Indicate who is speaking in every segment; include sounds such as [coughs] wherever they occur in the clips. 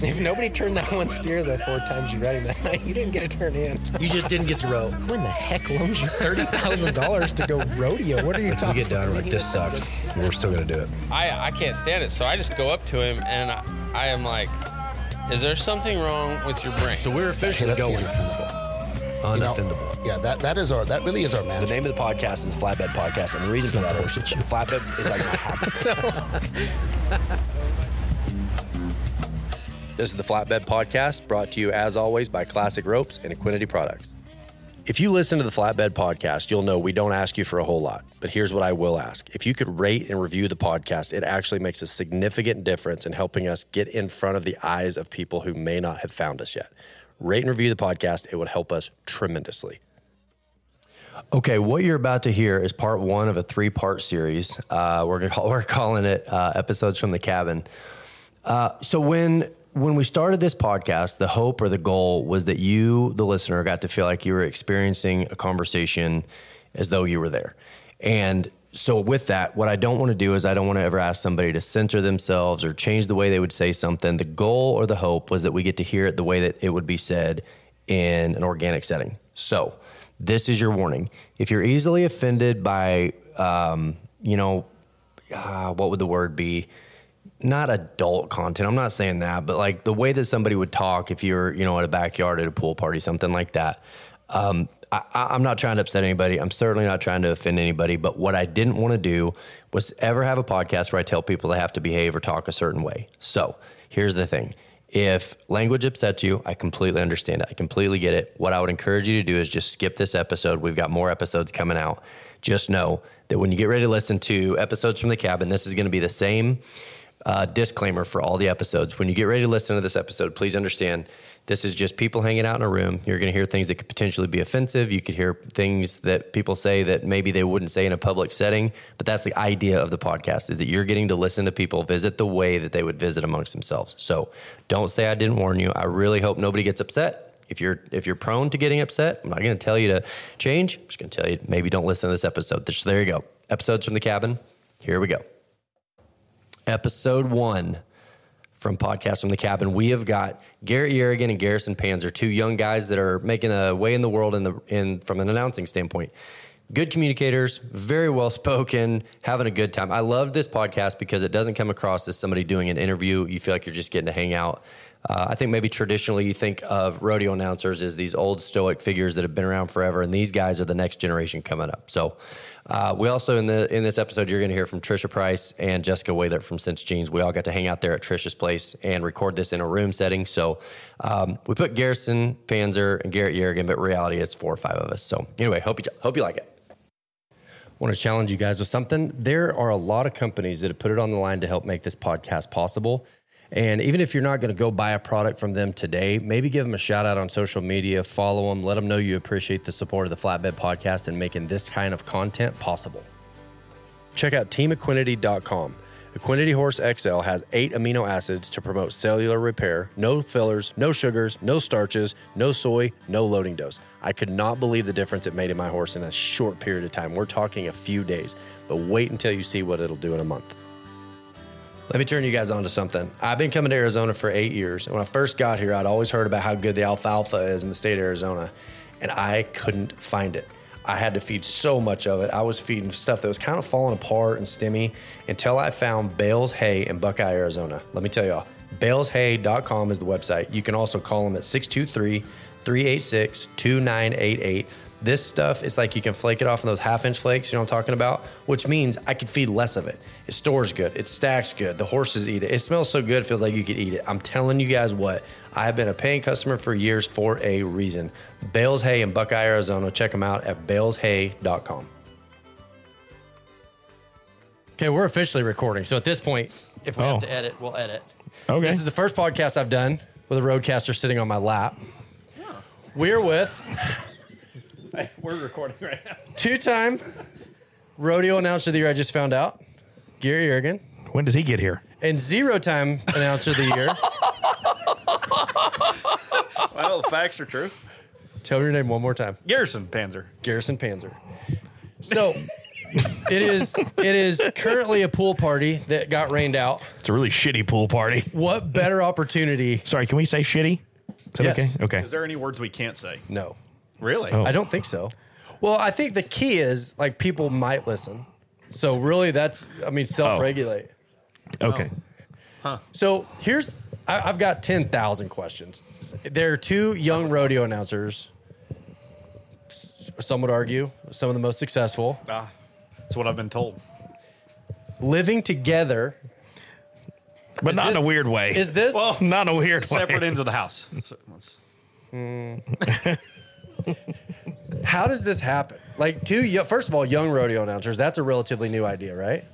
Speaker 1: If nobody turned that one steer the four times you ran him that night, you didn't get a turn in.
Speaker 2: You just didn't get to row.
Speaker 1: When the heck loans you thirty thousand dollars to go rodeo? What are you
Speaker 2: We
Speaker 1: talking?
Speaker 2: get done. We're like, this sucks. And we're still gonna do it.
Speaker 3: I, I can't stand it. So I just go up to him and I, I am like, is there something wrong with your brain?
Speaker 2: So we're
Speaker 4: Hey,
Speaker 2: officially
Speaker 4: let's
Speaker 2: going
Speaker 4: be unoffendable. You know,
Speaker 2: unoffendable.
Speaker 4: yeah, that, that is our that really is our
Speaker 5: The
Speaker 4: mantra.
Speaker 5: name of the podcast is the Flatbed Podcast, and the reason for that is flatbed is like my happy. This is the Flatbed Podcast, brought to you as always by Classic Ropes and Equinity Products. If you listen to the Flatbed Podcast, you'll know we don't ask you for a whole lot. But here's what I will ask if you could rate and review the podcast, it actually makes a significant difference in helping us get in front of the eyes of people who may not have found us yet. Rate and review the podcast, it would help us tremendously. Okay, what you're about to hear is part one of a three part series. Uh, we're, gonna call, [laughs] we're calling it uh, Episodes from the Cabin. Uh, so, when, when we started this podcast, the hope or the goal was that you, the listener, got to feel like you were experiencing a conversation as though you were there. And so, with that, what I don't want to do is I don't want to ever ask somebody to censor themselves or change the way they would say something. The goal or the hope was that we get to hear it the way that it would be said in an organic setting. So, this is your warning. If you're easily offended by, um, you know, uh, what would the word be? Not adult content. I'm not saying that, but like the way that somebody would talk if you're, you know, at a backyard at a pool party, something like that. Um, I, I- I'm not trying to upset anybody. I'm certainly not trying to offend anybody. But what I didn't want to do was ever have a podcast where I tell people they have to behave or talk a certain way. So here's the thing if language upsets you, I completely understand it. I completely get it. What I would encourage you to do is just skip this episode. We've got more episodes coming out. Just know that when you get ready to listen to episodes from the cabin, this is going to be the same uh, disclaimer for all the episodes. When you get ready to listen to this episode, please understand this is just people hanging out in a room. You're going to hear things that could potentially be offensive. You could hear things that people say that maybe they wouldn't say in a public setting. But that's the idea of the podcast is that you're getting to listen to people visit the way that they would visit amongst themselves. So don't say I didn't warn you. I really hope nobody gets upset. If you're if you're prone to getting upset, I'm not going to tell you to change. I'm just going to tell you maybe don't listen to this episode. Just- There you go. Episodes from the cabin. Here we go episode one from Podcast from the Cabin. We have got Garrett Yerrigan and Garrison Panzer, two young guys that are making a way in the world in the in from an announcing standpoint. Good communicators, very well spoken, having a good time. I love this podcast because it doesn't come across as somebody doing an interview. You feel like you're just getting to hang out. Uh, I think maybe traditionally you think of rodeo announcers as these old stoic figures that have been around forever, and these guys are the next generation coming up. So, uh, we also in the in this episode you're going to hear from Trisha Price and Jessica Whaler from Sense Jeans. We all got to hang out there at Trisha's place and record this in a room setting. So um, we put Garrison Panzer and Garrett Yerrigan, but reality it's four or five of us. So anyway, hope you hope you like it want to challenge you guys with something. There are a lot of companies that have put it on the line to help make this podcast possible. And even if you're not going to go buy a product from them today, maybe give them a shout out on social media, follow them, let them know you appreciate the support of the Flatbed Podcast and making this kind of content possible. Check out teamequinity.com. Equinity Horse XL has eight amino acids to promote cellular repair, no fillers, no sugars, no starches, no soy, no loading dose. I could not believe the difference it made in my horse in a short period of time. We're talking a few days, but wait until you see what it'll do in a month. Let me turn you guys on to something. I've been coming to Arizona for eight years. And when I first got here, I'd always heard about how good the alfalfa is in the state of Arizona, and I couldn't find it. I had to feed so much of it. I was feeding stuff that was kind of falling apart and stemmy until I found Bales Hay in Buckeye, Arizona. Let me tell y'all, baleshay.com is the website. You can also call them at 623 386 2988. This stuff, it's like you can flake it off in those half inch flakes, you know what I'm talking about? Which means I could feed less of it. It stores good, it stacks good, the horses eat it. It smells so good, it feels like you could eat it. I'm telling you guys what, I have been a paying customer for years for a reason. Bales Hay in Buckeye, Arizona. Check them out at baleshay.com. Okay, we're officially recording. So at this point, if we
Speaker 6: Oh.
Speaker 2: have to edit, we'll edit.
Speaker 6: Okay.
Speaker 2: This is the first podcast I've done with a roadcaster sitting on my lap. We're with
Speaker 6: We're recording right now.
Speaker 2: two-time rodeo announcer of the year. I just found out, Gary Yergin,
Speaker 6: When does he get here?
Speaker 2: and zero-time announcer of the year.
Speaker 6: Well, the facts are true.
Speaker 2: Tell your name one more time,
Speaker 6: Garrison Panzer.
Speaker 2: Garrison Panzer. So It is it is currently a pool party that got rained out.
Speaker 7: It's a really shitty pool party.
Speaker 2: What better opportunity?
Speaker 7: Sorry, can we say shitty? Is that
Speaker 2: Yes.
Speaker 7: okay? Okay.
Speaker 6: Is there any words we can't say? Oh.
Speaker 2: No.
Speaker 6: Really?
Speaker 2: I don't think so. Well, I think the key is like people might listen. So really that's I mean self-regulate.
Speaker 7: okay.
Speaker 2: So here's I, I've got ten thousand questions. There are two young rodeo announcers. S- Some would argue some of the most successful
Speaker 6: Ah, that's what I've been told.
Speaker 2: living together.
Speaker 7: But not in
Speaker 2: This-
Speaker 7: a weird way.
Speaker 2: Is this
Speaker 6: Well,
Speaker 7: not in a weird way.
Speaker 6: Separate ends of the house. So let's-
Speaker 2: how does this happen? Like two yo- first of all, young rodeo announcers. That's a relatively new idea, right?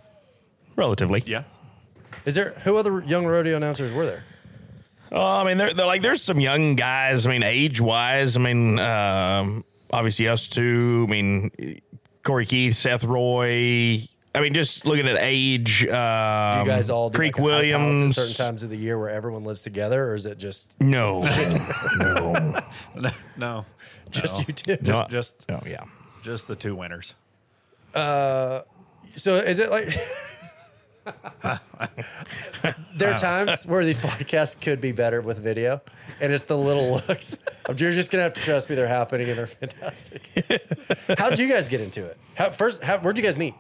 Speaker 7: Relatively.
Speaker 6: yeah.
Speaker 2: Is there who other young rodeo announcers were there?
Speaker 7: Oh, I mean, they're, they're like there's some young guys. I mean, age wise, I mean, um, obviously us two. I mean, Corey Keith, Seth Roy. I mean, just looking at age. Um,
Speaker 2: You guys all do
Speaker 7: Creek
Speaker 2: like a hype house
Speaker 7: Williams.
Speaker 2: at certain times of the year where everyone lives together, or is it just
Speaker 7: No, no,
Speaker 6: No, no.
Speaker 2: [laughs] just you two?
Speaker 7: no,
Speaker 6: just-
Speaker 7: no, yeah.
Speaker 6: Just the two winners. [laughs]
Speaker 2: So is it [laughs] like there are times where these podcasts could be better with video, and it's the little looks. I'm- You're just gonna have to trust me; they're happening and they're [laughs] fantastic. How did you guys get into it? How, first, how, where'd you guys meet?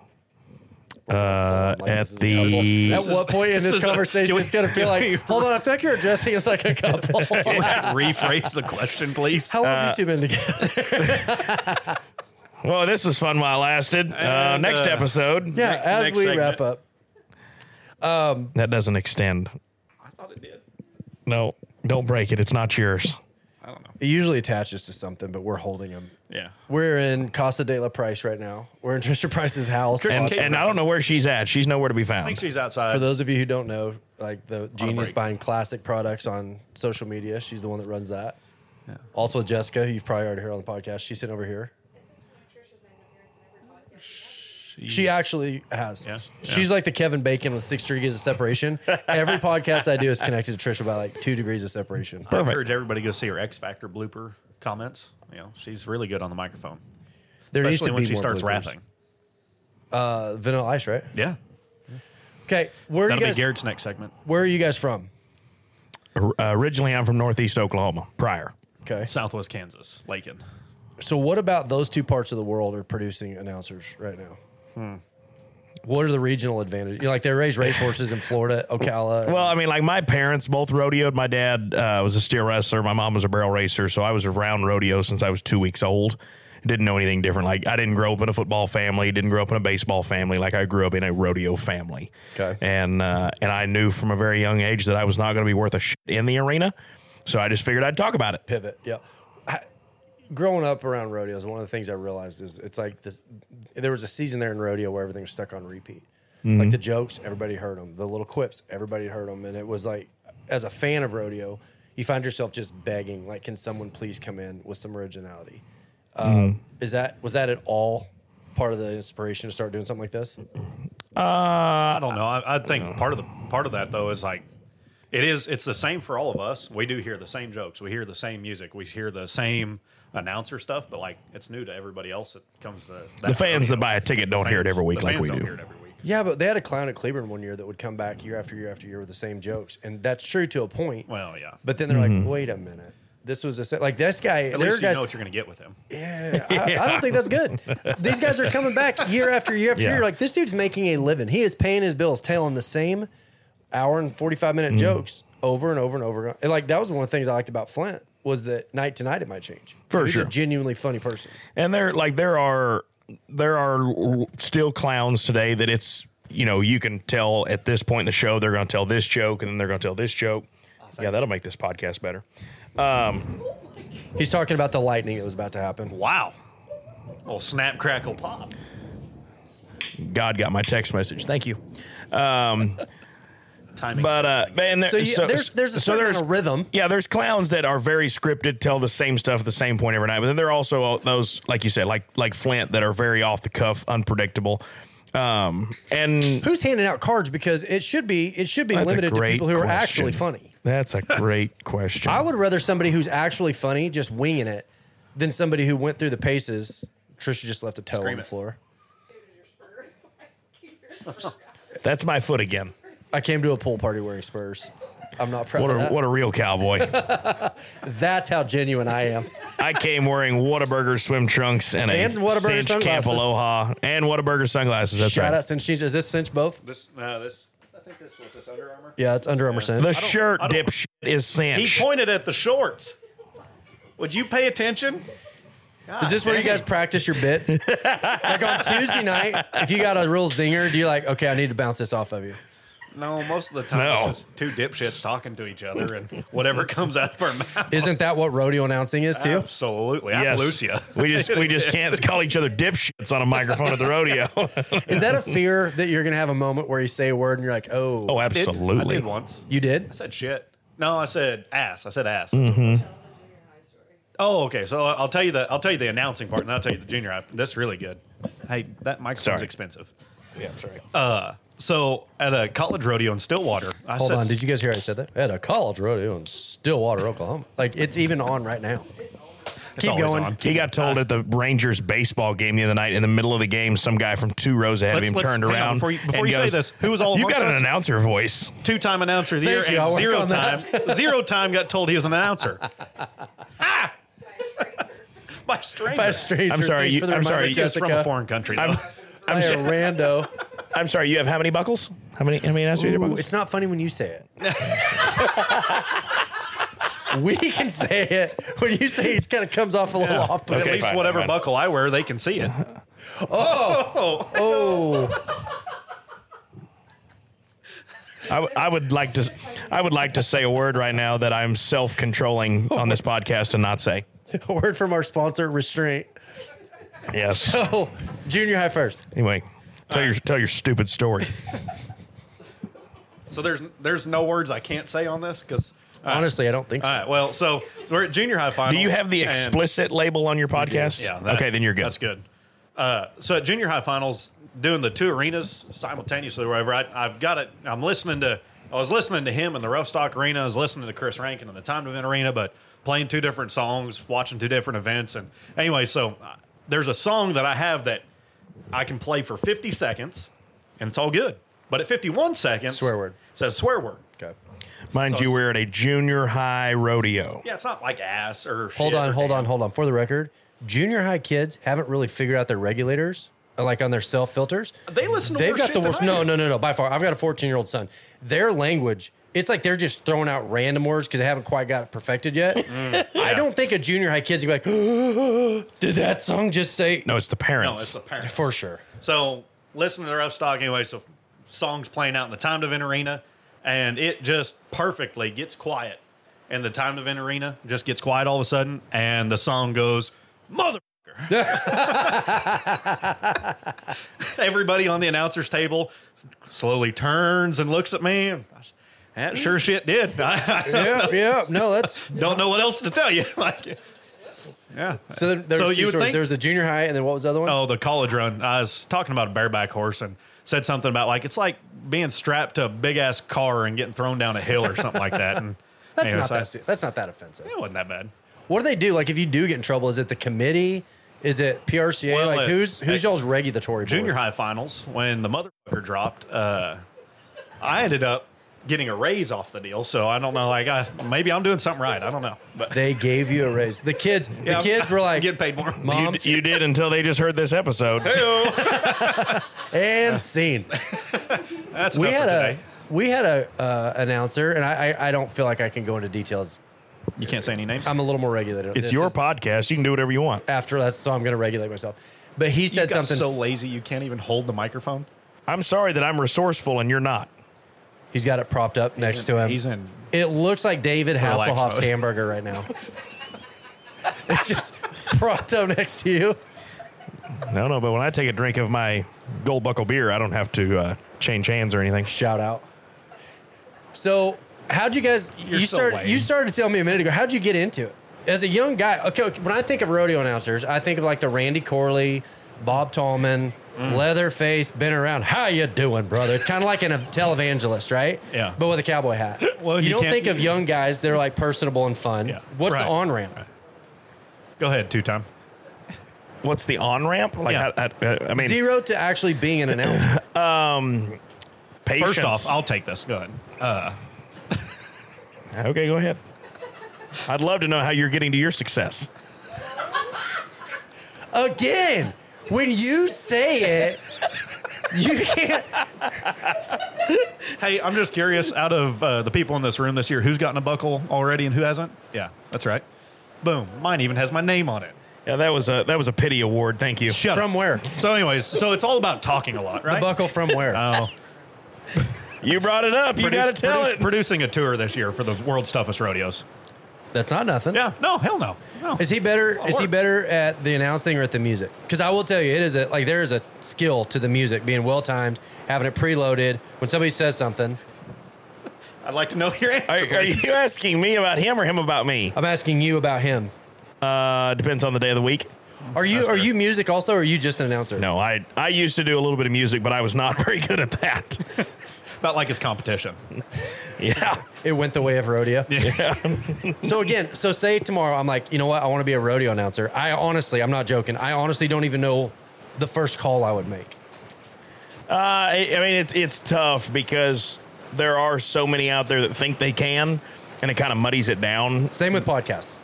Speaker 7: Uh,
Speaker 2: Like,
Speaker 7: at
Speaker 2: Oh, this is a couple.
Speaker 7: the
Speaker 2: At what point in this,
Speaker 6: is a-
Speaker 2: conversation
Speaker 6: can we-
Speaker 2: it's gonna feel like, hold on, I think you're addressing us like a couple.
Speaker 6: Rephrase the question, please.
Speaker 2: [laughs] How long have you two been together?
Speaker 7: well, this was fun while it lasted. uh,
Speaker 6: And,
Speaker 7: next
Speaker 6: uh,
Speaker 7: episode,
Speaker 2: Yeah,
Speaker 6: next-
Speaker 2: as
Speaker 6: next
Speaker 2: we wrap
Speaker 6: segment.
Speaker 2: up,
Speaker 7: that doesn't extend.
Speaker 6: I thought it did.
Speaker 7: No, don't break it. It's not yours.
Speaker 6: I don't know.
Speaker 2: it usually attaches to something, but we're holding them.
Speaker 6: Yeah.
Speaker 2: We're in Casa de la Price right now. We're in Trisha Price's house.
Speaker 6: Christian
Speaker 7: And,
Speaker 6: Kate
Speaker 7: and I don't know where she's at. She's nowhere to be
Speaker 6: I think
Speaker 7: found.
Speaker 6: she's outside.
Speaker 2: For those of you who don't know, like the genius
Speaker 6: break.
Speaker 2: behind classic products on social media, she's the one that runs that. Also, Jessica, who you've probably already heard on the podcast, she's sitting over here. She actually has.
Speaker 6: Yeah.
Speaker 2: She's like the Kevin Bacon with six degrees of separation.
Speaker 6: [laughs]
Speaker 2: Every podcast I do is connected to Trisha by like two degrees of separation.
Speaker 6: I
Speaker 7: Perfect.
Speaker 6: encourage everybody to go see her X Factor blooper comments. You know, she's really good on the microphone,
Speaker 2: There needs
Speaker 6: especially
Speaker 2: to
Speaker 6: when
Speaker 2: be
Speaker 6: she
Speaker 2: more
Speaker 6: starts
Speaker 2: bloopers.
Speaker 6: rapping.
Speaker 2: Uh, Vanilla Ice, right?
Speaker 6: Yeah,
Speaker 2: Okay, where are you
Speaker 6: that'll
Speaker 2: guys?
Speaker 6: be Garrett's next segment.
Speaker 2: Where are you guys from?
Speaker 7: Or- uh, originally, I'm from Northeast Oklahoma. Prior,
Speaker 2: Okay,
Speaker 6: Southwest Kansas, Lakin.
Speaker 2: so what about those two parts of the world are producing announcers right now?
Speaker 6: Hmm.
Speaker 2: What are the regional advantages? You know, like they raise racehorses in Florida, Ocala.
Speaker 7: well, I mean, like my parents both rodeoed. My dad uh, was a steer wrestler. My mom was a barrel racer. So I was around rodeo since I was two weeks old. Didn't know anything different. Like I didn't grow up in a football family. Didn't grow up in a baseball family. Like I grew up in a rodeo family.
Speaker 2: Okay.
Speaker 7: And uh, and I knew from a very young age that I was not going to be worth a shit in the arena. So I just figured I'd talk about it.
Speaker 2: pivot. Yeah. I, growing up around rodeos, one of the things I realized is it's like this. There was a season there in rodeo where everything was stuck on repeat. Like the jokes, everybody heard them. The little quips, everybody heard them. And it was like, as a fan of rodeo, you find yourself just begging, like, can someone please come in with some originality? Um, is that was that at all part of the inspiration to start doing something like this?
Speaker 7: Uh,
Speaker 6: I don't know. I, I think part of the part of that though is like it is. It's the same for all of us. We do hear the same jokes. We hear the same music. We hear the same announcer stuff. But like it's new to everybody else that comes to
Speaker 7: the
Speaker 6: that
Speaker 7: fans
Speaker 6: rodeo.
Speaker 7: that buy a ticket don't hear it
Speaker 6: Fans-
Speaker 7: every week
Speaker 6: the
Speaker 7: like
Speaker 6: fans
Speaker 7: we
Speaker 6: don't
Speaker 7: do.
Speaker 6: Hear it every week.
Speaker 2: Yeah, but they had a clown at Cleburne one year that would come back year after year after year with the same jokes, and that's true to a point.
Speaker 6: Well, yeah.
Speaker 2: But then they're
Speaker 7: Mm-hmm.
Speaker 2: like, wait a minute. This was a set. Like this guy,
Speaker 6: At
Speaker 2: there
Speaker 6: least
Speaker 2: are
Speaker 6: you
Speaker 2: guys.
Speaker 6: know what you're going to get with him. [laughs]
Speaker 2: yeah, I, I don't think that's good. These guys are coming back year after year after
Speaker 7: Yeah.
Speaker 2: year. Like this dude's making a living. He is paying his bills, telling the same hour and forty five
Speaker 7: Mm.
Speaker 2: minute jokes over and over and over. And like that was one of the things I liked about Flint was that night to night it might change.
Speaker 7: For
Speaker 2: He's
Speaker 7: sure.
Speaker 2: a genuinely funny person.
Speaker 7: and there like there are there are still clowns today that it's you know you can tell at this point in the show they're going to tell this joke and then they're going to tell this joke yeah that'll make this podcast better
Speaker 2: He's talking about the lightning that was about to happen.
Speaker 6: Wow. Oh, snap, crackle, pop.
Speaker 7: god got my text message thank you um
Speaker 6: Timing.
Speaker 7: but uh man there,
Speaker 2: So,
Speaker 7: so,
Speaker 2: you, there's there's a
Speaker 7: so
Speaker 2: certain
Speaker 7: there's-
Speaker 2: amount of rhythm.
Speaker 7: yeah, there's clowns that are very scripted, tell the same stuff at the same point every night. But then there are also all those, like you said, like like Flint, that are very off the cuff, unpredictable. Um, and
Speaker 2: Who's handing out cards because it should be it should be
Speaker 7: That's a
Speaker 2: limited to
Speaker 7: great
Speaker 2: people who are actually
Speaker 7: question.
Speaker 2: funny.
Speaker 7: that's a great question.
Speaker 2: I would rather somebody who's actually funny just winging it than somebody who went through the paces. Trisha just left a toe
Speaker 6: Scream
Speaker 2: on the
Speaker 6: it.
Speaker 2: floor.
Speaker 8: [laughs]
Speaker 7: That's my foot again.
Speaker 2: I came to a pool party wearing Spurs. I'm not proud
Speaker 7: What
Speaker 2: of
Speaker 7: a
Speaker 2: that.
Speaker 7: what a real cowboy.
Speaker 6: [laughs]
Speaker 2: That's how genuine I am.
Speaker 7: I came wearing Whataburger swim trunks and a
Speaker 2: And Whataburger
Speaker 7: Cinch Camp
Speaker 2: sunglasses.
Speaker 7: Aloha and Whataburger sunglasses. That's
Speaker 2: Shout
Speaker 7: right.
Speaker 2: out Cinch. Is this Cinch both?
Speaker 6: This, no, this. I think this was this Under Armour.
Speaker 2: Yeah, it's Under Armour Cinch.
Speaker 7: The shirt
Speaker 6: I don't-
Speaker 7: dipshit is
Speaker 6: He
Speaker 7: cinch.
Speaker 6: pointed at the shorts. Would you pay attention?
Speaker 2: Is this where you guys practice your bits? like on Tuesday night, if you got a real zinger, do you like, okay, I need to bounce this off of you?
Speaker 6: No, most of the time
Speaker 7: No.
Speaker 6: it's just two dipshits talking to each other, and
Speaker 2: [laughs]
Speaker 6: whatever comes out of our mouth.
Speaker 2: Isn't that what rodeo announcing is
Speaker 6: Uh,
Speaker 2: too?
Speaker 6: Absolutely,
Speaker 7: Yes.
Speaker 6: Appaloosia.
Speaker 7: We just we
Speaker 6: [laughs]
Speaker 7: just can't call each other dipshits on a microphone at the rodeo.
Speaker 2: Is that a fear that you're gonna have a moment where you say a word and you're like, oh,
Speaker 7: oh,
Speaker 6: Did- I
Speaker 7: absolutely.
Speaker 6: did once.
Speaker 2: you did?
Speaker 6: I said shit. No, I said ass. I said ass.
Speaker 2: Mm-hmm.
Speaker 6: Oh, okay. So I'll tell you the I'll tell you the announcing part, and I'll tell you the junior high. That's really good. Hey, that microphone's
Speaker 7: Sorry.
Speaker 6: expensive. Uh,
Speaker 7: Yeah, sorry.
Speaker 6: So at a college rodeo in Stillwater, I
Speaker 2: Hold
Speaker 6: said,
Speaker 2: on, did you guys hear I said that? At a college rodeo in Stillwater, Oklahoma. Like it's even on right now. Keep
Speaker 6: always
Speaker 2: going.
Speaker 6: on.
Speaker 7: He got told at the Rangers baseball game the other night in the middle of the game, some guy from two rows ahead of
Speaker 6: Let's-
Speaker 7: him
Speaker 6: let's-
Speaker 7: turned
Speaker 6: hang on,
Speaker 7: around.
Speaker 6: before you- before
Speaker 7: and
Speaker 6: you say
Speaker 7: goes,
Speaker 6: this, who was all
Speaker 7: You
Speaker 6: amongst
Speaker 7: got an
Speaker 6: us?"
Speaker 7: announcer voice.
Speaker 6: two time announcer of the
Speaker 2: Thank you,
Speaker 6: year
Speaker 2: I'll
Speaker 6: and
Speaker 2: work
Speaker 6: zero
Speaker 2: on
Speaker 6: time.
Speaker 2: [laughs]
Speaker 6: zero time got told he was an announcer. Ah! By a stranger.
Speaker 2: By a stranger.
Speaker 7: I'm sorry,
Speaker 2: Thanks
Speaker 7: you-
Speaker 2: for the
Speaker 7: I'm
Speaker 2: reminder,
Speaker 7: sorry, you-
Speaker 6: Just from a
Speaker 2: Jessica.
Speaker 6: foreign country. Though.
Speaker 7: I'm,
Speaker 2: By
Speaker 7: I'm,
Speaker 2: a
Speaker 7: so-
Speaker 2: rando.
Speaker 7: I'm sorry. You have how many buckles? How many? How many announcer
Speaker 2: Ooh,
Speaker 7: buckles?
Speaker 2: it's not funny when you say it. [laughs] we can say it. When you say it, it kind of comes off a little off.
Speaker 6: [laughs] but
Speaker 2: But
Speaker 7: Okay,
Speaker 6: at least
Speaker 7: fine,
Speaker 6: whatever
Speaker 7: fine.
Speaker 6: buckle I wear, they can see
Speaker 7: [laughs]
Speaker 6: it.
Speaker 7: Oh! I, w- I would like to. s- I would like to say a word right now that I'm self-controlling on this podcast and not say.
Speaker 2: a word from our sponsor, Restraint.
Speaker 7: Yes.
Speaker 2: Oh, junior high first.
Speaker 7: Anyway, tell your tell your stupid story.
Speaker 6: So there's there's no words I can't say on this because.
Speaker 2: Honestly, I don't think so.
Speaker 6: All right. Well, so we're at junior high finals.
Speaker 7: Do you have the
Speaker 6: and-
Speaker 7: explicit label on your podcast?
Speaker 6: Yeah. that-
Speaker 7: okay, then you're good.
Speaker 6: That's good. Uh, so at junior high finals, doing the two arenas simultaneously, wherever I, I've got it. I'm listening to. I was listening to him in the Rough Stock Arena. I was listening to Chris Rankin in the Time to Event Arena, but playing two different songs, watching two different events, and anyway, so uh, there's a song that I have that I can play for 50 seconds, and it's all good. But at 51 seconds,
Speaker 2: Swear word.
Speaker 6: it says swear word.
Speaker 2: Okay.
Speaker 7: Mind you, we're at a junior high rodeo.
Speaker 6: Yeah, it's not like ass or
Speaker 2: Hold on, hold on, hold on. For the record, junior high kids haven't really figured out their regulators, like on their cell filters.
Speaker 6: They listen to
Speaker 2: They've
Speaker 6: worse
Speaker 2: got
Speaker 6: shit
Speaker 2: the
Speaker 6: than
Speaker 2: worst.
Speaker 6: I
Speaker 2: No,
Speaker 6: do.
Speaker 2: no, no, no. By far, I've got a 14 year old son. Their language, it's like they're just throwing out random words because they haven't quite got it perfected [laughs] yet. I don't think a junior high kid's gonna be like, [gasps] did that song just say?
Speaker 7: No, it's the
Speaker 6: No,
Speaker 7: parents.
Speaker 6: it's the parents.
Speaker 2: for sure.
Speaker 6: So listen to the rough stock anyway. So songs playing out in the time to vent arena, and it just perfectly gets quiet. And the time to vent arena just gets quiet all of a sudden, and the song goes, "Mother." [laughs] Everybody on the announcer's table slowly turns and looks at me. That sure shit did. [laughs] I
Speaker 2: Yeah, yeah. No, [laughs] that's
Speaker 6: don't know what else to tell you. [laughs] Like, yeah.
Speaker 2: so. There, there's
Speaker 6: So
Speaker 2: two
Speaker 6: you would
Speaker 2: stories.
Speaker 6: think-
Speaker 2: there was a junior high, and then what was the other one?
Speaker 6: Oh, the college run. I was talking about a bareback horse and said something about like it's like being strapped to a big ass car and getting thrown down a hill or something like that. And
Speaker 2: [laughs] that's
Speaker 6: anyways,
Speaker 2: not
Speaker 6: I-
Speaker 2: that. se- that's not that offensive.
Speaker 6: It wasn't that bad.
Speaker 2: What do they do? Like, if you do get in trouble, is it the committee? Is it PRCA?
Speaker 6: Well,
Speaker 2: like,
Speaker 6: uh,
Speaker 2: who's who's
Speaker 6: hey,
Speaker 2: y'all's regulatory board?
Speaker 6: Junior high finals when the motherfucker dropped. Uh, I ended up getting a raise off the deal, so I don't know. Like, I, maybe I'm doing something right. I don't know. But
Speaker 2: They gave you a raise. The kids,
Speaker 6: Yeah,
Speaker 2: the kids were
Speaker 6: [laughs]
Speaker 2: like,
Speaker 6: getting paid more.
Speaker 2: "Mom
Speaker 7: You, you did until they just heard this episode.
Speaker 2: and scene."
Speaker 6: That's
Speaker 2: [laughs] we
Speaker 6: enough
Speaker 2: had
Speaker 6: for
Speaker 2: a
Speaker 6: today.
Speaker 2: we had a uh, announcer, and I, I I don't feel like I can go into details.
Speaker 6: You can't say any names.
Speaker 2: I'm a little more regulated.
Speaker 7: It's
Speaker 2: This
Speaker 7: your
Speaker 2: is-
Speaker 7: podcast. You can do whatever you want.
Speaker 2: after that, so I'm going to regulate myself. But he
Speaker 6: You
Speaker 2: said
Speaker 6: got
Speaker 2: something.
Speaker 6: so lazy you can't even hold the microphone.
Speaker 7: I'm sorry that I'm resourceful and you're not.
Speaker 2: he's got it propped up next to him.
Speaker 6: He's in.
Speaker 2: It looks like David
Speaker 6: Relax
Speaker 2: Hasselhoff's
Speaker 6: mode.
Speaker 2: hamburger right now. [laughs] it's just propped up next to you.
Speaker 7: I don't know, but when I take a drink of my gold buckle beer, I don't have to uh, change hands or anything.
Speaker 2: Shout out. So, how'd you guys? you
Speaker 6: so
Speaker 2: started.
Speaker 6: lame.
Speaker 2: You started to tell me a minute ago. How'd you get into it as a young guy? Okay, okay, when I think of rodeo announcers, I think of like the Randy Corley, Bob Tallman,
Speaker 6: Mm.
Speaker 2: Leatherface, been around. How you doing, brother? It's kind of like an, a televangelist, right?
Speaker 6: Yeah.
Speaker 2: But with a cowboy hat.
Speaker 6: [laughs] Well,
Speaker 2: you,
Speaker 6: you
Speaker 2: don't
Speaker 6: can't-
Speaker 2: think of young guys. They're like personable and fun.
Speaker 6: Yeah.
Speaker 2: What's
Speaker 6: Right.
Speaker 2: the on ramp?
Speaker 6: Go ahead, two time.
Speaker 7: what's the on ramp? Like,
Speaker 6: Yeah.
Speaker 7: I, I, I mean,
Speaker 2: Zero to actually being an
Speaker 6: [laughs]
Speaker 2: announcer.
Speaker 7: patience.
Speaker 6: First off, I'll take this. Go ahead.
Speaker 7: okay, go ahead. I'd love to know how you're getting to your success.
Speaker 2: Again, when you say it, you
Speaker 6: [laughs]
Speaker 2: can't.
Speaker 6: Hey, I'm just curious. Out of uh, the people in this room this year, who's gotten a buckle already and who hasn't? Yeah, that's right. Boom. Mine even has my name on it.
Speaker 7: Yeah, that was a that was a pity award. Thank you.
Speaker 6: Shut
Speaker 2: From
Speaker 6: up.
Speaker 2: where?
Speaker 6: So, anyways, so it's all about talking a lot, right?
Speaker 2: The buckle from where?
Speaker 6: Oh,
Speaker 7: You brought it up. You
Speaker 6: Produce-
Speaker 7: got to tell
Speaker 6: produce-
Speaker 7: it.
Speaker 6: Producing a tour this year for the world's toughest rodeos.
Speaker 2: That's not nothing.
Speaker 6: Yeah. No. Hell no. No.
Speaker 2: Is he better?
Speaker 6: I'll
Speaker 2: Is he
Speaker 6: work.
Speaker 2: better at the announcing or at the music? Because I will tell you, it is a like there is a skill to the music being well timed, having it preloaded. When somebody says something,
Speaker 6: I'd like to know your answer.
Speaker 7: Are, are you asking me about him or him about me?
Speaker 2: I'm asking you about him.
Speaker 7: Uh, depends on the day of the week.
Speaker 2: Are you are you music also? or Are you just an announcer?
Speaker 7: No, I I used to do a little bit of music, but I was not [laughs] very good at that.
Speaker 6: About like his competition.
Speaker 7: yeah.
Speaker 2: It went the way of rodeo. [laughs] so again, so say tomorrow I'm like, you know what? I want to be a rodeo announcer. I honestly, I'm not joking. I honestly don't even know the first call I would make.
Speaker 7: Uh, I, I mean, it's it's tough because there are so many out there that think they can, and it kind of muddies it down.
Speaker 2: Same with podcasts.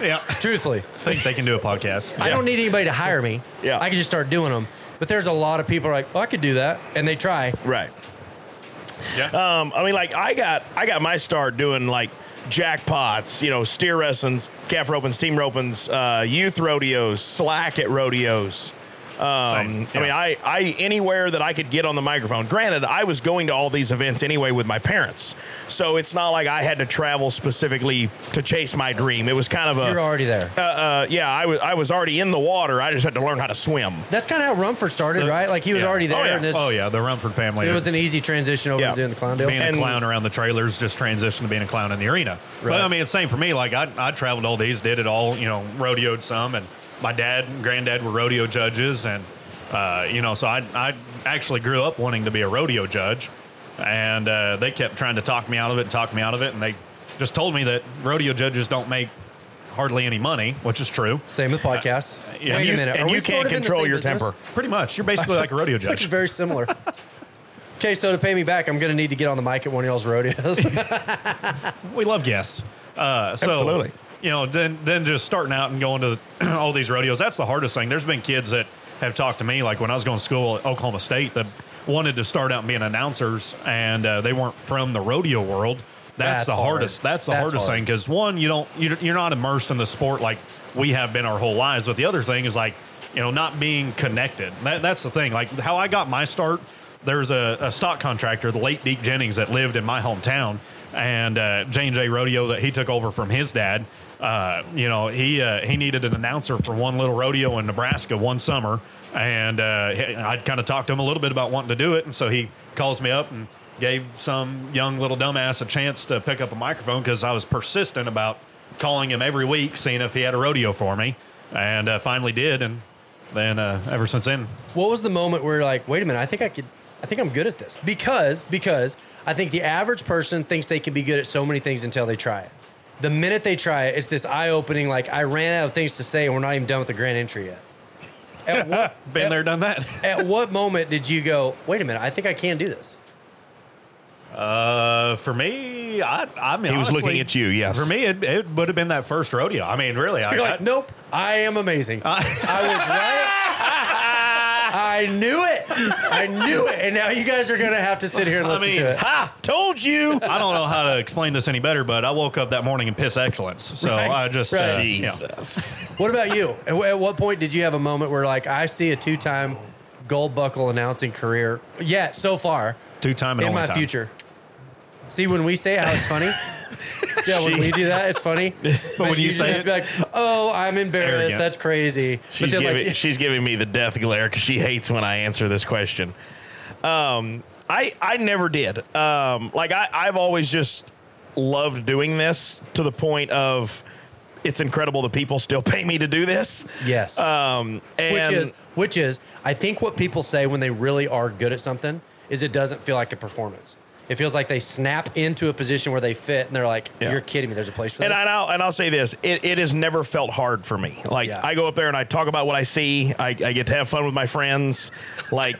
Speaker 6: Yeah.
Speaker 2: Truthfully,
Speaker 6: [laughs] Think they can do a podcast.
Speaker 2: I don't need anybody to hire me.
Speaker 7: Yeah.
Speaker 2: I can just start doing them. But there's a lot of people are like, oh, I could do that, and they try.
Speaker 7: Right.
Speaker 6: Yeah.
Speaker 7: Um, I mean, like I got I got my start doing like jackpots, you know, steer wrestlings, calf ropings, team ropings, uh, youth rodeos, slack at rodeos. Um,
Speaker 6: Same,
Speaker 7: I mean,
Speaker 6: yeah.
Speaker 7: I, I anywhere that I could get on the microphone. Granted, I was going to all these events anyway with my parents, so it's not like I had to travel specifically to chase my dream. It was kind of a
Speaker 2: You're already there.
Speaker 7: uh, uh, yeah, I was I was already in the water. I just had to learn how to swim.
Speaker 2: That's kind of how Rumford started, right? Like he was
Speaker 6: Yeah.
Speaker 2: already there,
Speaker 7: yeah.
Speaker 2: and it's,
Speaker 6: oh yeah, the Rumford family.
Speaker 2: it was an easy transition over
Speaker 7: Yeah.
Speaker 2: to doing the clown deal.
Speaker 6: being
Speaker 7: and-
Speaker 6: a clown around the trailers just transitioned to being a clown in the arena.
Speaker 2: Right.
Speaker 6: But I mean, it's same for me. Like I, I traveled all these, did it all. You know, rodeoed some, and my dad and granddad were rodeo judges, and uh, you know, so I, I actually grew up wanting to be a rodeo judge, and uh, they kept trying to talk me out of it, and talk me out of it, and they just told me that rodeo judges don't make hardly any money, which is true.
Speaker 2: Same with podcasts.
Speaker 6: uh, yeah,
Speaker 2: Wait
Speaker 6: and
Speaker 2: a
Speaker 6: you-
Speaker 2: minute,
Speaker 7: and
Speaker 2: are
Speaker 7: you
Speaker 2: we
Speaker 7: can't
Speaker 2: sort of in the
Speaker 7: control
Speaker 2: same
Speaker 7: your
Speaker 2: business?
Speaker 7: temper.
Speaker 6: Pretty much, you're basically like a rodeo
Speaker 2: [laughs] Looks
Speaker 6: judge.
Speaker 2: very
Speaker 6: [laughs]
Speaker 2: similar. okay, so to pay me back, I'm going to need to get on the mic at one of y'all's
Speaker 6: [laughs]
Speaker 2: rodeos. [laughs]
Speaker 6: we love guests. Uh, so,
Speaker 7: Absolutely.
Speaker 6: You know, then then just starting out and going to [clears throat] all these rodeos. That's the hardest thing. There's been kids that have talked to me, like when I was going to school at Oklahoma State, that wanted to start out being announcers, and uh, they weren't from the rodeo world. That's,
Speaker 2: That's
Speaker 6: the
Speaker 2: hard.
Speaker 6: hardest. That's the
Speaker 2: That's
Speaker 6: hardest
Speaker 2: hard.
Speaker 6: thing because one, you don't you're, you're not immersed in the sport like we have been our whole lives. But the other thing is like you know not being connected. That, that's the thing. Like how I got my start. There's a, a stock contractor, the late Deke Jennings, that lived in my hometown, and uh, J and J Rodeo that he took over from his dad. Uh, you know he uh, he needed an announcer for one little rodeo in Nebraska one summer, and uh, he- I'd kind of talked to him a little bit about wanting to do it, and so he calls me up and gave some young little dumbass a chance to pick up a microphone because I was persistent about calling him every week, seeing if he had a rodeo for me, and uh, finally did. And then uh, ever since then,
Speaker 2: what was the moment where you're like, wait a minute, I think I could, I think I'm good at this because because I think the average person thinks they can be good at so many things until they try it. The minute they try it, it's this eye opening. Like I ran out of things to say, and we're not even done with the grand entry yet. At what,
Speaker 6: been there, done that.
Speaker 2: at what moment did you go? Wait a minute, I think I can do this.
Speaker 6: Uh, for me, I, I mean,
Speaker 7: He was
Speaker 6: honestly,
Speaker 7: looking at you, yes.
Speaker 6: For me, it, it would have been that first rodeo. I mean, really, I,
Speaker 2: You're like,
Speaker 6: I-
Speaker 2: nope, I am amazing.
Speaker 6: Uh,
Speaker 2: I was right. I knew it. I knew it. And now you guys are going to have to sit here and
Speaker 6: I
Speaker 2: listen
Speaker 6: mean,
Speaker 2: to it.
Speaker 7: Ha! Told you.
Speaker 6: I don't know how to explain this any better, but I woke up that morning in piss excellence. So
Speaker 2: Right,
Speaker 6: I just,
Speaker 2: right.
Speaker 6: uh, yeah.
Speaker 2: What about you? At wh- at what point did you have a moment where, like, I see a two time gold buckle announcing career yet so far
Speaker 6: two time and
Speaker 2: in
Speaker 6: only
Speaker 2: my
Speaker 6: time.
Speaker 2: future? See, when we say it, how it's
Speaker 6: [laughs]
Speaker 2: funny. See how when we do that, it's funny. But,
Speaker 6: when you
Speaker 2: just
Speaker 6: say
Speaker 2: have to be like, "Oh, I'm embarrassed.
Speaker 6: arrogant.
Speaker 2: That's crazy."
Speaker 7: She's,
Speaker 2: but then,
Speaker 7: giving,
Speaker 2: like,
Speaker 7: she's giving me the death glare because she hates when I answer this question. Um, I I never did. Um, like I I've always just loved doing this to the point of it's incredible that people still pay me to do this.
Speaker 2: yes,
Speaker 7: Um, and
Speaker 2: which is which is I think what people say when they really are good at something is it doesn't feel like a performance. It feels like they snap into a position where they fit, and they're like,
Speaker 7: Yeah.
Speaker 2: "You're kidding me! There's a place for
Speaker 7: And,
Speaker 2: this."
Speaker 7: I, and, I'll, and I'll say this: it, it has never felt hard for me. Like
Speaker 2: Yeah.
Speaker 7: I go up there and I talk about what I see. I, I get to have fun with my friends. Like,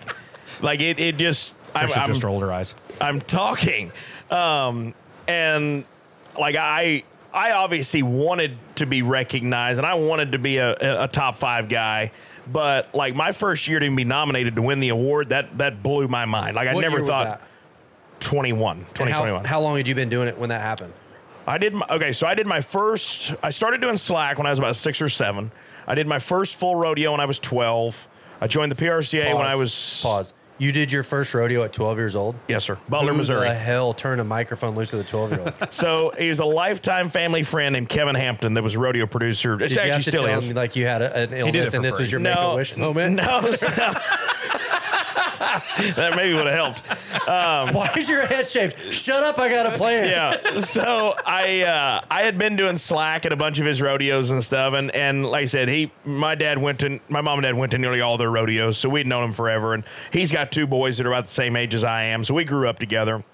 Speaker 7: like it, it just. I'm,
Speaker 6: Trisha
Speaker 7: I'm,
Speaker 6: just rolled her eyes.
Speaker 7: I'm talking, um, and like I, I obviously wanted to be recognized, and I wanted to be a, a- a top five guy. But like my first year to even be nominated to win the award, that that blew my mind. Like I
Speaker 2: What
Speaker 7: never
Speaker 2: year was
Speaker 7: thought
Speaker 2: that?
Speaker 7: 21,
Speaker 2: And how-
Speaker 7: 2021.
Speaker 2: how long had you been doing it when that happened?
Speaker 7: I did my, okay, so I did my first. I started doing slack when I was about six or seven. I did my first full rodeo when I was twelve. I joined the PRCA when I
Speaker 2: Pause.
Speaker 7: was
Speaker 2: pause. You did your first rodeo at 12 years old.
Speaker 7: yes, sir, Butler,
Speaker 2: Who
Speaker 7: Missouri.
Speaker 2: The hell, turn a microphone loose to the 12
Speaker 7: [laughs]
Speaker 2: year old.
Speaker 7: So he was a lifetime family friend named Kevin Hampton that was a rodeo producer.
Speaker 2: Did
Speaker 7: It's
Speaker 2: you
Speaker 7: actually
Speaker 2: have to
Speaker 7: still
Speaker 2: tell
Speaker 7: is.
Speaker 2: him like you had a, an illness
Speaker 6: for
Speaker 2: and this
Speaker 6: free.
Speaker 2: was your
Speaker 7: No.
Speaker 2: make a wish moment?
Speaker 7: No, so- that maybe would have helped.
Speaker 2: [laughs] Why is your head shaved? Shut up! I got a plan.
Speaker 7: yeah. So I uh, I had been doing slack at a bunch of his rodeos and stuff, and and like I said, he my dad went to my mom and dad went to nearly all their rodeos, so we'd known him forever, and he's got two boys that are about the same age as I am, so we grew up together.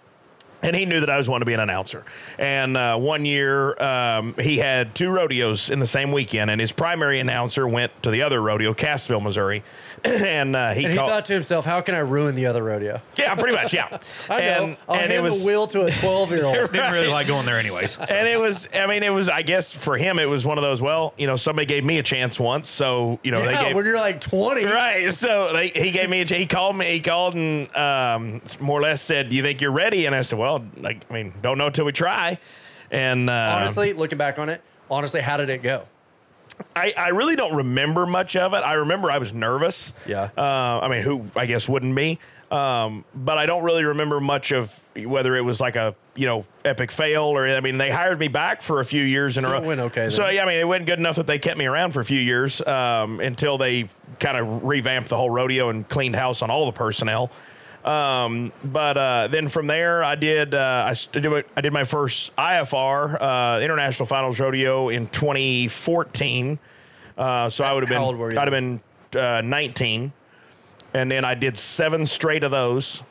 Speaker 7: And he knew that I was wanting to be an announcer. And uh, one year, um, he had two rodeos in the same weekend, and his primary announcer went to the other rodeo, Cassville, Missouri. [clears throat] and uh, he,
Speaker 2: And he
Speaker 7: called,
Speaker 2: thought to himself, "How can I ruin the other rodeo?"
Speaker 7: yeah, pretty much, yeah.
Speaker 2: [laughs] I know.
Speaker 7: and
Speaker 2: I'll hand
Speaker 7: and it was
Speaker 2: the wheel
Speaker 7: [laughs]
Speaker 2: to a 12 year old.
Speaker 6: Didn't really like going there anyways.
Speaker 7: and it was i mean it was i guess for him it was one of those well you know somebody gave me a chance once so you know
Speaker 2: Yeah,
Speaker 7: they gave
Speaker 2: when you're like 20,
Speaker 7: right so they, he gave me a chance he called me he called and um, more or less said do you think you're ready and i said well like, i mean don't know till we try and uh,
Speaker 2: honestly, looking back on it, honestly, how did it go?
Speaker 7: I, I really don't remember much of it. I remember I was nervous.
Speaker 2: Yeah.
Speaker 7: Uh, I mean, who I guess wouldn't be. Um, but I don't really remember much of whether it was like a you know epic fail or I mean they hired me back for a few years in
Speaker 2: So
Speaker 7: a row.
Speaker 2: it went okay
Speaker 7: So
Speaker 2: then.
Speaker 7: yeah, I mean it went good enough that they kept me around for a few years um, until they kind of revamped the whole rodeo and cleaned house on all the personnel. Um, but uh, then from there, I did uh, I st- did what- I did my first IFR uh, International Finals Rodeo in 2014. Uh, so I would have been
Speaker 2: How old were you
Speaker 7: I'd have been uh, 19, and then I did seven straight of those,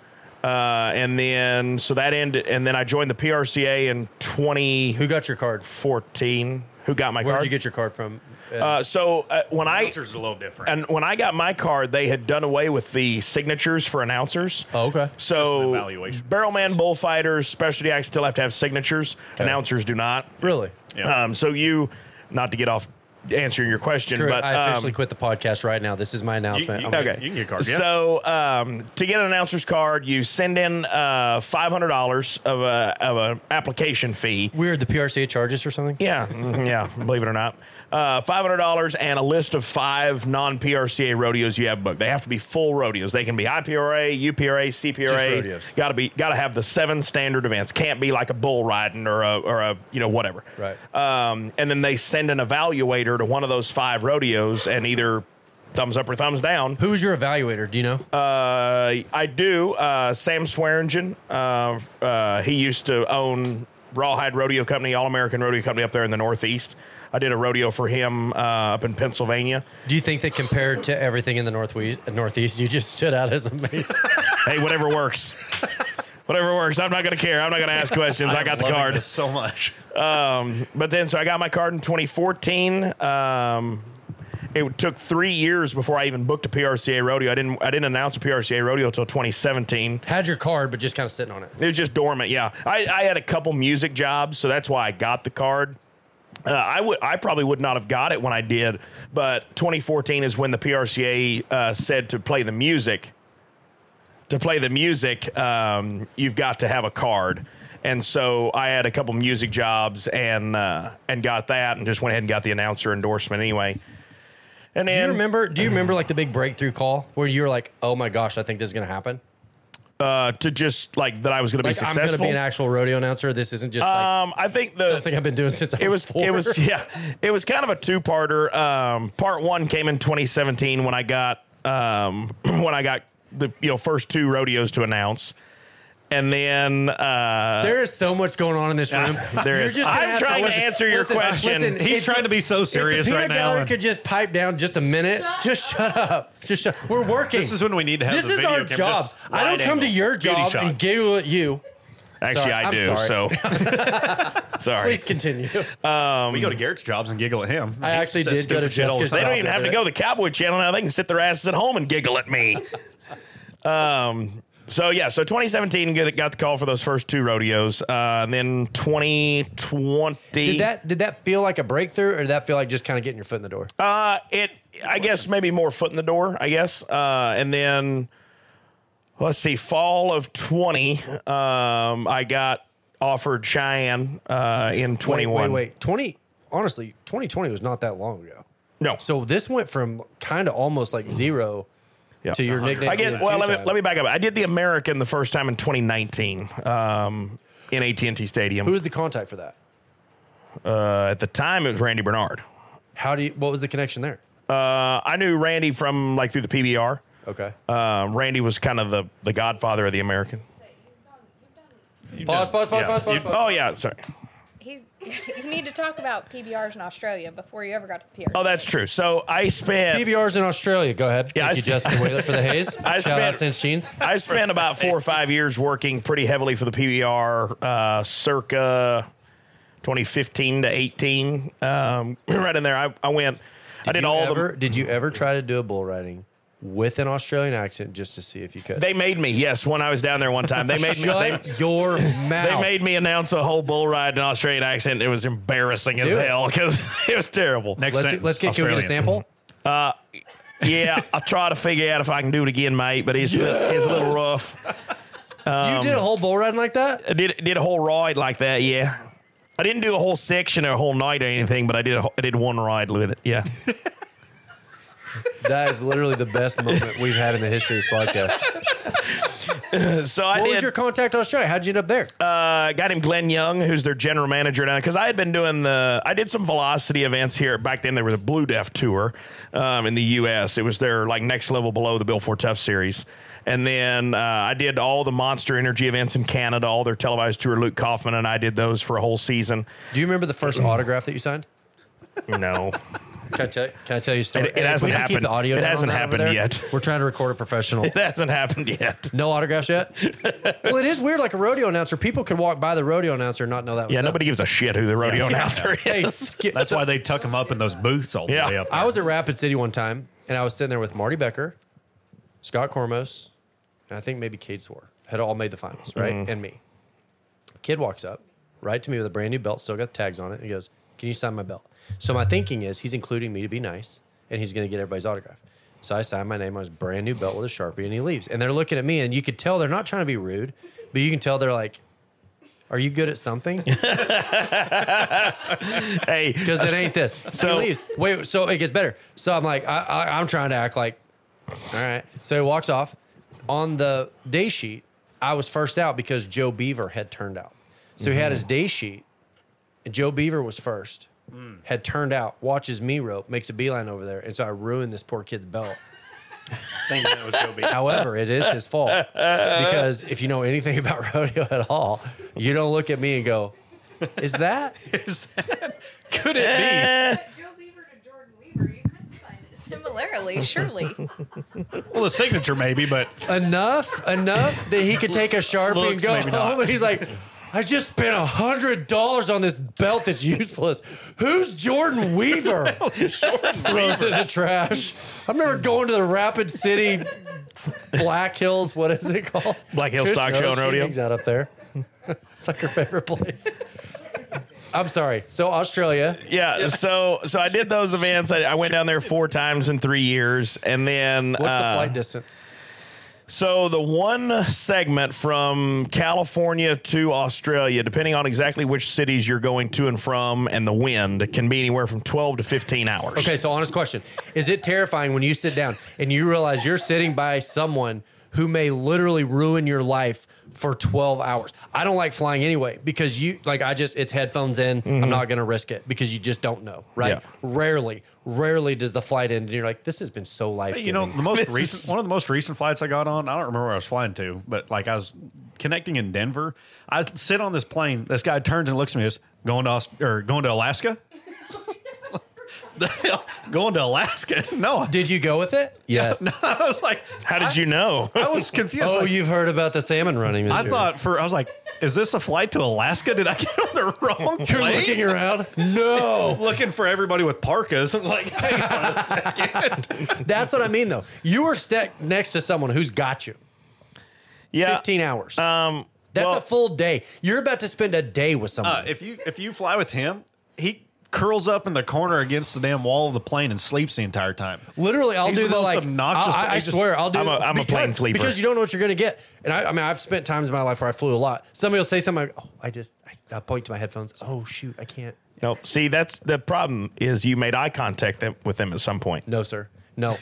Speaker 7: uh, and then so that ended, and then I joined the PRCA in
Speaker 2: Who got your card?
Speaker 7: 2014. Who got my
Speaker 2: Where
Speaker 7: card?
Speaker 2: did you get your card from?
Speaker 7: uh, so uh, when I
Speaker 6: Announcers are a little different.
Speaker 7: and when I got my card, they had done away with the signatures for announcers.
Speaker 2: Oh, okay.
Speaker 6: Just an
Speaker 7: So
Speaker 6: evaluation
Speaker 7: barrelman bullfighters, specialty acts still have to have signatures. Announcers do not.
Speaker 2: Really?
Speaker 6: Yeah.
Speaker 7: Um, so you, not to get off answering your question,
Speaker 2: Screw it,
Speaker 7: but
Speaker 2: I officially
Speaker 7: um,
Speaker 2: quit the podcast right now. This is my announcement.
Speaker 6: you-
Speaker 2: I'm
Speaker 7: Okay.
Speaker 6: You can get a card, yeah.
Speaker 7: So um, to get an announcer's card, you send in uh, five hundred dollars of a of an application fee.
Speaker 2: Weird. The PRCA charges or something.
Speaker 7: Yeah, mhm, yeah. Believe it or not, uh, five hundred dollars and a list of five non PRCA rodeos you have booked. They have to be full rodeos. They can be IPRA, UPRA,
Speaker 2: Just
Speaker 7: CPRA.
Speaker 2: rodeos.
Speaker 7: Got to be, got to have the seven standard events. Can't be like a bull riding or a or a you know whatever.
Speaker 2: Right.
Speaker 7: Um, and then they send an evaluator to one of those five rodeos and either thumbs up or thumbs down.
Speaker 2: Who's your evaluator? Do you know?
Speaker 7: Uh, I do. Uh, Sam Swearingen, uh, uh, he used to own Rawhide Rodeo Company, All American Rodeo Company up there in the Northeast. I did a rodeo for him uh, up in Pennsylvania.
Speaker 2: Do you think that compared to everything in the northwest, northeast, you just stood out as
Speaker 7: [laughs]
Speaker 2: amazing?
Speaker 7: hey, whatever works. [laughs] Whatever works. I'm not going to care. I'm not going to ask questions. I, got the
Speaker 6: Loving
Speaker 7: card.
Speaker 6: this so
Speaker 7: [laughs]
Speaker 6: much.
Speaker 7: But then, so I got my card in 2014. Um, it took three years before I even booked a PRCA rodeo. I didn't. I didn't announce a PRCA rodeo until 2017.
Speaker 2: Had your card, but just kind of sitting on it.
Speaker 7: It was just dormant. Yeah, I, I had a couple music jobs, so that's why I got the card. Uh, I would, I probably would not have got it when I did, but 2014 is when the PRCA uh, said to play the music. To play the music, um, you've got to have a card, and so I had a couple music jobs and uh, and got that, and just went ahead and got the announcer endorsement anyway. And then
Speaker 2: Do you remember?
Speaker 7: [clears throat]
Speaker 2: Do you remember like the big breakthrough call where you were like, "Oh my gosh, I think this is going to happen."
Speaker 7: uh, to just like that I was going to be
Speaker 2: Like I'm going to
Speaker 7: successful.
Speaker 2: be an actual rodeo announcer. This isn't just like
Speaker 7: um, I think the
Speaker 2: something I've been doing since I
Speaker 7: it was
Speaker 2: four.
Speaker 7: it was [laughs] yeah it was kind of a two-parter um part one came in 2017 when i got um [clears throat] when i got the you know first two rodeos to announce and then uh
Speaker 2: [laughs] There is so much going on in this
Speaker 6: [laughs]
Speaker 2: room.
Speaker 7: there
Speaker 2: You're
Speaker 7: is.
Speaker 2: just gonna
Speaker 7: I'm
Speaker 2: have
Speaker 7: trying to
Speaker 2: listen-
Speaker 7: answer your question.
Speaker 6: He's
Speaker 2: if
Speaker 6: trying
Speaker 2: the-
Speaker 6: to be so
Speaker 2: if
Speaker 6: serious
Speaker 2: the
Speaker 6: right
Speaker 2: peanut
Speaker 6: now,
Speaker 2: gallery
Speaker 6: and-
Speaker 2: could just pipe down just a minute. just shut up. Just shut. We're working.
Speaker 6: This is when we need to have
Speaker 2: This
Speaker 6: the
Speaker 2: is
Speaker 6: video
Speaker 2: our
Speaker 6: cam, just
Speaker 2: jobs. I
Speaker 6: wide
Speaker 2: don't come to
Speaker 6: angle.
Speaker 2: your
Speaker 6: Beauty
Speaker 2: job
Speaker 6: shot.
Speaker 2: and giggle at you.
Speaker 7: Actually,
Speaker 2: Sorry,
Speaker 7: I
Speaker 2: I'm
Speaker 7: do.
Speaker 2: sorry.
Speaker 7: So
Speaker 2: [laughs]
Speaker 7: sorry.
Speaker 2: Please continue.
Speaker 6: we go to Garrett's jobs and giggle at him.
Speaker 2: I
Speaker 6: He
Speaker 2: actually
Speaker 6: says
Speaker 2: did go to
Speaker 6: stupid shit all the
Speaker 2: Jessica's
Speaker 6: time.
Speaker 7: They don't
Speaker 2: Stop
Speaker 7: even
Speaker 2: it,
Speaker 7: have to
Speaker 2: Garrett.
Speaker 7: go to the Cowboy Channel now. They can sit their asses at home and giggle at me. [laughs] um. So yeah. So 2017 got got the call for those first two rodeos. Uh, and then 2020.
Speaker 2: Did that did that feel like a breakthrough, or did that feel like just kind of getting your foot in the door?
Speaker 7: Uh, it. I guess maybe more foot in the door. I guess. Uh, and then let's see, fall of 20. Um, I got offered Cheyenne. Uh, in 21.
Speaker 2: Wait, wait, wait. twenty. Honestly, twenty twenty was not that long ago.
Speaker 7: No.
Speaker 2: So this went from kind of almost like zero
Speaker 7: Yeah.
Speaker 2: to your nickname.
Speaker 7: I get
Speaker 2: being
Speaker 7: well. Let me
Speaker 2: Two-Time.
Speaker 7: let me back up. I did the American the first time in 2019 um, in AT&T Stadium.
Speaker 2: Who was the contact for that?
Speaker 7: uh, at the time, it was Randy Bernard.
Speaker 2: How do you? What was the connection there?
Speaker 7: Uh, I knew Randy from like through the PBR.
Speaker 2: Okay.
Speaker 7: Uh, Randy was kind of the the godfather of the American.
Speaker 2: [laughs] pause, pause, pause,
Speaker 6: yeah.
Speaker 2: pause, pause,
Speaker 6: You-
Speaker 2: pause.
Speaker 7: Oh yeah, sorry.
Speaker 8: He's, [laughs] you need to talk about PBRs in Australia before you ever got to the PBRs.
Speaker 7: Oh, that's true. So I spent
Speaker 2: PBRs in Australia. Go ahead.
Speaker 7: Yeah, I
Speaker 2: Thank you,
Speaker 7: s-
Speaker 2: Jessica Whaler, for the haze.
Speaker 7: [laughs] I
Speaker 2: Shout out
Speaker 7: spent-
Speaker 2: Sense Jeans.
Speaker 7: I
Speaker 2: [laughs]
Speaker 7: spent about four or five years working pretty heavily for the PBR, uh, circa 2015 to 18. Um, [clears throat] right in there, I, I went. I did
Speaker 2: you
Speaker 7: all the
Speaker 2: ever, Did you ever try to do a bull riding with an Australian accent just to see if you could?
Speaker 7: They made me. Yes, when I was down there one time, they made me. They,
Speaker 2: [laughs] Shut your mouth.
Speaker 7: they made me announce a whole bull ride in an Australian accent. It was embarrassing as
Speaker 2: Do it.
Speaker 7: hell because [laughs] it was terrible.
Speaker 6: Next
Speaker 2: Let's,
Speaker 6: sentence,
Speaker 2: let's get. Can we get a
Speaker 6: Australian.
Speaker 2: sample?
Speaker 7: Yeah, I'll try to figure out if I can do it again, mate. But it's it's a little rough.
Speaker 2: you
Speaker 7: Um,
Speaker 2: did a whole bull riding like that?
Speaker 7: I did did a whole ride like that. Yeah, I didn't do a whole section or a whole night or anything, but I did a, whole- I did one ride with it.
Speaker 2: [laughs]
Speaker 7: Yeah,
Speaker 2: That is literally the best moment we've had in the history of this podcast.
Speaker 7: so I
Speaker 2: What
Speaker 7: did.
Speaker 2: was your contact Australia? How'd you end up there?
Speaker 7: uh, guy named Glenn Young, who's their general manager now, because I had been doing the, I did some velocity events here back then. They were the Blue Def Tour um, in the U.S. It was their like next level below the Bill Fortuff series, and then uh, I did all the Monster Energy events in Canada, all their televised tour. Luke Kaufman and I did those for a whole season.
Speaker 2: do you remember the first
Speaker 7: mm.
Speaker 2: autograph that you signed?
Speaker 7: [laughs] No,
Speaker 2: Can I tell, can I tell you a story?
Speaker 7: It- it
Speaker 2: Hey, if we
Speaker 7: hasn't
Speaker 2: can Keep
Speaker 7: happened.
Speaker 2: the audio
Speaker 7: It
Speaker 2: down on
Speaker 7: hasn't
Speaker 2: that over
Speaker 7: happened
Speaker 2: there,
Speaker 7: yet.
Speaker 2: We're trying to record a professional.
Speaker 7: it hasn't happened yet.
Speaker 2: No autographs yet. [laughs] well, it is weird. Like a rodeo announcer, people could walk by the rodeo announcer and not know that. Was
Speaker 7: Yeah,
Speaker 2: them.
Speaker 7: nobody gives a shit who the rodeo announcer
Speaker 2: Hey,
Speaker 7: is.
Speaker 2: skip.
Speaker 6: [laughs] That's why they tuck him up in those booths all the
Speaker 7: Yeah.
Speaker 6: way up.
Speaker 2: I was at Rapid City one time, and I was sitting there with Marty Becker, Scott Cormos, and I think maybe Cade Swore had all made the finals, right?
Speaker 5: Mm-hmm.
Speaker 2: And me. Kid walks up right to me with a brand new belt, still got tags on it, and he goes, "Can you sign my belt?" So my thinking is he's including me to be nice, and he's going to get everybody's autograph. So I sign my name on his brand new belt with a sharpie, and he leaves. And they're looking at me, and you could tell they're not trying to be rude, but you can tell they're like. Are you good at something?
Speaker 7: Hey,
Speaker 2: Because it ain't this. So
Speaker 7: So-
Speaker 2: he leaves. Wait, so it gets better. So I'm like, I, I, I'm trying to act like, all right. So he walks off. On the day sheet, I was first out because Joe Beaver had turned out. So he had
Speaker 6: Mm-hmm.
Speaker 2: his day sheet, and Joe Beaver was first,
Speaker 6: Mm.
Speaker 2: had turned out, watches me rope, makes a beeline over there. And so I ruined this poor kid's
Speaker 6: [laughs]
Speaker 2: belt.
Speaker 6: Thinking it was Joe B.
Speaker 2: However, it is his
Speaker 6: [laughs]
Speaker 2: fault because if you know anything about [laughs] rodeo at all, you don't look at me and go, is that?
Speaker 6: Could it
Speaker 8: Joe Beaver to Jordan Weaver, you couldn't sign it [laughs]
Speaker 7: [laughs]
Speaker 8: similarly, surely.
Speaker 6: be? Well, the signature maybe, but
Speaker 2: enough, enough that he could take a sharpie and
Speaker 6: Looks
Speaker 2: go
Speaker 6: maybe
Speaker 2: home.
Speaker 6: not.
Speaker 2: And he's like, I just spent a hundred dollars on this belt that's useless. Who's Jordan
Speaker 7: [laughs]
Speaker 2: Weaver? Throws it in the trash. I'm never going to the Rapid City Black Hills. What is it called?
Speaker 7: Black Hills Stock
Speaker 2: knows
Speaker 7: Show and
Speaker 2: she
Speaker 7: Rodeo.
Speaker 2: hangs out up there. it's like her favorite place. I'm sorry. So Australia,
Speaker 7: yeah. So, so I did those events. I, I went down there four times in three years, and then
Speaker 2: what's
Speaker 7: uh,
Speaker 2: the flight distance?
Speaker 7: So the one segment from California to Australia, depending on exactly which cities you're going to and from and the wind, can be anywhere from 12 to 15 hours.
Speaker 2: Okay, so honest question. Is it terrifying when you sit down and you realize you're sitting by someone who may literally ruin your life for 12 hours? I don't like flying anyway because you, like, I just, it's headphones in. I'm not going to risk it because you just don't know, right?
Speaker 7: Yeah.
Speaker 2: Rarely, rarely does the flight end and you're like, this has been so life
Speaker 6: you know, the most recent one of the most recent flights I got on, I don't remember where I was flying to, but like I was connecting in Denver. I sit [laughs] on this plane. This guy turns and looks at me. Goes going to Aust- or going to Alaska? going to Alaska. [laughs] No,
Speaker 2: Did you go with it? [laughs]
Speaker 5: Yes.
Speaker 6: [laughs] I was like,
Speaker 7: How did you know? [laughs]
Speaker 6: I [laughs] was confused.
Speaker 2: Oh,
Speaker 6: Like,
Speaker 2: you've heard about the salmon running. This
Speaker 6: I
Speaker 2: year.
Speaker 6: thought for I was like, is this a flight to Alaska? Did I get on the wrong [laughs] plane?
Speaker 2: looking around. No,
Speaker 6: [laughs] Looking for everybody with parkas. [laughs] I'm like, hang on a [laughs] second.
Speaker 2: that's what I mean though. You were stuck next to someone who's got you.
Speaker 7: yeah.
Speaker 2: 15 hours.
Speaker 7: Um,
Speaker 2: That's
Speaker 7: well-
Speaker 2: a full day. You're about to spend a day with someone.
Speaker 6: Uh, if you if you fly with him, he curls up in the corner against the damn wall of the plane and sleeps the entire time.
Speaker 2: Literally, I'll
Speaker 6: he's
Speaker 2: do
Speaker 6: the
Speaker 2: the
Speaker 6: most
Speaker 2: like.
Speaker 6: obnoxious-
Speaker 2: I, I- I
Speaker 6: he's just-
Speaker 2: swear, I'll do.
Speaker 7: I'm a- I'm a
Speaker 2: because-
Speaker 7: plane sleeper.
Speaker 2: because you don't know what you're going to get. And I, I mean, I've spent times in my life where I flew a lot. Somebody will say something. Like, oh, I just I, I point to my headphones. Oh shoot, I can't.
Speaker 7: No, see, that's the problem is you made eye contact them, with them at some point.
Speaker 2: No, sir.
Speaker 7: [laughs]
Speaker 2: No.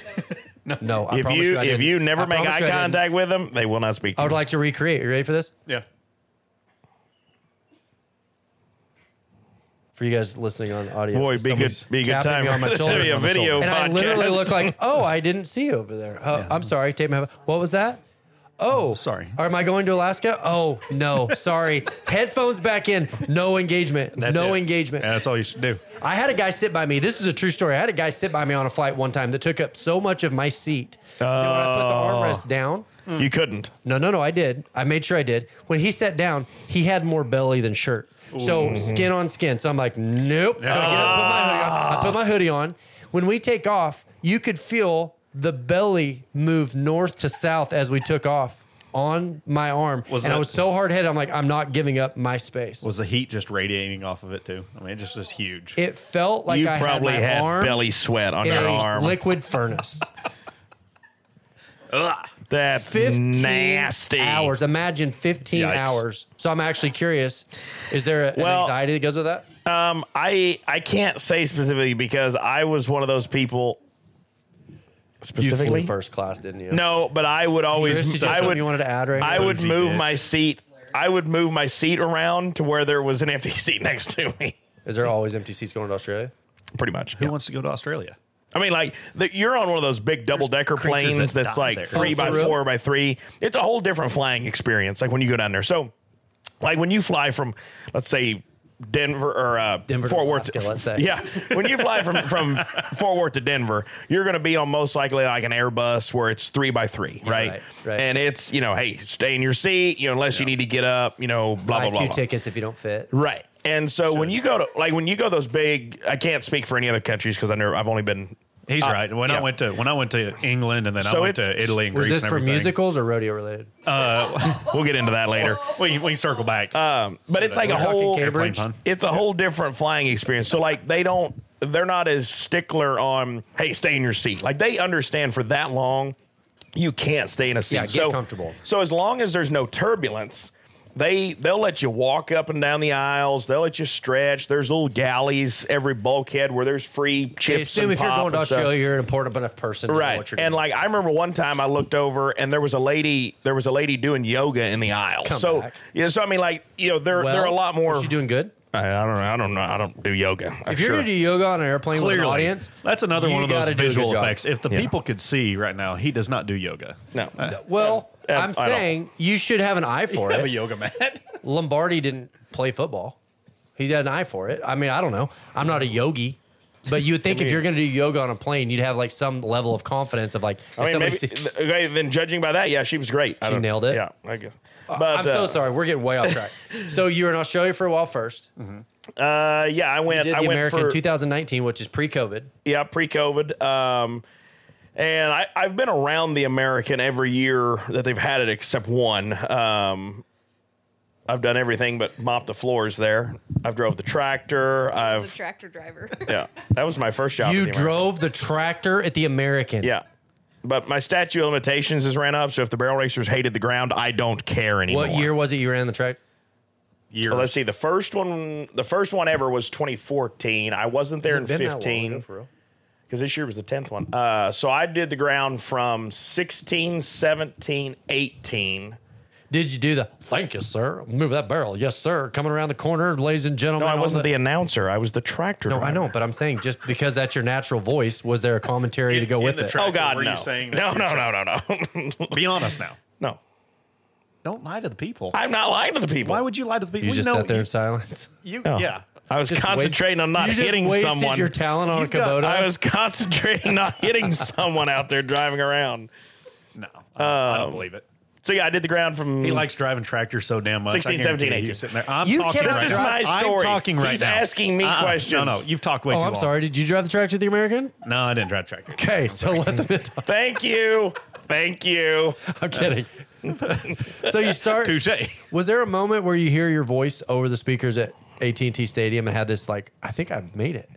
Speaker 2: no. No. I
Speaker 7: if
Speaker 2: promise
Speaker 7: you
Speaker 2: I
Speaker 7: if
Speaker 2: didn't.
Speaker 7: you never
Speaker 2: I
Speaker 7: make
Speaker 2: promise
Speaker 7: eye
Speaker 2: you I didn't.
Speaker 7: contact with them, they will not speak. To
Speaker 2: I
Speaker 7: you.
Speaker 2: would like to recreate. You ready for this?
Speaker 6: Yeah.
Speaker 2: For you guys listening on audio.
Speaker 7: Boy, be good,
Speaker 2: Someone's
Speaker 7: be a good
Speaker 2: tapping
Speaker 7: time
Speaker 2: me on
Speaker 7: for [laughs]
Speaker 2: my
Speaker 7: this to
Speaker 2: shoulder.
Speaker 7: be a video
Speaker 2: And I literally
Speaker 7: podcast.
Speaker 2: look like, oh, I didn't see you over there. Oh, I'm sorry. Take my. What was that? Oh,
Speaker 6: sorry.
Speaker 2: Or am I going to Alaska? Oh no,
Speaker 7: [laughs]
Speaker 2: sorry. Headphones back in. No engagement.
Speaker 6: That's
Speaker 2: no
Speaker 6: it.
Speaker 2: engagement.
Speaker 6: Yeah, that's all you should do.
Speaker 2: I had a guy sit by me. This is a true story. I had a guy sit by me on a flight one time that took up so much of my seat that when I put
Speaker 7: Oh.
Speaker 2: the armrest down,
Speaker 7: you couldn't.
Speaker 2: no, no, no, I did. I made sure I did. When he sat down, he had more belly than shirt. So skin on skin. So I'm like, nope. So I, get up, put my hoodie on. I put my hoodie on. When we take off, you could feel the belly move north to south as we took off on my arm.
Speaker 6: Was
Speaker 2: and I
Speaker 6: that-
Speaker 2: was so hard headed. I'm like, I'm not giving up my space.
Speaker 6: Was the heat just radiating off of it too? I mean, it just was huge.
Speaker 2: it felt like
Speaker 7: you
Speaker 2: I
Speaker 7: probably
Speaker 2: had, my
Speaker 7: had
Speaker 2: arm
Speaker 7: belly sweat on
Speaker 2: in
Speaker 7: your
Speaker 2: a
Speaker 7: arm.
Speaker 2: liquid furnace.
Speaker 7: That's
Speaker 2: 15
Speaker 7: nasty.
Speaker 2: hours. Imagine 15
Speaker 7: Yikes.
Speaker 2: hours. So I'm actually curious. Is there a- an
Speaker 7: Well-
Speaker 2: anxiety that goes with that?
Speaker 7: Um, I I can't say specifically because I was one of those people. Specifically,
Speaker 2: first class, didn't you?
Speaker 7: no, but I would
Speaker 2: Chris,
Speaker 7: always
Speaker 2: did you have
Speaker 7: I
Speaker 2: something
Speaker 7: would
Speaker 2: you wanted to add right
Speaker 7: I
Speaker 2: now?
Speaker 7: would
Speaker 6: Bougie
Speaker 7: move
Speaker 6: bitch.
Speaker 7: my seat. I would move my seat around to where there was an empty [laughs] seat next to me.
Speaker 2: Is there always empty seats going to Australia?
Speaker 7: Pretty much.
Speaker 6: Who wants to go to Australia?
Speaker 7: I mean, like the, you're on one of those big double decker
Speaker 6: creatures
Speaker 7: planes
Speaker 6: that
Speaker 7: that's
Speaker 6: die
Speaker 7: like
Speaker 6: there.
Speaker 7: three
Speaker 2: Oh,
Speaker 7: by
Speaker 2: for real?
Speaker 7: four by three. It's a whole different flying experience. Like when you go down there. So, like when you fly from, let's say. Denver or uh,
Speaker 2: Denver to
Speaker 7: Fort Worth.
Speaker 2: Alaska, let's say.
Speaker 7: [laughs] Yeah, when you fly
Speaker 2: [laughs]
Speaker 7: from from Fort Worth to Denver, you're going to be on most likely like an Airbus where it's three by three, right?
Speaker 2: right, right.
Speaker 7: And it's you know, hey, stay in your seat, you know, unless you need to get up, you know, blah
Speaker 2: Buy
Speaker 7: blah blah.
Speaker 2: two
Speaker 7: blah.
Speaker 2: tickets if you don't fit.
Speaker 7: Right. And so when you go to like when you go those big, I can't speak for any other countries because I never I've only been.
Speaker 6: He's right. When
Speaker 7: yeah.
Speaker 6: I went to when I went to England and then I
Speaker 7: So
Speaker 6: went
Speaker 7: it's-
Speaker 6: to Italy and
Speaker 2: Was
Speaker 6: Greece
Speaker 2: this
Speaker 6: and
Speaker 2: for
Speaker 6: everything.
Speaker 2: musicals or rodeo related?
Speaker 7: We'll get into that later.
Speaker 6: We can, we can circle back.
Speaker 7: But it's like a
Speaker 2: We're talking
Speaker 7: whole
Speaker 2: Cambridge?
Speaker 6: Airplane pun.
Speaker 7: it's a whole different flying experience. So like they don't they're not as stickler on hey stay in your seat. Like they understand for that long you can't stay in a seat.
Speaker 2: Yeah, get
Speaker 7: so
Speaker 2: comfortable.
Speaker 7: So as long as there's no turbulence, they they'll let you walk up and down the aisles. They'll let you stretch. There's little galleys every bulkhead where there's free chips.
Speaker 2: I assume
Speaker 7: and
Speaker 2: if you're
Speaker 7: pop
Speaker 2: going to
Speaker 7: and stuff.
Speaker 2: Australia, you're an important enough person to know
Speaker 7: right
Speaker 2: what you're doing.
Speaker 7: and like i remember one time i looked over and there was a lady there was a lady doing yoga in the aisle
Speaker 2: Come
Speaker 7: so
Speaker 2: back.
Speaker 7: yeah so i mean like you know they're
Speaker 2: Well,
Speaker 7: they're a lot more
Speaker 2: Is she doing good?
Speaker 7: I, I don't know i don't know i don't do yoga
Speaker 2: If you're going to do yoga on an airplane with an audience,
Speaker 6: that's another
Speaker 2: you
Speaker 6: one of those
Speaker 2: gotta do a good
Speaker 6: visual
Speaker 2: job.
Speaker 6: effects. If the
Speaker 7: Yeah.
Speaker 6: people could see right now, he does not do yoga.
Speaker 7: no
Speaker 2: Well,
Speaker 7: Uh,
Speaker 2: I'm
Speaker 7: I don't.
Speaker 2: saying you should have an eye
Speaker 7: [laughs]
Speaker 2: for
Speaker 6: [laughs] Have a
Speaker 2: it.
Speaker 6: yoga mat.
Speaker 2: Lombardi didn't play football. He's had an eye for it. I mean, I don't know. I'm not a yogi, but you would think if you're going to do yoga on a plane, you'd have like some level of confidence of like, if
Speaker 7: I mean,
Speaker 2: somebody
Speaker 7: maybe,
Speaker 2: see-
Speaker 7: th- okay, then judging by that, yeah, she was great. I
Speaker 2: She
Speaker 7: don't-
Speaker 2: nailed it.
Speaker 7: Yeah, I guess. [laughs] But,
Speaker 2: I'm so
Speaker 7: uh,
Speaker 2: sorry. We're getting way off track.
Speaker 7: [laughs]
Speaker 2: so you were in Australia for a while 1st
Speaker 7: Uh, yeah, I went.
Speaker 2: Did
Speaker 7: I
Speaker 2: the
Speaker 7: went
Speaker 2: American
Speaker 7: for
Speaker 2: 2019, which is pre-COVID.
Speaker 7: yeah, pre-COVID. Um, and I, I've been around the American every year that they've had it except one. Um, I've done everything but mop the floors there. I've drove the tractor.
Speaker 8: I was a
Speaker 7: I've
Speaker 8: tractor driver.
Speaker 7: yeah, that was my first job.
Speaker 2: You
Speaker 7: at the American.
Speaker 2: drove the tractor at the American.
Speaker 7: yeah. But my statute of limitations has ran up, so if the barrel racers hated the ground, I don't care anymore.
Speaker 2: What year was it you ran the track?
Speaker 6: Years.
Speaker 7: Well, let's see. The first one, the first one ever was 2014. I wasn't there in
Speaker 2: Has it been that long
Speaker 7: 15
Speaker 2: ago, for real?
Speaker 7: because this year was the 10th one. Uh, so I did the ground from 16, 17, 18.
Speaker 2: Did you do the thank you, sir? Move that barrel. Yes, sir. Coming around the corner, ladies and gentlemen.
Speaker 7: No, I
Speaker 2: on
Speaker 7: wasn't the, announcer. I was the tractor. Oh,
Speaker 2: No, I know, but I'm saying just because that's your natural voice, was there a commentary to go
Speaker 6: in
Speaker 2: with
Speaker 6: the
Speaker 2: it?
Speaker 6: track-
Speaker 7: Oh God,
Speaker 6: Were you
Speaker 7: no.
Speaker 6: saying
Speaker 7: no,
Speaker 6: that
Speaker 7: no, no, no, no, [laughs]
Speaker 6: Be honest now.
Speaker 7: no.
Speaker 6: Don't lie to the people.
Speaker 7: I'm not lying to the people.
Speaker 6: Why would you lie to the people?
Speaker 2: you
Speaker 6: We
Speaker 2: just
Speaker 6: know
Speaker 2: sat there Oh.
Speaker 6: you-
Speaker 2: in silence.
Speaker 6: You, yeah.
Speaker 7: I was
Speaker 2: Just
Speaker 7: [laughs] concentrating
Speaker 2: waste-
Speaker 7: on not
Speaker 2: you just
Speaker 7: hitting
Speaker 2: wasted
Speaker 7: someone.
Speaker 2: Your talent on a
Speaker 6: You've got-
Speaker 2: Kubota.
Speaker 7: I was concentrating
Speaker 2: [laughs]
Speaker 7: not hitting someone out there driving around.
Speaker 6: No, I don't, I
Speaker 2: Um,
Speaker 6: don't believe it.
Speaker 7: So yeah, I did the ground from
Speaker 2: hmm.
Speaker 6: He likes driving tractors so damn much.
Speaker 7: 16,
Speaker 6: I guarantee
Speaker 7: 17,
Speaker 6: you
Speaker 7: 18.
Speaker 6: sitting there. I'm
Speaker 2: You
Speaker 6: talking
Speaker 2: cannot
Speaker 6: right
Speaker 7: This is
Speaker 6: now.
Speaker 7: my
Speaker 6: I'm
Speaker 7: story.
Speaker 6: talking right
Speaker 7: He's
Speaker 6: now. Uh-uh.
Speaker 7: asking me questions.
Speaker 6: No, no, you've talked way
Speaker 2: oh,
Speaker 6: too
Speaker 2: I'm
Speaker 6: long.
Speaker 2: sorry. Did you drive the tractor, the American?
Speaker 6: No, I didn't drive
Speaker 2: [laughs]
Speaker 6: tractor.
Speaker 2: Okay, so let them.
Speaker 7: [laughs]
Speaker 2: talk.
Speaker 7: Thank you. Thank you.
Speaker 2: I'm kidding. [laughs] so you start.
Speaker 6: Touche.
Speaker 2: Was there a moment where you hear your voice over the speakers at AT&T Stadium and had this like, I think I made it?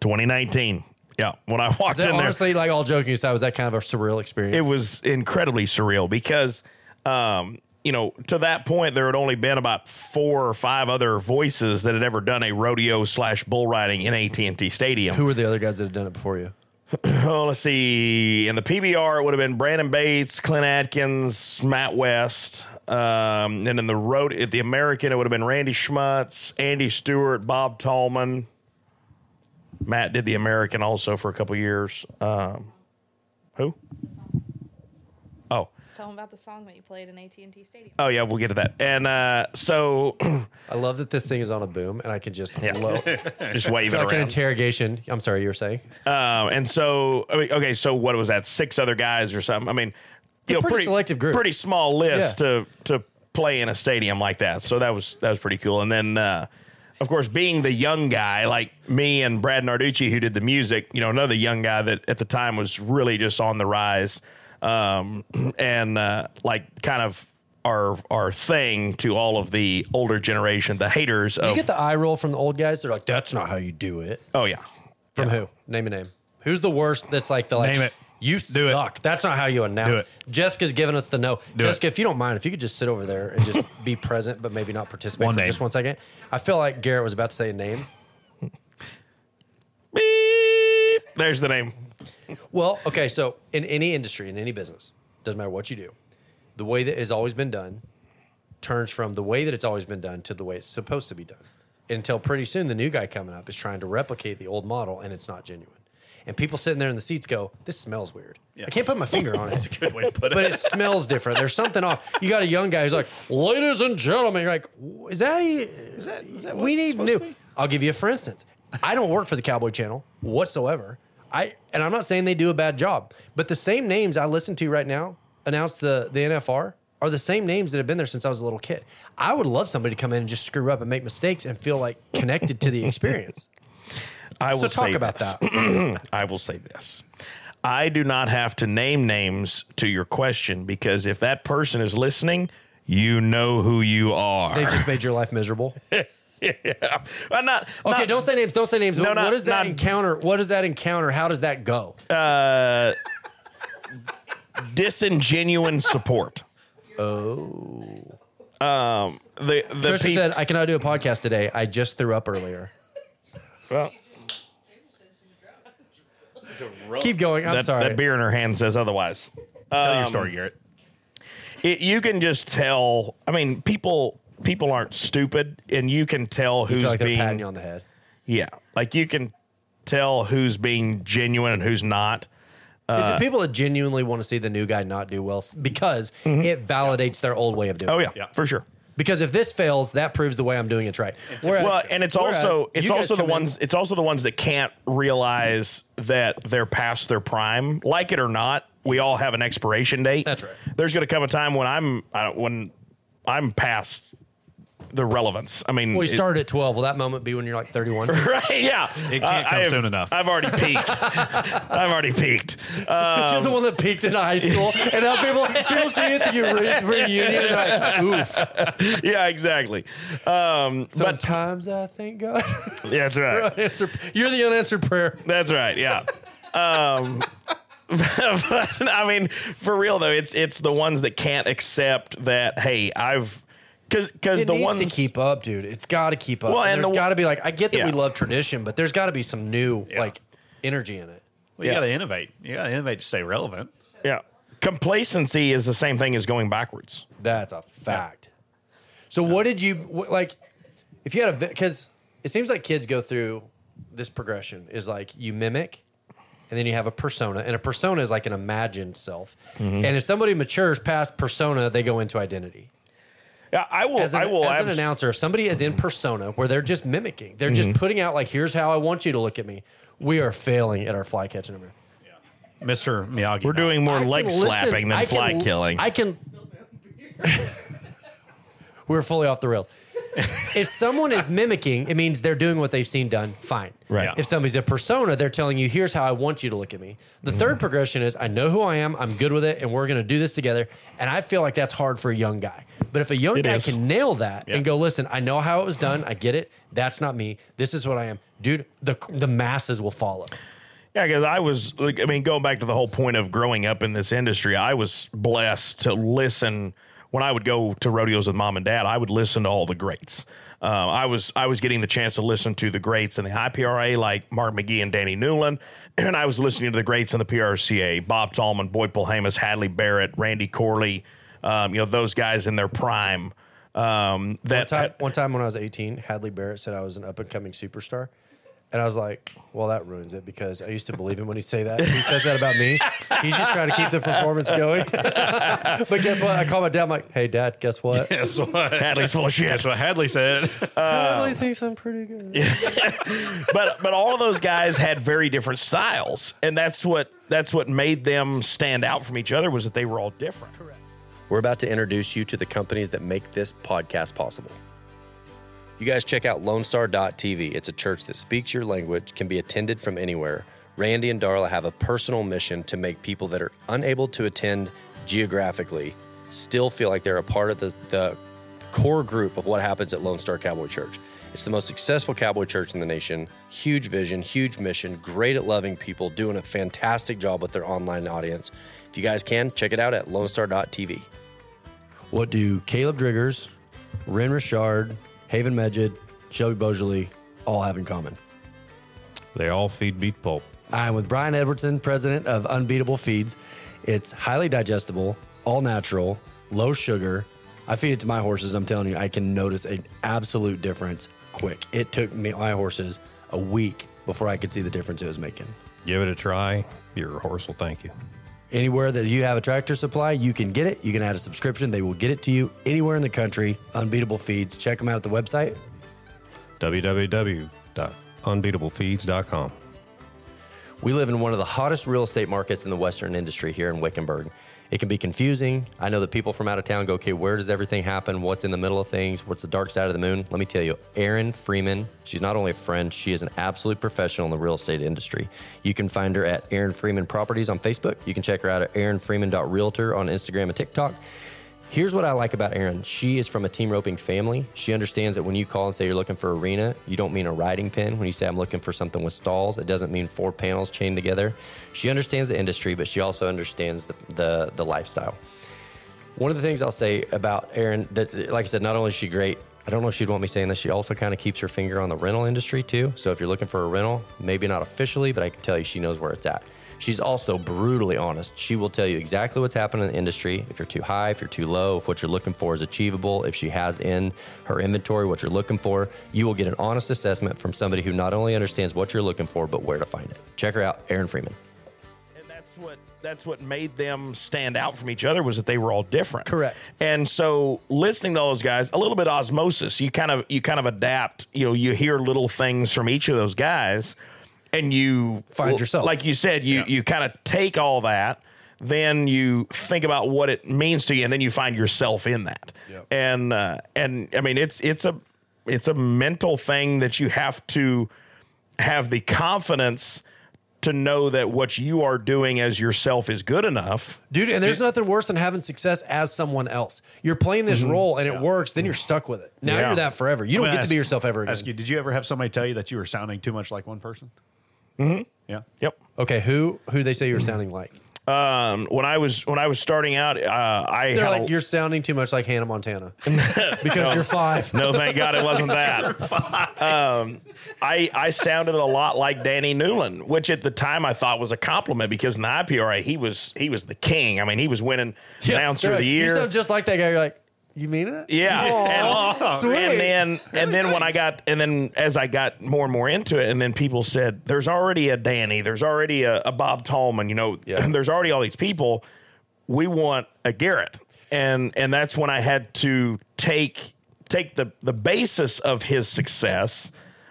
Speaker 7: 2019. Yeah, when I [laughs] walked
Speaker 2: Is that
Speaker 7: in there,
Speaker 2: honestly, like all joking aside, was that kind of a surreal experience?
Speaker 7: it was incredibly surreal because um you know to that point there had only been about four or five other voices that had ever done a rodeo slash bull riding in at&t stadium
Speaker 2: Who were the other guys that had done it before you?
Speaker 7: Oh, let's see. In the PBR, it would have been Brandon Bates, Clint Atkins, Matt West. Um, and in the road at the American, it would have been Randy Schmutz, Andy Stewart, Bob Tallman. Matt did the American also for a couple years. Um, who? Oh,
Speaker 8: [laughs] Tell them about the song that you played in AT&T Stadium.
Speaker 7: oh yeah, we'll get to that. And uh, so [clears throat]
Speaker 2: I love that this thing is on a boom and I can just
Speaker 7: Yeah. [laughs]
Speaker 2: low, like
Speaker 7: just waving
Speaker 2: an
Speaker 7: around.
Speaker 2: interrogation. I'm sorry, you were saying
Speaker 7: Um, and so, I mean, okay, so what was that? Six other guys or something? I mean, you know,
Speaker 2: pretty selective group.
Speaker 7: pretty small list
Speaker 2: Yeah.
Speaker 7: to to play in a stadium like that. So that was that was pretty cool. And then, uh, of course, being the young guy like me and Brad Narducci, who did the music, you know, another young guy that at the time was really just on the rise, um, [clears throat] and uh, like kind of. Our, our thing to all of the older generation, the haters
Speaker 2: you
Speaker 7: of
Speaker 2: get the eye roll from the old guys. They're like, that's not how you do it.
Speaker 7: oh yeah,
Speaker 2: From who? Name a name. Who's the worst? That's like the like.
Speaker 6: Name it.
Speaker 2: You
Speaker 6: Do it.
Speaker 2: suck. That's not how you announce.
Speaker 6: Do it.
Speaker 2: Jessica's giving us the no.
Speaker 6: Do
Speaker 2: Jessica,
Speaker 6: it.
Speaker 2: if you don't mind, if you could just sit over there and just be [laughs] present, but maybe not participate
Speaker 6: One
Speaker 2: for
Speaker 6: name.
Speaker 2: just one second. I feel like Garrett was about to say a name.
Speaker 7: beep. There's the name.
Speaker 2: Well, okay, so in any industry, in any business, doesn't matter what you do, the way that has always been done turns from the way that it's always been done to the way it's supposed to be done. Until pretty soon, the new guy coming up is trying to replicate the old model, and it's not genuine. And people sitting there in the seats go, "This smells weird. I can't put my finger on it."
Speaker 6: Good way to put it.
Speaker 2: But it smells different. There's something off. You got a young guy who's like, "Ladies and gentlemen," you're like, "W- "Is that? Is that? Is that we need new." I'll give you a for instance. I don't work for the Cowboy Channel whatsoever. I and I'm not saying they do a bad job, but the same names I listen to right now announce the the NFR are the same names that have been there since I was a little kid. I would love somebody to come in and just screw up and make mistakes and feel like connected to
Speaker 7: [laughs]
Speaker 2: the experience.
Speaker 7: I will
Speaker 2: So talk
Speaker 7: say
Speaker 2: about
Speaker 7: this.
Speaker 2: that.
Speaker 7: I will say this. I do not have to name names to your question because if that person is listening, you know who you are. [laughs]
Speaker 2: They just made your life miserable.
Speaker 7: yeah. I'm [laughs] not,
Speaker 2: Okay,
Speaker 7: not-
Speaker 2: don't say names. Don't say names.
Speaker 7: No,
Speaker 2: what
Speaker 7: not-
Speaker 2: does that
Speaker 7: not-
Speaker 2: encounter? What does that encounter? How does that go? [laughs]
Speaker 7: disingenuine support. oh. Um, the the
Speaker 2: Trisha
Speaker 7: peop-
Speaker 2: said, "I cannot do a podcast today. I just threw up earlier."
Speaker 7: Well,
Speaker 2: Keep going. I'm
Speaker 7: that,
Speaker 2: sorry.
Speaker 7: that beer in her hand says otherwise.
Speaker 6: Tell your story, Garrett.
Speaker 7: It, you can just tell. I mean, people people aren't stupid, and you can tell
Speaker 2: I
Speaker 7: who's
Speaker 2: feel like they're
Speaker 7: being
Speaker 2: patting you on the head.
Speaker 7: Yeah. Like you can tell who's being genuine and who's not. Uh,
Speaker 2: Is it people that genuinely want to see the new guy not do well s- because it validates their old way of doing?
Speaker 7: Mm-hmm. Oh
Speaker 2: it.
Speaker 7: yeah,
Speaker 6: Yeah.
Speaker 7: for sure.
Speaker 2: Because if this fails, that proves the way I'm doing it's right. Whereas,
Speaker 7: Well, and it's
Speaker 2: whereas
Speaker 7: also it's
Speaker 2: you guys
Speaker 7: also the
Speaker 2: come in-
Speaker 7: ones it's also the ones that can't realize that they're past their prime, like it or not. We all have an expiration date.
Speaker 2: That's right.
Speaker 7: There's going to come a time when I'm I don't, when I'm past the relevance. I mean,
Speaker 2: Well, you
Speaker 7: it-
Speaker 2: started at 12. Will that moment be when you're like 31?
Speaker 7: [laughs] right? Yeah,
Speaker 6: It can't
Speaker 7: I-
Speaker 6: come
Speaker 7: I've-
Speaker 6: soon enough.
Speaker 7: I've already peaked.
Speaker 2: [laughs]
Speaker 7: I've already peaked. [laughs]
Speaker 2: you're
Speaker 7: Um,
Speaker 2: the one that peaked in high school, and now people people see you at the re- reunion and they're like, "Oof."
Speaker 7: Yeah, exactly. Um, but
Speaker 2: Sometimes I thank God. [laughs]
Speaker 7: yeah, that's right.
Speaker 2: Answer- you're the unanswered prayer.
Speaker 7: That's right. [laughs] Yeah. Um, [laughs] but, I mean, for real though, it's it's the ones that can't accept that. Hey, I've because because
Speaker 2: It
Speaker 7: the
Speaker 2: needs
Speaker 7: ones
Speaker 2: to keep up, dude. It's got to keep up.
Speaker 7: Well,
Speaker 2: and
Speaker 7: and
Speaker 2: there's
Speaker 7: the-
Speaker 2: got to be like I get that we
Speaker 7: Yeah.
Speaker 2: love tradition, but there's got to be some new like energy in it.
Speaker 6: Well, you
Speaker 7: Yeah.
Speaker 6: got to innovate. You got to innovate to stay relevant.
Speaker 7: yeah complacency is the same thing as going backwards.
Speaker 2: That's a fact. So what did you wh- like? If you had a because it seems like kids go through this progression is like you mimic. And then you have a persona, and a persona is like
Speaker 7: Mm-hmm.
Speaker 2: an imagined self. And if somebody matures past persona, they go into identity.
Speaker 7: Yeah, I will.
Speaker 2: As an,
Speaker 7: I will.
Speaker 2: as an
Speaker 7: abs-
Speaker 2: announcer, if somebody is in persona where they're just mimicking, they're just
Speaker 7: Mm-hmm.
Speaker 2: putting out like, "Here's how I want you to look at me." We are failing at our fly catching over. here.
Speaker 6: Mr. Miyagi.
Speaker 7: We're doing more
Speaker 2: I can
Speaker 7: leg
Speaker 2: listen-
Speaker 7: slapping than
Speaker 2: I can
Speaker 7: fly
Speaker 2: l-
Speaker 7: killing.
Speaker 2: I can. We're fully off the rails. if someone is mimicking, it means they're doing what they've seen done. Fine.
Speaker 7: Right. Yeah.
Speaker 2: If somebody's a persona, they're telling you, "Here's how I want you to look at me." The
Speaker 7: Mm-hmm.
Speaker 2: third progression is, "I know who I am. I'm good with it, and we're going to do this together." And I feel like that's hard for a young guy. But if a young
Speaker 7: It
Speaker 2: guy
Speaker 7: is.
Speaker 2: can nail that
Speaker 6: Yeah.
Speaker 2: and go, "Listen, I know how it was done. I get it. That's not me. This is what I am, dude." The the masses will follow.
Speaker 7: Yeah, because I was, like, I mean, going back to the whole point of growing up in this industry, I was blessed to listen. When I would go to rodeos with mom and dad, I would listen to all the greats. Uh, I was I was getting the chance to listen to the greats in the IPRA, like Mark McGee and Danny Newland, [clears throat] and I was listening to the greats in the PRCA: Bob Tallman, Boyd Pulhamus, Hadley Barrett, Randy Corley. Um, you know those guys in their prime. Um,
Speaker 2: One
Speaker 7: [laughs] that
Speaker 2: time, one time when I was 18, Hadley Barrett said I was an up and coming superstar. And I was like, well, that ruins it because I used to believe him when he'd say that. He says that about me. He's just trying to keep the performance going. [laughs] but guess what? I call my dad. I'm like, hey, dad, guess what?
Speaker 7: that's what
Speaker 6: [laughs]
Speaker 7: Hadley's full of shit.
Speaker 6: That's what Hadley said. [laughs]
Speaker 2: Hadley thinks I'm pretty good.
Speaker 7: but but all of those guys had very different styles, and that's what that's what made them stand out from each other was that they were all different.
Speaker 5: We're about to introduce you to the companies that make this podcast possible. You guys check out LoneStar.tv. It's a church that speaks your language, can be attended from anywhere. Randy and Darla have a personal mission to make people that are unable to attend geographically still feel like they're a part of the, the core group of what happens at Lone Star Cowboy Church. It's the most successful cowboy church in the nation. Huge vision, huge mission, great at loving people, doing a fantastic job with their online audience. If you guys can, check it out at LoneStar.tv.
Speaker 2: What do Caleb Driggers, Ren Richard, Haven Medjid, Shelby Beaujolais all have in common?
Speaker 9: They all feed beet pulp.
Speaker 2: I'm with Brian Edwardson, president of Unbeatable Feeds. It's highly digestible, all natural, low sugar. I feed it to my horses. I'm telling you, I can notice an absolute difference quick. It took me my horses a week before I could see the difference it was making.
Speaker 9: Give it a try. Your horse will thank you.
Speaker 2: Anywhere that you have a tractor supply, you can get it. You can add a subscription. They will get it to you anywhere in the country. Unbeatable Feeds. Check them out at the website.
Speaker 9: www.unbeatablefeeds.com.
Speaker 5: We live in one of the hottest real estate markets in the Western industry here in Wickenburg. It can be confusing. I know that people from out of town go, okay, where does everything happen? What's in the middle of things? What's the dark side of the moon? Let me tell you, Erin Freeman, she's not only a friend, she is an absolute professional in the real estate industry. You can find her at Erin Freeman Properties on Facebook. You can check her out at erinfreeman.realtor on Instagram and TikTok. Here's what I like about Erin. She is from a team roping family. She understands that when you call and say you're looking for arena, you don't mean a riding pin. When you say I'm looking for something with stalls, it doesn't mean four panels chained together. She understands the industry, but she also understands the the, the lifestyle. One of the things I'll say about Erin that, like I said, not only is she great, I don't know if she'd want me saying this. She also kind of keeps her finger on the rental industry too. So if you're looking for a rental, maybe not officially, but I can tell you she knows where it's at. She's also brutally honest. She will tell you exactly what's happening in the industry. If you're too high, if you're too low, if what you're looking for is achievable, if she has in her inventory what you're looking for, you will get an honest assessment from somebody who not only understands what you're looking for, but where to find it. Check her out, Erin Freeman.
Speaker 7: And that's what that's what made them stand out from each other was that they were all different.
Speaker 2: Correct.
Speaker 7: And so listening to all those guys, a little bit osmosis. You kind of you kind of adapt. You know, you hear little things from each of those guys, and you
Speaker 2: Find yourself.
Speaker 7: Like you said, you you kind of take all that. Then you think about what it means to you, and then you find yourself in that. And uh, and I mean, it's it's a it's a mental thing that you have to have the confidence to know that what you are doing as yourself is good enough.
Speaker 2: Dude, and there's nothing worse than having success as someone else. You're playing this role and it works, then you're stuck with it. Now
Speaker 6: Mm-hmm. Yeah.
Speaker 2: you're that forever. You
Speaker 6: I'm
Speaker 2: don't
Speaker 6: gonna
Speaker 2: get to be
Speaker 6: ask-
Speaker 2: yourself ever again.
Speaker 6: Ask you, did you ever have somebody tell you that you were sounding too much like one person? Mm-hmm. Yeah.
Speaker 7: Yep.
Speaker 2: Okay, who who they say you're sounding like?
Speaker 7: Um, when I was when I was starting out, uh, I
Speaker 2: They're
Speaker 7: had
Speaker 2: like
Speaker 7: a-
Speaker 2: you're sounding too much like Hannah Montana because you're five.
Speaker 7: [laughs] no, thank God it
Speaker 2: [laughs]
Speaker 7: wasn't that. Um, I I sounded a lot like Danny Newland, which at the time I thought was a compliment because in the IPRA he was he was the king. I mean, he was winning announcer
Speaker 2: They're
Speaker 7: of
Speaker 2: like,
Speaker 7: the
Speaker 2: You
Speaker 7: year.
Speaker 2: sound just like that guy. You're like, you mean it?
Speaker 7: Yeah, and,
Speaker 2: [laughs] Aw, sweet.
Speaker 7: and then and then when I got and then as I got more and more into it, and then people said, "There's already a Danny, there's [clears throat] already a, a Bob Tallman, you know, there's already all these people. We want a Garrett." and and that's when I had to take take the the basis of his success,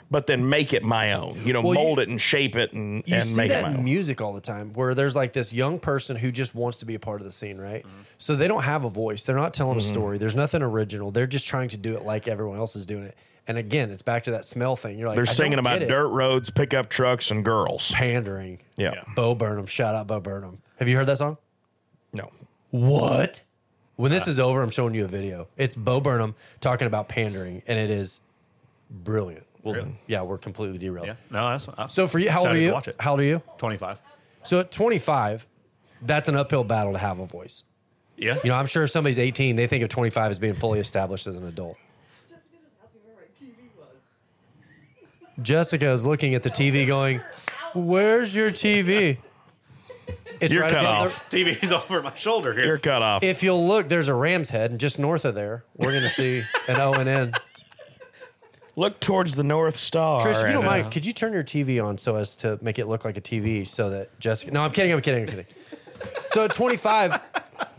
Speaker 7: but then make it my own. You know,
Speaker 2: Well, you-
Speaker 7: mold it and shape it and
Speaker 2: you
Speaker 7: and
Speaker 2: see
Speaker 7: make it
Speaker 2: that
Speaker 7: my
Speaker 2: in
Speaker 7: own.
Speaker 2: music all the time where there's like this young person who just wants to be a part of the scene right
Speaker 7: Mm-hmm.
Speaker 2: so they don't have a voice they're not telling a story there's nothing original they're just trying to do it like everyone else is doing it and again it's back to that smell thing you're like
Speaker 7: They're
Speaker 2: I don't
Speaker 7: singing about
Speaker 2: get it.
Speaker 7: dirt roads, pickup trucks, and girls.
Speaker 2: pandering
Speaker 7: Yeah.
Speaker 2: bo burnham shout out bo burnham have you heard that song
Speaker 7: No. Uh.
Speaker 2: what when this is over i'm showing you a video it's bo burnham talking about pandering and it is brilliant well yeah we're completely derailed
Speaker 6: Yeah. No, that's I-
Speaker 2: so for you how old are
Speaker 6: excited to
Speaker 2: you
Speaker 6: Watch it.
Speaker 2: how old are you
Speaker 6: 25.
Speaker 2: So at 25, that's an uphill battle to have a voice.
Speaker 6: Yeah.
Speaker 2: You know, I'm sure if somebody's 18, they think of 25 as being fully established as an adult. Jessica is looking at the TV going, Where's your TV? It's
Speaker 7: You're cut
Speaker 2: above
Speaker 7: off.
Speaker 6: TV's over my shoulder here.
Speaker 7: You're cut off.
Speaker 2: the- if you'll look, there's a ram's head, and just north of there, we're going to see an O and N.
Speaker 7: Look towards the North Star.
Speaker 2: Trish, if you
Speaker 7: and,
Speaker 2: don't
Speaker 7: uh,
Speaker 2: mind, could you turn your TV on so as to make it look like a TV so that Jessica. No, I'm kidding. I'm kidding. I'm kidding. So at 25,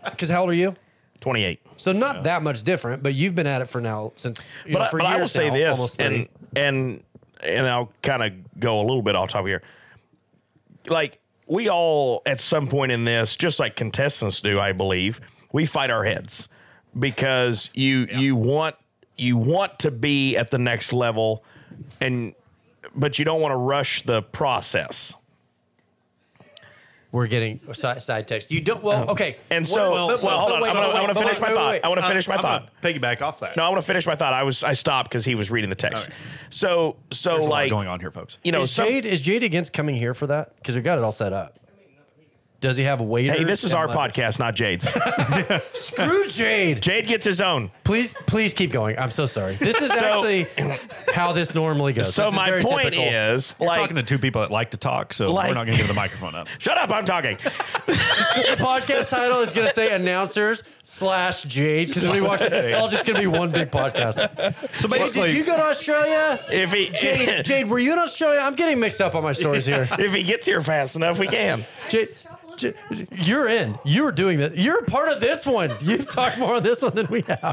Speaker 2: because how old are you?
Speaker 7: 28.
Speaker 2: So not that much different, but you've been at it for now since. You know,
Speaker 7: but,
Speaker 2: for
Speaker 7: but I will
Speaker 2: years
Speaker 7: say
Speaker 2: now,
Speaker 7: this,
Speaker 2: almost
Speaker 7: and
Speaker 2: 30.
Speaker 7: and and I'll kind of go a little bit off topic here. Like we all, at some point in this, just like contestants do, I believe, we fight our heads because you you want you want to be at the next level, and but you don't want to rush the process.
Speaker 2: we're getting side, side text. You don't. Well, okay.
Speaker 7: And
Speaker 2: What
Speaker 7: so,
Speaker 2: is- but-
Speaker 7: well,
Speaker 2: but-
Speaker 7: hold
Speaker 2: but
Speaker 7: on.
Speaker 2: wait,
Speaker 7: I'm gonna-
Speaker 2: but
Speaker 7: I'm
Speaker 2: wait,
Speaker 7: gonna
Speaker 2: but
Speaker 7: finish
Speaker 2: wait,
Speaker 7: my
Speaker 2: wait,
Speaker 7: thought.
Speaker 2: wait. Uh,
Speaker 7: I want to finish my
Speaker 6: I'm
Speaker 7: thought.
Speaker 6: gonna Piggyback off that.
Speaker 7: No, I want to finish my thought. I was I stopped because he was reading the text. So so
Speaker 6: There's a lot
Speaker 7: like
Speaker 6: going on here, folks.
Speaker 7: You know,
Speaker 2: Is
Speaker 7: some-
Speaker 2: Jade is Jade against coming here for that? Because we got it all set up. Does he have waiters?
Speaker 7: hey, this is
Speaker 2: and
Speaker 7: our
Speaker 2: letters?
Speaker 7: podcast, not Jade's.
Speaker 2: Screw Jade.
Speaker 7: Jade gets his own.
Speaker 2: Please, please keep going. I'm so sorry. [laughs] This is actually how this normally goes.
Speaker 7: So
Speaker 2: This is
Speaker 7: my
Speaker 2: very
Speaker 7: point
Speaker 2: typical.
Speaker 7: is,
Speaker 6: We're
Speaker 7: like,
Speaker 6: talking to two people that like to talk, so
Speaker 7: Like-
Speaker 6: we're not going to give the microphone up.
Speaker 7: shut up, I'm talking.
Speaker 2: the podcast title is going to say announcers slash Jade because when he walks, in, it's all just going to be one big podcast.
Speaker 6: So
Speaker 2: Jade, did you go to Australia?
Speaker 7: If he
Speaker 2: Jade, Jade, were you in Australia? I'm getting mixed up on my stories here.
Speaker 7: [laughs] if he gets here fast enough, we can.
Speaker 2: Jade, Jade, you're in. You were doing this. You're a part of this one. You've talked more on this one than we have.
Speaker 7: Uh,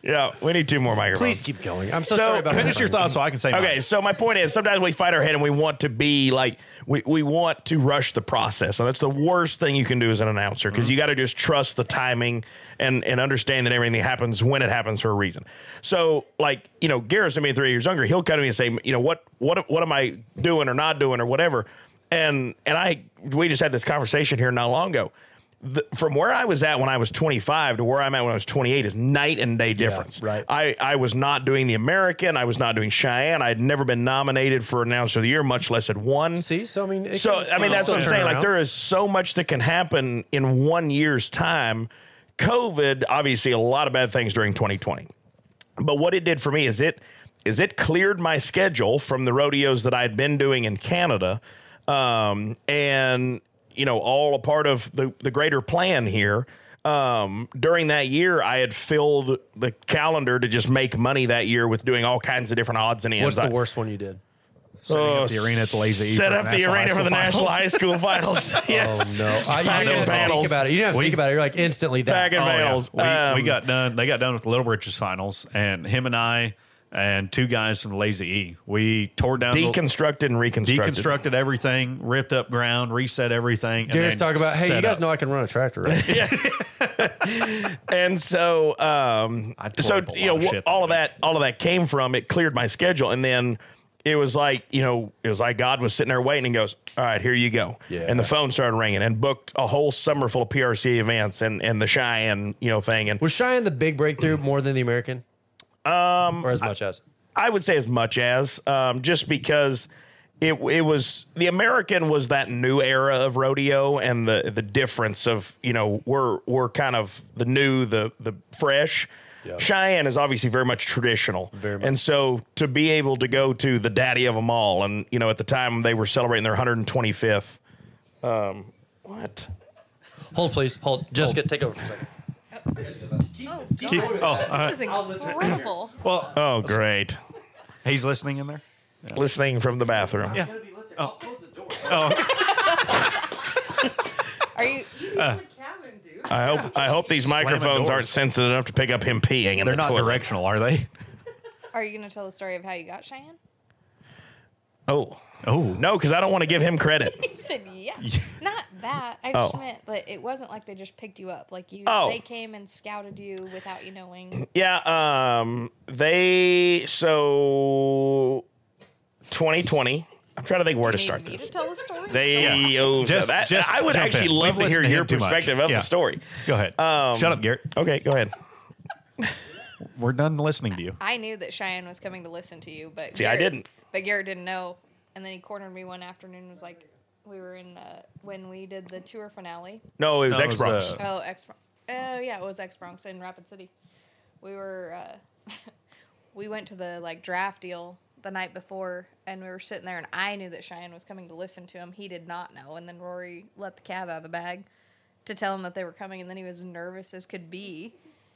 Speaker 7: Yeah, we need two more microphones.
Speaker 2: Please keep going. I'm so,
Speaker 7: So,
Speaker 2: sorry about
Speaker 6: finish
Speaker 2: that.
Speaker 6: your thoughts so I can say.
Speaker 7: Okay, so my point is sometimes we fight our head and we want to be like we, we want to rush the process. And that's the worst thing you can do as an announcer because you got to just trust the timing and and understand that everything happens when it happens for a reason. So like, you know, Garrison being three years younger, he'll come to me and say, you know, what what what am I doing or not doing or whatever. And and I we just had this conversation here not long ago. The, from where I was at when I was 25 to where I'm at when I was 28 is night and day difference.
Speaker 2: right.
Speaker 7: I, I was not doing the American. I was not doing Cheyenne. I'd never been nominated for announcer of the year, much less had won.
Speaker 2: See, so I mean, it
Speaker 7: so
Speaker 2: can-
Speaker 7: I mean,
Speaker 2: it can
Speaker 7: that's what I'm
Speaker 2: still
Speaker 7: saying.
Speaker 2: turn
Speaker 7: Like
Speaker 2: around.
Speaker 7: there is so much that can happen in one year's time. COVID, obviously, a lot of bad things during 2020. But what it did for me is it is it cleared my schedule from the rodeos that I'd been doing in Canada, um, and you know, all a part of the the greater plan here. Um, during that year, I had filled the calendar to just make money that year with doing all kinds of different odds and ends.
Speaker 2: What's
Speaker 7: I-
Speaker 2: the worst one you did?
Speaker 6: setting up the arena at the lazy. E
Speaker 7: Set up the arena for the national high school finals. yes.
Speaker 2: Oh no! I,
Speaker 7: Back
Speaker 2: you didn't
Speaker 7: in
Speaker 2: have to think
Speaker 7: panels.
Speaker 2: about
Speaker 5: E
Speaker 2: it. You didn't have to think about it. You're like instantly that.
Speaker 7: Back in finals.
Speaker 6: Oh, We, we got done. They got done with the Little Bridges finals, and him and I and two guys from Lazy E. We tore down, the-
Speaker 7: deconstructed and reconstructed.
Speaker 6: deconstructed everything, ripped up ground, reset everything. and
Speaker 2: Gary's
Speaker 6: then
Speaker 2: talking about, hey,
Speaker 6: set
Speaker 2: you guys
Speaker 6: up.
Speaker 2: know I can run a tractor, right?
Speaker 7: and so um
Speaker 6: I tore
Speaker 7: so
Speaker 6: up a
Speaker 7: you
Speaker 6: lot
Speaker 7: know
Speaker 6: of
Speaker 7: wh-
Speaker 6: shit
Speaker 7: all
Speaker 6: that
Speaker 7: of that all of that came from it cleared my schedule and then it was like you know it was like god was sitting there waiting and goes all right here you go yeah. and the phone started ringing and booked a whole summer full of prc events and and the cheyenne you know thing and
Speaker 2: Was Cheyenne the big breakthrough more than the American? Um, or as much as?
Speaker 7: I would say as much as um, just because it it was the American was that new era of rodeo and the the difference of you know we're we're kind of the new the the fresh. Cheyenne is obviously very much traditional, very
Speaker 2: much.
Speaker 7: and so to be able to go to the daddy of them all, and you know at the time they were celebrating their 125th. Um, what?
Speaker 2: Hold, please. Hold. Jessica, take over for a second.
Speaker 8: Oh,
Speaker 6: Keep-
Speaker 8: God,
Speaker 6: oh, uh,
Speaker 8: this is
Speaker 7: [laughs]
Speaker 8: incredible.
Speaker 6: well,
Speaker 7: Oh, great!
Speaker 6: he's listening in there.
Speaker 7: Listening from the bathroom.
Speaker 6: Yeah.
Speaker 8: Are you?
Speaker 10: doing, dude?
Speaker 7: I hope I hope these
Speaker 6: Slamming
Speaker 7: microphones aren't
Speaker 6: doors.
Speaker 7: sensitive enough to pick up him peeing in
Speaker 6: They're
Speaker 7: the
Speaker 6: not
Speaker 7: toilet.
Speaker 6: directional, are they?
Speaker 8: Are you going to tell the story of how you got Cheyenne? [laughs]
Speaker 7: Oh
Speaker 6: Oh
Speaker 7: no, because I don't want to give him credit.
Speaker 8: He said, yeah. Not that. I just
Speaker 7: Oh.
Speaker 8: meant that it wasn't like they just picked you up. Like you,
Speaker 7: Oh.
Speaker 8: they came and scouted you without you knowing.
Speaker 7: [laughs] Yeah, um, they so 2020. I'm trying to think where to
Speaker 8: Need
Speaker 7: start
Speaker 8: me
Speaker 7: this.
Speaker 8: to tell the story?
Speaker 7: They
Speaker 6: Yeah.
Speaker 7: oh, so
Speaker 6: Just-
Speaker 7: that-
Speaker 6: just
Speaker 7: I would
Speaker 6: jump
Speaker 7: actually
Speaker 6: in.
Speaker 7: love
Speaker 6: We've
Speaker 7: to hear
Speaker 6: listened to
Speaker 7: your
Speaker 6: him too much.
Speaker 7: perspective of
Speaker 6: Yeah.
Speaker 7: the story.
Speaker 6: Go ahead. Shut up, Garrett.
Speaker 7: Okay, go ahead.
Speaker 6: We're done listening [laughs] to you.
Speaker 8: I knew that Cheyenne was coming to listen to you, but
Speaker 7: uh, See, I
Speaker 8: Garrett-
Speaker 7: didn't.
Speaker 8: But Garrett didn't know, and then he cornered me one afternoon. and Was like, we were in uh, when we did the tour finale.
Speaker 7: No, it was
Speaker 6: No, it
Speaker 7: X
Speaker 6: was,
Speaker 7: Bronx.
Speaker 6: uh,
Speaker 8: Oh, X. Oh yeah, it was X Bronx in Rapid City. We were uh, [laughs] we went to the like draft deal the night before, and we were sitting there, and I knew that Cheyenne was coming to listen to him. He did not know, and then Rory let the cat out of the bag to tell him that they were coming, and then he was nervous as could be.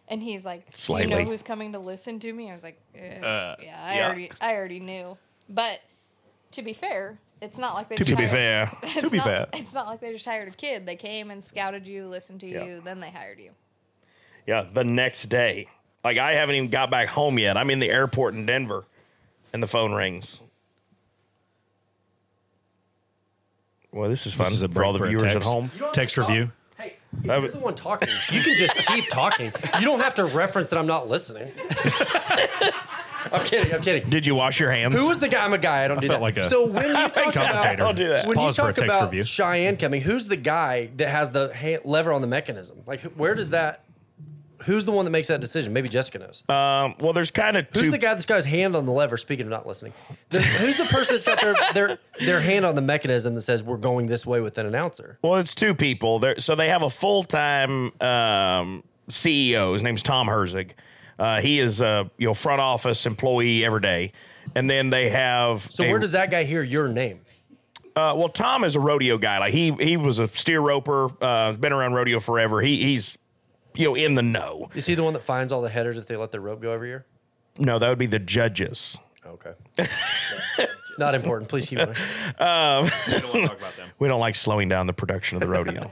Speaker 8: And he's like, "Do
Speaker 7: Slightly.
Speaker 8: you know who's coming to listen to me?" I was like, "Eh, "Yeah, I
Speaker 6: yeah.
Speaker 8: already, I already knew." But to be fair, it's not like they
Speaker 7: To be
Speaker 8: hired- [laughs]
Speaker 7: fair.
Speaker 8: it's
Speaker 6: be
Speaker 8: not,
Speaker 6: fair.
Speaker 8: It's not like they just hired a kid. They came and scouted you, listened to
Speaker 7: Yeah.
Speaker 8: you, then they hired you.
Speaker 7: Yeah, the next day. Like I haven't even got back home yet. I'm in the airport in Denver, and the phone rings. Well, this is fun for all the viewers at home.
Speaker 6: Text review.
Speaker 2: Hey, you're the one talking. You can just keep talking. You don't have to reference that I'm not
Speaker 6: [laughs]
Speaker 2: listening. I'm kidding. I'm kidding.
Speaker 7: Did you wash your hands?
Speaker 2: Who was the guy? I'm a guy. I don't do
Speaker 6: felt
Speaker 2: that.
Speaker 6: like a
Speaker 2: so when
Speaker 6: [laughs]
Speaker 2: you talk about
Speaker 6: commentator.
Speaker 7: I'll do that.
Speaker 2: when
Speaker 6: Pause
Speaker 2: you
Speaker 6: for a
Speaker 2: talk
Speaker 6: text
Speaker 2: about
Speaker 6: review.
Speaker 2: Cheyenne coming, who's the guy that has the ha lever on the mechanism? Like, wh- where does that? Who's the one that makes that decision? Maybe Jessica knows.
Speaker 6: Uh,
Speaker 7: Um, well, there's kind of
Speaker 2: who's
Speaker 7: two.
Speaker 2: the guy that's got his hand on the lever? Speaking of not listening, The- who's the person that's got their their their hand on the mechanism that says we're going this way with an announcer?
Speaker 7: Well, it's two people. They're, so they have a full time um, CEO. His name's Tom Herzig. Uh, he is a you know front office employee every day, and then they have.
Speaker 2: So where does that guy hear your name?
Speaker 7: Uh, well, Tom is a rodeo guy. Like he he was a steer roper. Uh, been around rodeo forever. He he's you know in the know.
Speaker 2: Is he the one that finds all the headers if they let their rope go every year?
Speaker 7: No, that would be the judges.
Speaker 2: Okay. [laughs] Not important. Please keep going.
Speaker 6: We don't want to talk about them.
Speaker 7: Um, [laughs] We don't like slowing down the production of the rodeo.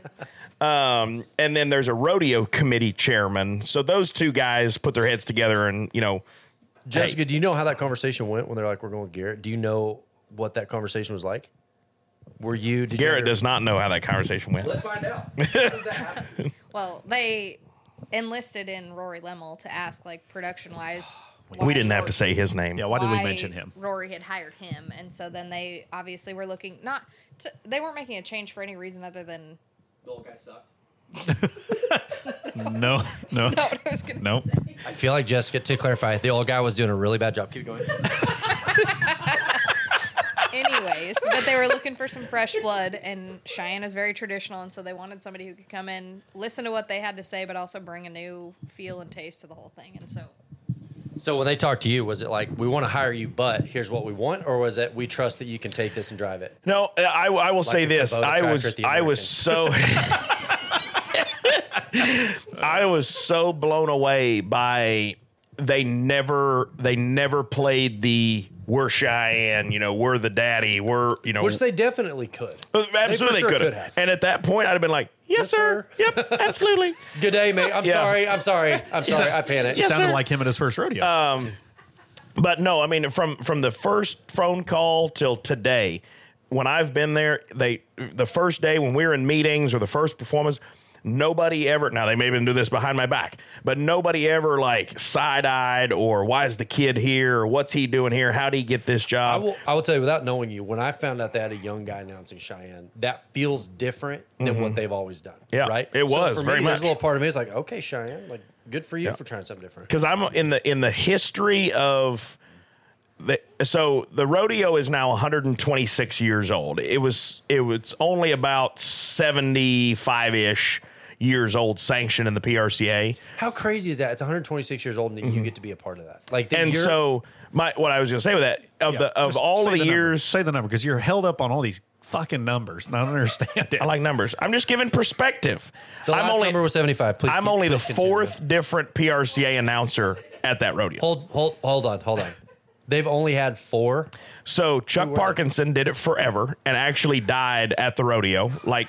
Speaker 7: [laughs] um, and then there's a rodeo committee chairman. So those two guys put their heads together and you know.
Speaker 2: Jessica, do you know how that conversation went when they're like, "We're going with Garrett"? Do you know what that conversation was like? Were you? Did
Speaker 7: Garrett
Speaker 2: you
Speaker 7: does not know how that conversation went.
Speaker 2: find out. How does that happen?
Speaker 8: Well, they enlisted in Rory Lemmel to ask, like, production wise.
Speaker 7: We didn't have to say his name.
Speaker 6: Yeah, why did we mention him?
Speaker 8: Rory had hired him, and so then they obviously were looking not. To, they weren't making a change for any reason other than [laughs]
Speaker 6: [laughs] No, no,
Speaker 8: not what I was gonna
Speaker 6: no.
Speaker 8: say.
Speaker 2: I feel like Jessica. To clarify, the old guy was doing a really bad job. Keep going.
Speaker 8: Anyways, but they were looking for some fresh blood, and Cheyenne is very traditional, and so they wanted somebody who could come in, listen to what they had to say, but also bring a new feel and taste to the whole thing. And so
Speaker 2: So when they talked to you, was it like, "We want to hire you, but here's what we want," or was it, "We trust that you can take this and drive it"?
Speaker 7: No, I, I will say
Speaker 2: the
Speaker 7: this.
Speaker 2: Kubota
Speaker 7: I
Speaker 2: tractor
Speaker 7: was
Speaker 2: at the
Speaker 7: I was so
Speaker 2: [laughs]
Speaker 7: I was so blown away by they never they never played the we're Cheyenne, you know, we're the daddy, we're you know
Speaker 2: Which they definitely could.
Speaker 7: Uh, absolutely
Speaker 2: they for sure
Speaker 7: could have.
Speaker 2: have.
Speaker 7: And at that point I'd have been like,
Speaker 2: Yes,
Speaker 7: Yes, sir. Yep, absolutely.
Speaker 2: Good day, mate. I'm
Speaker 7: Yeah.
Speaker 2: sorry. I'm sorry. I'm sorry. I panicked.
Speaker 7: Yes,
Speaker 6: Sounded
Speaker 7: sir.
Speaker 6: like him at his first rodeo.
Speaker 7: But no, I mean from from the first phone call till today, when I've been there, they the first day when we were in meetings or the first performance, nobody ever now they may even do this behind my back, but nobody ever like side eyed or why is the kid here or what's he doing here? How do he get this
Speaker 2: I
Speaker 7: job?
Speaker 2: will, I will tell you without knowing you, when I found out they had a young guy announcing Cheyenne, that feels different than what they've always done.
Speaker 7: Mm-hmm. Yeah,
Speaker 2: Right?
Speaker 7: it was,
Speaker 2: for
Speaker 7: very
Speaker 2: me,
Speaker 7: much.
Speaker 2: There's a little part of me is like, okay, Cheyenne, like good for you for trying something different.
Speaker 7: because I'm in the in the history of the so the rodeo is now 126 years old. It was it was only about 75 ish years old sanctioned in the PRCA,
Speaker 2: How crazy is that? It's 126 years old and you get to be a part of that. Like that
Speaker 7: Mm-hmm. and
Speaker 2: you're-
Speaker 7: so my what I was going to say with that of the of all the, years.
Speaker 6: say the number because you're held up on all these fucking numbers, and I don't understand it.
Speaker 7: I like numbers. I'm just giving perspective.
Speaker 2: the last
Speaker 7: I'm only
Speaker 2: number was 75. Please
Speaker 7: I'm
Speaker 2: keep-
Speaker 7: only the
Speaker 2: please continue.
Speaker 7: fourth different PRCA announcer at that rodeo.
Speaker 2: Hold, hold, hold on, hold on. They've only had four.
Speaker 7: So Chuck Parkinson did it forever and actually died at the rodeo. Like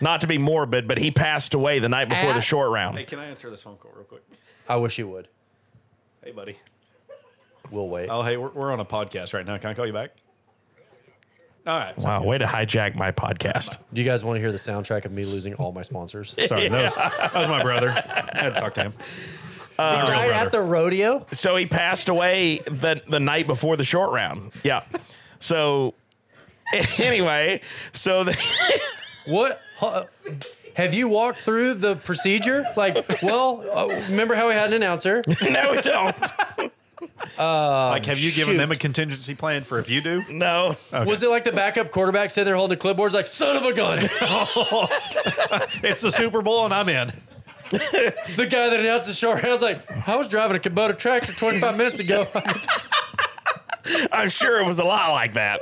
Speaker 7: Not to be morbid, but he passed away the night before the short round.
Speaker 6: Hey, can I answer this phone call real quick?
Speaker 2: I wish you would.
Speaker 6: Hey, buddy.
Speaker 2: We'll wait.
Speaker 7: Uh,
Speaker 6: Oh, hey, we're, we're on a podcast right now. Can I call you back? All right.
Speaker 7: Wow, way to hijack my podcast.
Speaker 2: Do you guys want to hear the soundtrack of me losing all my
Speaker 7: [laughs]
Speaker 2: sponsors?
Speaker 6: Sorry, that, [laughs] was, that was my brother. I had to talk to him. My real
Speaker 2: right
Speaker 6: brother.
Speaker 2: at the rodeo?
Speaker 7: So he passed away the, the night before the short round. Yeah. So [laughs] anyway, so the,
Speaker 2: What? huh, Have you walked through the procedure? Like, well, uh, remember how we had an announcer?
Speaker 7: [laughs] no, we don't.
Speaker 6: Like, have you given
Speaker 2: shoot.
Speaker 6: them a contingency plan for if you do?
Speaker 7: No.
Speaker 2: Was it like the backup quarterback sitting there holding clipboards like, son of a gun? [laughs]
Speaker 6: It's the Super Bowl and I'm in.
Speaker 2: the guy that announced the short round was like, I was driving a Kubota tractor 25 minutes ago. [laughs]
Speaker 7: I'm sure it was a lot like that.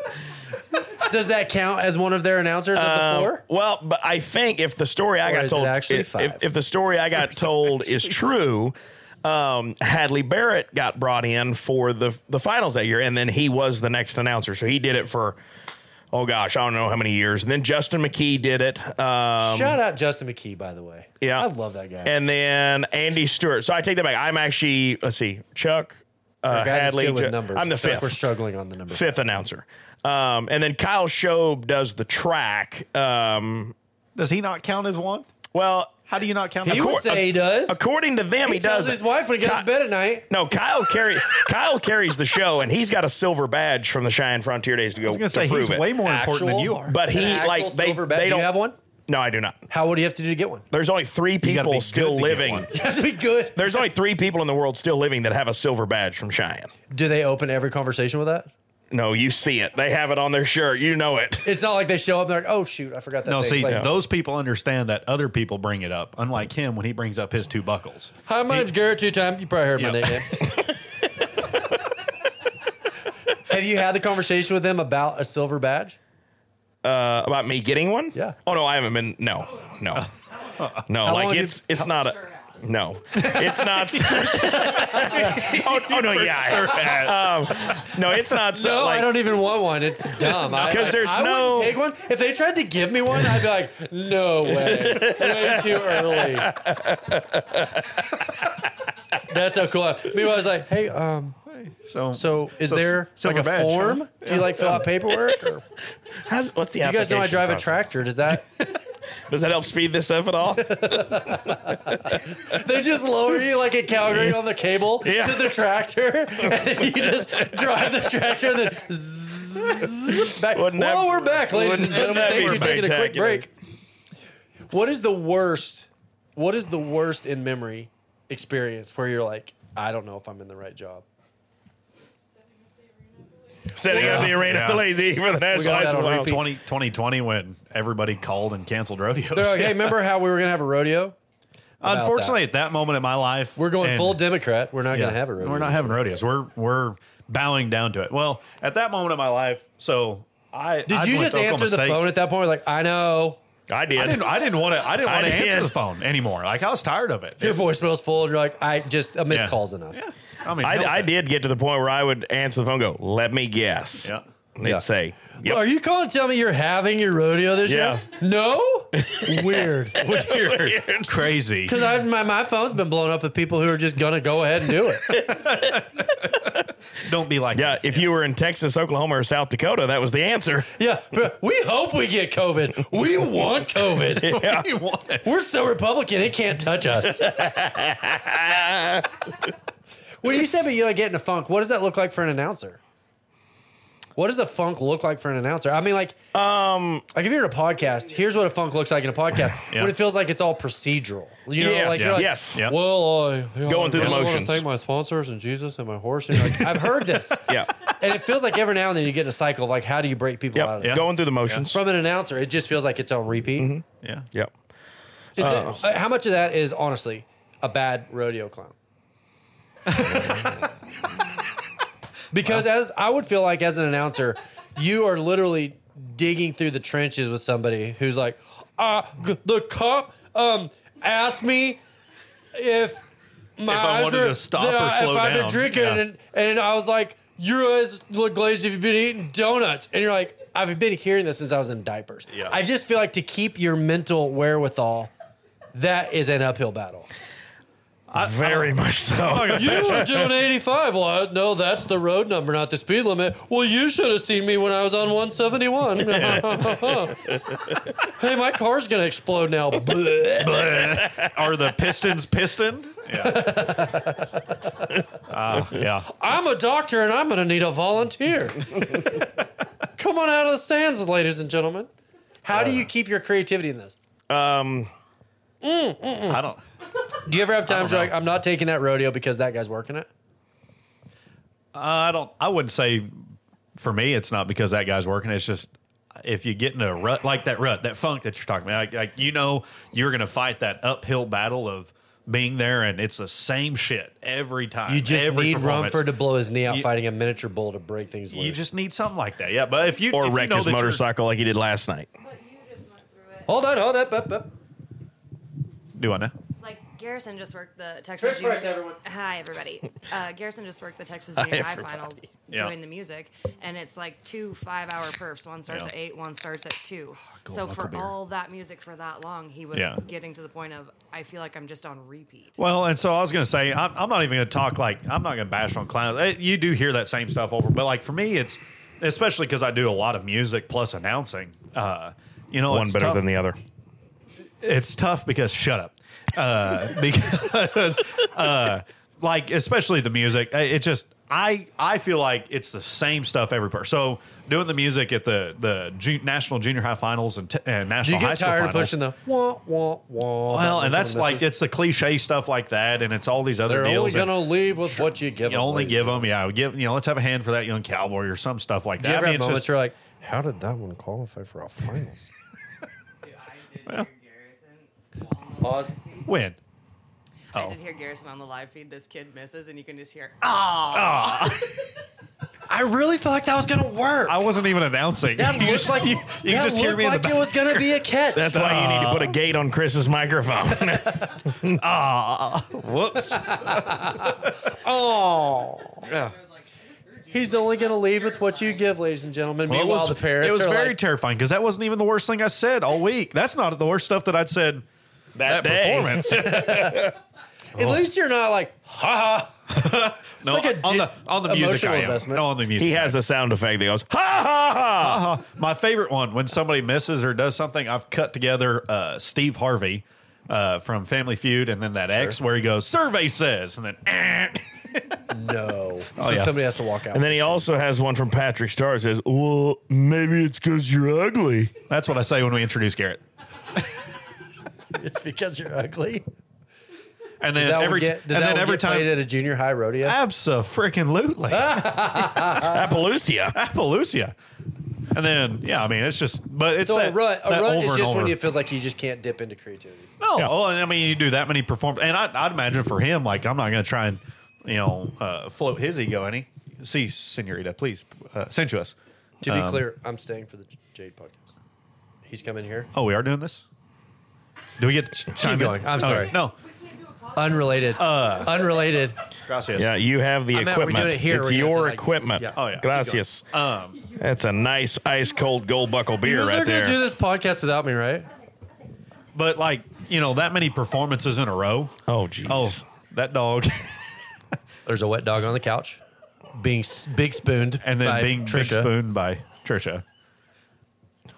Speaker 2: Does that count as one of their announcers of
Speaker 7: Um,
Speaker 2: the four?
Speaker 7: Well, but I think if the story I
Speaker 2: Or
Speaker 7: got
Speaker 2: is it
Speaker 7: told,
Speaker 2: actually
Speaker 7: if,
Speaker 2: five?
Speaker 7: if, if the story
Speaker 2: [laughs]
Speaker 7: I got told is true, um, Hadley Barrett got brought in for the the finals that year, and then he was the next announcer, so he did it for. Oh gosh, I don't know how many years. And then Justin McKee did it. Um,
Speaker 2: Shout out Justin McKee, by the way.
Speaker 7: Yeah.
Speaker 2: I love that guy.
Speaker 7: and then Andy Stewart. So I take that back. I'm actually let's see, Chuck uh,
Speaker 2: The guy that's
Speaker 7: Hadley.
Speaker 2: good with
Speaker 7: Ju-
Speaker 2: numbers.
Speaker 7: I'm the
Speaker 2: I feel like We're
Speaker 7: fifth
Speaker 2: struggling on the number.
Speaker 7: fifth announcer. Um, and then Kyle Shobe does the track. Um,
Speaker 6: Does he not count as one?
Speaker 7: well,
Speaker 6: How do you not count
Speaker 2: He
Speaker 6: as
Speaker 7: Accor-
Speaker 6: one?
Speaker 2: would say he does.
Speaker 7: according to them, he,
Speaker 2: he tells
Speaker 7: does
Speaker 2: his
Speaker 7: it.
Speaker 2: wife when he goes
Speaker 7: Ki-
Speaker 2: to bed at night.
Speaker 7: No, Kyle
Speaker 2: [laughs]
Speaker 7: carry Kyle carries the show, and he's got a silver badge from the Cheyenne Frontier Days to go.
Speaker 6: I was going to say,
Speaker 7: prove
Speaker 6: he's
Speaker 7: it.
Speaker 6: way more important than
Speaker 2: Actual-
Speaker 6: you are.
Speaker 7: But he
Speaker 2: An actual
Speaker 7: like they,
Speaker 2: silver badge.
Speaker 7: they
Speaker 2: Do
Speaker 7: don't
Speaker 2: you have one?
Speaker 7: No, I do not.
Speaker 2: How would you have to do to get one? [laughs]
Speaker 7: There's only three
Speaker 6: gotta be
Speaker 7: people
Speaker 6: good to
Speaker 7: still
Speaker 6: get
Speaker 7: living.
Speaker 6: one.
Speaker 2: You have to be good.
Speaker 7: There's only three people in the world still living that have a silver badge from Cheyenne.
Speaker 2: Do they open every conversation with that?
Speaker 7: No, you see it. They have it on their shirt. You know it.
Speaker 2: It's not like they show up and they're like, oh, shoot, I forgot that.
Speaker 6: no,
Speaker 2: thing.
Speaker 6: see,
Speaker 2: Like,
Speaker 6: those people understand that other people bring it up, unlike him when he brings up his two buckles.
Speaker 2: Hi, my name's Garrett Two Time. You probably heard my
Speaker 6: Yep.
Speaker 2: nickname.
Speaker 7: [laughs]
Speaker 2: Have you had the conversation with them about a silver badge?
Speaker 7: Uh, about me getting one?
Speaker 2: Yeah.
Speaker 7: Oh no, I haven't been. No,
Speaker 2: [laughs]
Speaker 7: no, no.
Speaker 2: long have
Speaker 7: like
Speaker 2: you-
Speaker 7: it's it's not a. No, it's not.
Speaker 2: [laughs]
Speaker 7: [laughs] oh, oh no, yeah. Um, no, it's not. So,
Speaker 2: No,
Speaker 7: like,
Speaker 2: I don't even want one. It's dumb. I-
Speaker 7: 'cause
Speaker 2: I-
Speaker 7: there's
Speaker 2: I
Speaker 7: no-
Speaker 2: wouldn't take one. If they tried to give me one, I'd be like, no way, way too
Speaker 7: [laughs]
Speaker 2: early. That's how cool. I, meanwhile, I was like, hey, um,
Speaker 6: So,
Speaker 2: so is there like
Speaker 6: silver
Speaker 2: a
Speaker 6: badge, huh?
Speaker 2: form? Do you like fill out paperwork? Or,
Speaker 7: How's, what's the
Speaker 2: you guys know I
Speaker 7: application
Speaker 2: drive a
Speaker 7: process?
Speaker 2: tractor. Does that?
Speaker 7: Does that help speed this up at all?
Speaker 2: [laughs] They just lower you like a Calgary on the cable
Speaker 7: [laughs] Yeah.
Speaker 2: to the tractor, [laughs] and you just drive the tractor and then zzz, [laughs] back.
Speaker 7: Wouldn't that-
Speaker 2: well, we're back, ladies and
Speaker 7: wouldn't
Speaker 2: gentlemen.
Speaker 7: that
Speaker 2: Thank
Speaker 7: be
Speaker 2: you for taking a quick
Speaker 7: spectacular?
Speaker 2: break. What is the worst? What is the worst in memory experience where you're like, I don't know if I'm in the right job?
Speaker 7: Setting up the arena at the lazy for the
Speaker 2: We
Speaker 7: national.
Speaker 2: got that on
Speaker 6: Well,
Speaker 2: repeat.
Speaker 6: 20, 2020 when everybody called and canceled rodeos.
Speaker 7: [laughs]
Speaker 2: They're like,
Speaker 6: [laughs]
Speaker 2: hey, remember how we were gonna have a rodeo?
Speaker 6: Unfortunately, at that moment in my life,
Speaker 2: We're going
Speaker 6: and-
Speaker 2: full Democrat. We're not
Speaker 6: yeah,
Speaker 2: gonna have a rodeo.
Speaker 6: We're not having rodeos. We're we're bowing down to it. Well, at that moment in my life, so I
Speaker 2: Did
Speaker 6: I
Speaker 2: you
Speaker 6: went
Speaker 2: just
Speaker 6: to Oklahoma
Speaker 2: answer the
Speaker 6: State.
Speaker 2: phone at that point? Like, I know
Speaker 7: I did.
Speaker 6: I didn't. I didn't want to. I didn't
Speaker 7: I
Speaker 6: want to answer
Speaker 7: did.
Speaker 6: the phone anymore. Like I was tired of it.
Speaker 2: your voicemail's full, and you're like, I just a missed
Speaker 6: Yeah.
Speaker 2: call's enough.
Speaker 6: Yeah. I mean, hell,
Speaker 7: I, I did get to the point where I would answer the phone, and go, "Let me guess."
Speaker 6: Yeah.
Speaker 7: And They'd
Speaker 2: Yeah.
Speaker 7: say, yep.
Speaker 2: Are you calling to tell me you're having your rodeo this
Speaker 7: Yeah.
Speaker 2: year?
Speaker 6: [laughs]
Speaker 2: No? Weird. [laughs]
Speaker 6: Weird. Crazy.
Speaker 2: Because I my, my phone's been blown up with people who are just going to go ahead and do it.
Speaker 6: [laughs] Don't be like
Speaker 7: "Yeah." If you were in Texas, Oklahoma, or South Dakota, that was
Speaker 2: [laughs]
Speaker 7: the answer.
Speaker 2: Yeah. But we hope we get COVID. We want COVID. [laughs]
Speaker 7: Yeah.
Speaker 6: You want it.
Speaker 2: We're so Republican, it can't touch us. [laughs] when you said about you like getting a funk, what does that look like for an announcer? What does a funk look like for an announcer? I mean, like, um, like if you're in a podcast, here's what a funk looks like in a podcast.
Speaker 6: Yeah.
Speaker 2: When it feels like it's all procedural, you know,
Speaker 7: Yes,
Speaker 2: like, you're
Speaker 7: yeah.
Speaker 2: like,
Speaker 7: yes.
Speaker 6: Yeah.
Speaker 2: Well, I you know,
Speaker 7: Going through
Speaker 2: I
Speaker 7: the
Speaker 2: really
Speaker 7: motions.
Speaker 2: Want to thank my sponsors and Jesus and my horse. And you're like, I've heard this,
Speaker 7: [laughs] Yeah.
Speaker 2: and it feels like every now and then you get in a cycle of like, how do you break people
Speaker 7: Yep.
Speaker 2: out of it?
Speaker 7: Going through the motions.
Speaker 2: From an announcer, it just feels like it's on repeat.
Speaker 6: Yeah.
Speaker 7: Yep.
Speaker 2: Is that- uh, how much of that is honestly a bad rodeo clown? because as I would feel like as an announcer, you are literally digging through the trenches with somebody who's like, uh, g- the cop um, asked me if my
Speaker 6: If I
Speaker 2: eyes
Speaker 6: wanted
Speaker 2: were-
Speaker 6: to stop
Speaker 2: that
Speaker 6: or
Speaker 2: I-
Speaker 6: slow
Speaker 2: if I've been
Speaker 6: down.
Speaker 2: drinking
Speaker 6: Yeah.
Speaker 2: and, and I was like, your eyes look glazed if you've been eating donuts. And you're like, I've been hearing this since I was in diapers.
Speaker 6: Yeah.
Speaker 2: I just feel like to keep your mental wherewithal, that is an uphill battle.
Speaker 7: Very much
Speaker 2: Oh,
Speaker 7: so.
Speaker 2: You
Speaker 6: [laughs]
Speaker 2: were doing 85. Well, I- no, that's the road number, not the speed limit. Well, you should have seen me when I was on 171. [laughs] hey, my car's going to explode now. Bleh.
Speaker 6: Are the Pistons [laughs] piston? Yeah. Ah, yeah.
Speaker 2: I'm a doctor and I'm going to need a volunteer. [laughs] Come on out of the stands, ladies and gentlemen. How do you keep your creativity in this?
Speaker 6: I don't.
Speaker 2: Do you ever have times where like, I'm not taking that rodeo because that guy's working it?
Speaker 6: I don't. I wouldn't say. For me, it's not because that guy's working. It's just if you get in a rut like that rut, that funk that you're talking about, like, like you know, you're going to fight that uphill battle of being there, and it's the same shit every time.
Speaker 2: You just
Speaker 6: every
Speaker 2: need
Speaker 6: performance.
Speaker 2: Rumford to blow his knee out
Speaker 6: You-
Speaker 2: fighting a miniature bull to break things loose.
Speaker 6: You just need something like that, yeah. But if you
Speaker 7: or
Speaker 6: if you
Speaker 7: wreck
Speaker 6: know
Speaker 7: his
Speaker 6: that you're-
Speaker 7: motorcycle like he did last night.
Speaker 10: But you just went through it.
Speaker 2: hold on, hold up, up, up.
Speaker 6: do I know?
Speaker 10: Like Garrison just worked the Texas.
Speaker 2: Chris
Speaker 10: Junior-
Speaker 2: Price, everyone.
Speaker 5: [laughs]
Speaker 10: Hi everybody. Uh, Garrison just worked the Texas Junior High
Speaker 7: everybody.
Speaker 10: finals
Speaker 6: Yeah.
Speaker 10: doing the music, and it's like two five-hour perfs. One starts
Speaker 6: Yeah.
Speaker 10: at eight, one starts at two.
Speaker 5: Oh,
Speaker 10: so for all that music for that long, he was
Speaker 6: Yeah.
Speaker 10: getting to the point of I feel like I'm just on repeat.
Speaker 6: Well, and so I was going to say, I'm, I'm not even going to talk like I'm not going to bash on clowns. Eh, You do hear that same stuff over, but like for me, it's especially because I do a lot of music plus announcing. Uh, you know,
Speaker 7: One
Speaker 6: it's
Speaker 7: better
Speaker 6: tough-
Speaker 7: than the other.
Speaker 6: It's tough because shut up. Uh, [laughs] because uh, like especially the music, eh, it just I I feel like it's the same stuff every per. So doing the music at the the ju- national junior high finals and, t- and
Speaker 2: Do
Speaker 6: national
Speaker 2: you
Speaker 6: high
Speaker 2: get
Speaker 6: school
Speaker 2: tired of
Speaker 6: finals,
Speaker 2: pushing the wah, wah, wah?
Speaker 6: Well,
Speaker 2: that
Speaker 6: and
Speaker 2: much
Speaker 6: that's
Speaker 2: on
Speaker 6: like
Speaker 2: this?
Speaker 6: it's the cliche stuff like that, and it's all these other
Speaker 2: They're only
Speaker 6: deals. and
Speaker 2: going to leave with what you give
Speaker 6: you
Speaker 2: them.
Speaker 6: only
Speaker 2: ladies.
Speaker 6: give them, yeah, give you know, let's have a hand for that young cowboy or some stuff like that.
Speaker 2: Do you ever
Speaker 6: I
Speaker 2: have
Speaker 6: mean,
Speaker 2: moments
Speaker 6: it's
Speaker 2: where
Speaker 6: just,
Speaker 2: you're like, how did that one qualify for a finals?
Speaker 10: Dude, I did hear Garrison. Pause.
Speaker 6: when
Speaker 10: I did hear Garrison on the live feed. This kid misses, and you can just hear ah.
Speaker 2: I really felt like that was going to work.
Speaker 6: I wasn't even announcing.
Speaker 2: that
Speaker 6: [laughs] You
Speaker 2: looked
Speaker 6: just-
Speaker 2: like
Speaker 6: you, you
Speaker 2: that
Speaker 6: just hear
Speaker 2: looked
Speaker 6: me in the
Speaker 2: like
Speaker 6: back.
Speaker 2: it was going to be a
Speaker 6: [laughs]
Speaker 2: catch.
Speaker 7: That's why you need to put a gate on Chris's microphone.
Speaker 2: [laughs]
Speaker 6: Whoops!
Speaker 2: oh, he's only going to leave with what you give, ladies and gentlemen.
Speaker 6: Well, it
Speaker 2: Meanwhile,
Speaker 6: was,
Speaker 2: the parents
Speaker 6: it was
Speaker 2: are
Speaker 6: very
Speaker 2: like,
Speaker 6: terrifying because that wasn't even the worst thing I said all week. That's not the worst stuff that I'd said. That,
Speaker 7: day.
Speaker 6: performance, It's
Speaker 2: at
Speaker 6: oh.
Speaker 2: least you're not
Speaker 6: [laughs]
Speaker 2: like,
Speaker 6: no,
Speaker 2: like a
Speaker 6: on
Speaker 2: gen-
Speaker 6: the on the music
Speaker 2: emotional
Speaker 6: I am.
Speaker 2: investment.
Speaker 6: No, on the music.
Speaker 7: [laughs] he
Speaker 6: I am.
Speaker 7: has a sound effect that goes, ha ha ha.
Speaker 6: Uh-huh. My favorite one when somebody misses or does something, I've cut together uh, Steve Harvey uh, from Family Feud, and then that X where he goes survey says, and then eh.
Speaker 2: no. so
Speaker 6: Oh, yeah.
Speaker 2: somebody has to walk out.
Speaker 7: And then he also has one from Patrick Starr that says, well, maybe it's because you're ugly.
Speaker 6: that's what I say when we introduce Garrett.
Speaker 2: [laughs] it's because you're ugly.
Speaker 6: And
Speaker 2: Does
Speaker 6: then
Speaker 2: that
Speaker 6: every
Speaker 2: one
Speaker 6: t-
Speaker 2: get, does
Speaker 6: and
Speaker 2: that
Speaker 6: then
Speaker 2: one
Speaker 6: every
Speaker 2: get played
Speaker 6: time,
Speaker 2: at a junior high rodeo? [laughs]
Speaker 6: absolutely,
Speaker 7: Appaloosia.
Speaker 6: Appaloosia. And then yeah, I mean it's just, but it's
Speaker 2: So
Speaker 6: that,
Speaker 2: a rut, a
Speaker 6: that
Speaker 2: rut
Speaker 6: over
Speaker 2: is
Speaker 6: and
Speaker 2: just when
Speaker 6: over.
Speaker 2: you feels like you just can't dip into creativity.
Speaker 6: No,
Speaker 7: Yeah.
Speaker 6: well, I mean, you do that many perform, and I, I'd imagine for him, like I'm not going to try and you know uh, float his ego any. See, Senorita, please, uh, sensuous.
Speaker 2: To be
Speaker 6: Um,
Speaker 2: clear, I'm staying for the J- Jade podcast. He's coming here.
Speaker 6: Oh, we are doing this. Do we get to ch- chime
Speaker 2: going.
Speaker 6: In?
Speaker 2: I'm
Speaker 6: Okay.
Speaker 2: sorry.
Speaker 6: No,
Speaker 2: Unrelated. Uh, Unrelated.
Speaker 6: gracias.
Speaker 7: Yeah, you have the
Speaker 2: I meant, are we
Speaker 7: equipment.
Speaker 2: doing it here or
Speaker 7: it's
Speaker 2: are we doing it
Speaker 7: your
Speaker 2: like-
Speaker 7: equipment.
Speaker 2: Yeah.
Speaker 6: Oh, yeah.
Speaker 7: Gracias.
Speaker 6: Um,
Speaker 7: That's a nice ice cold gold buckle beer
Speaker 2: they're
Speaker 7: right
Speaker 2: gonna
Speaker 7: there.
Speaker 2: do this podcast without me, right?
Speaker 6: but like you know, that many performances in a row.
Speaker 7: Oh, jeez.
Speaker 6: Oh, that dog,
Speaker 2: There's a wet dog on the couch, being s- big spooned,
Speaker 6: and then
Speaker 2: by
Speaker 6: being big
Speaker 2: Trisha.
Speaker 6: spooned by Trisha.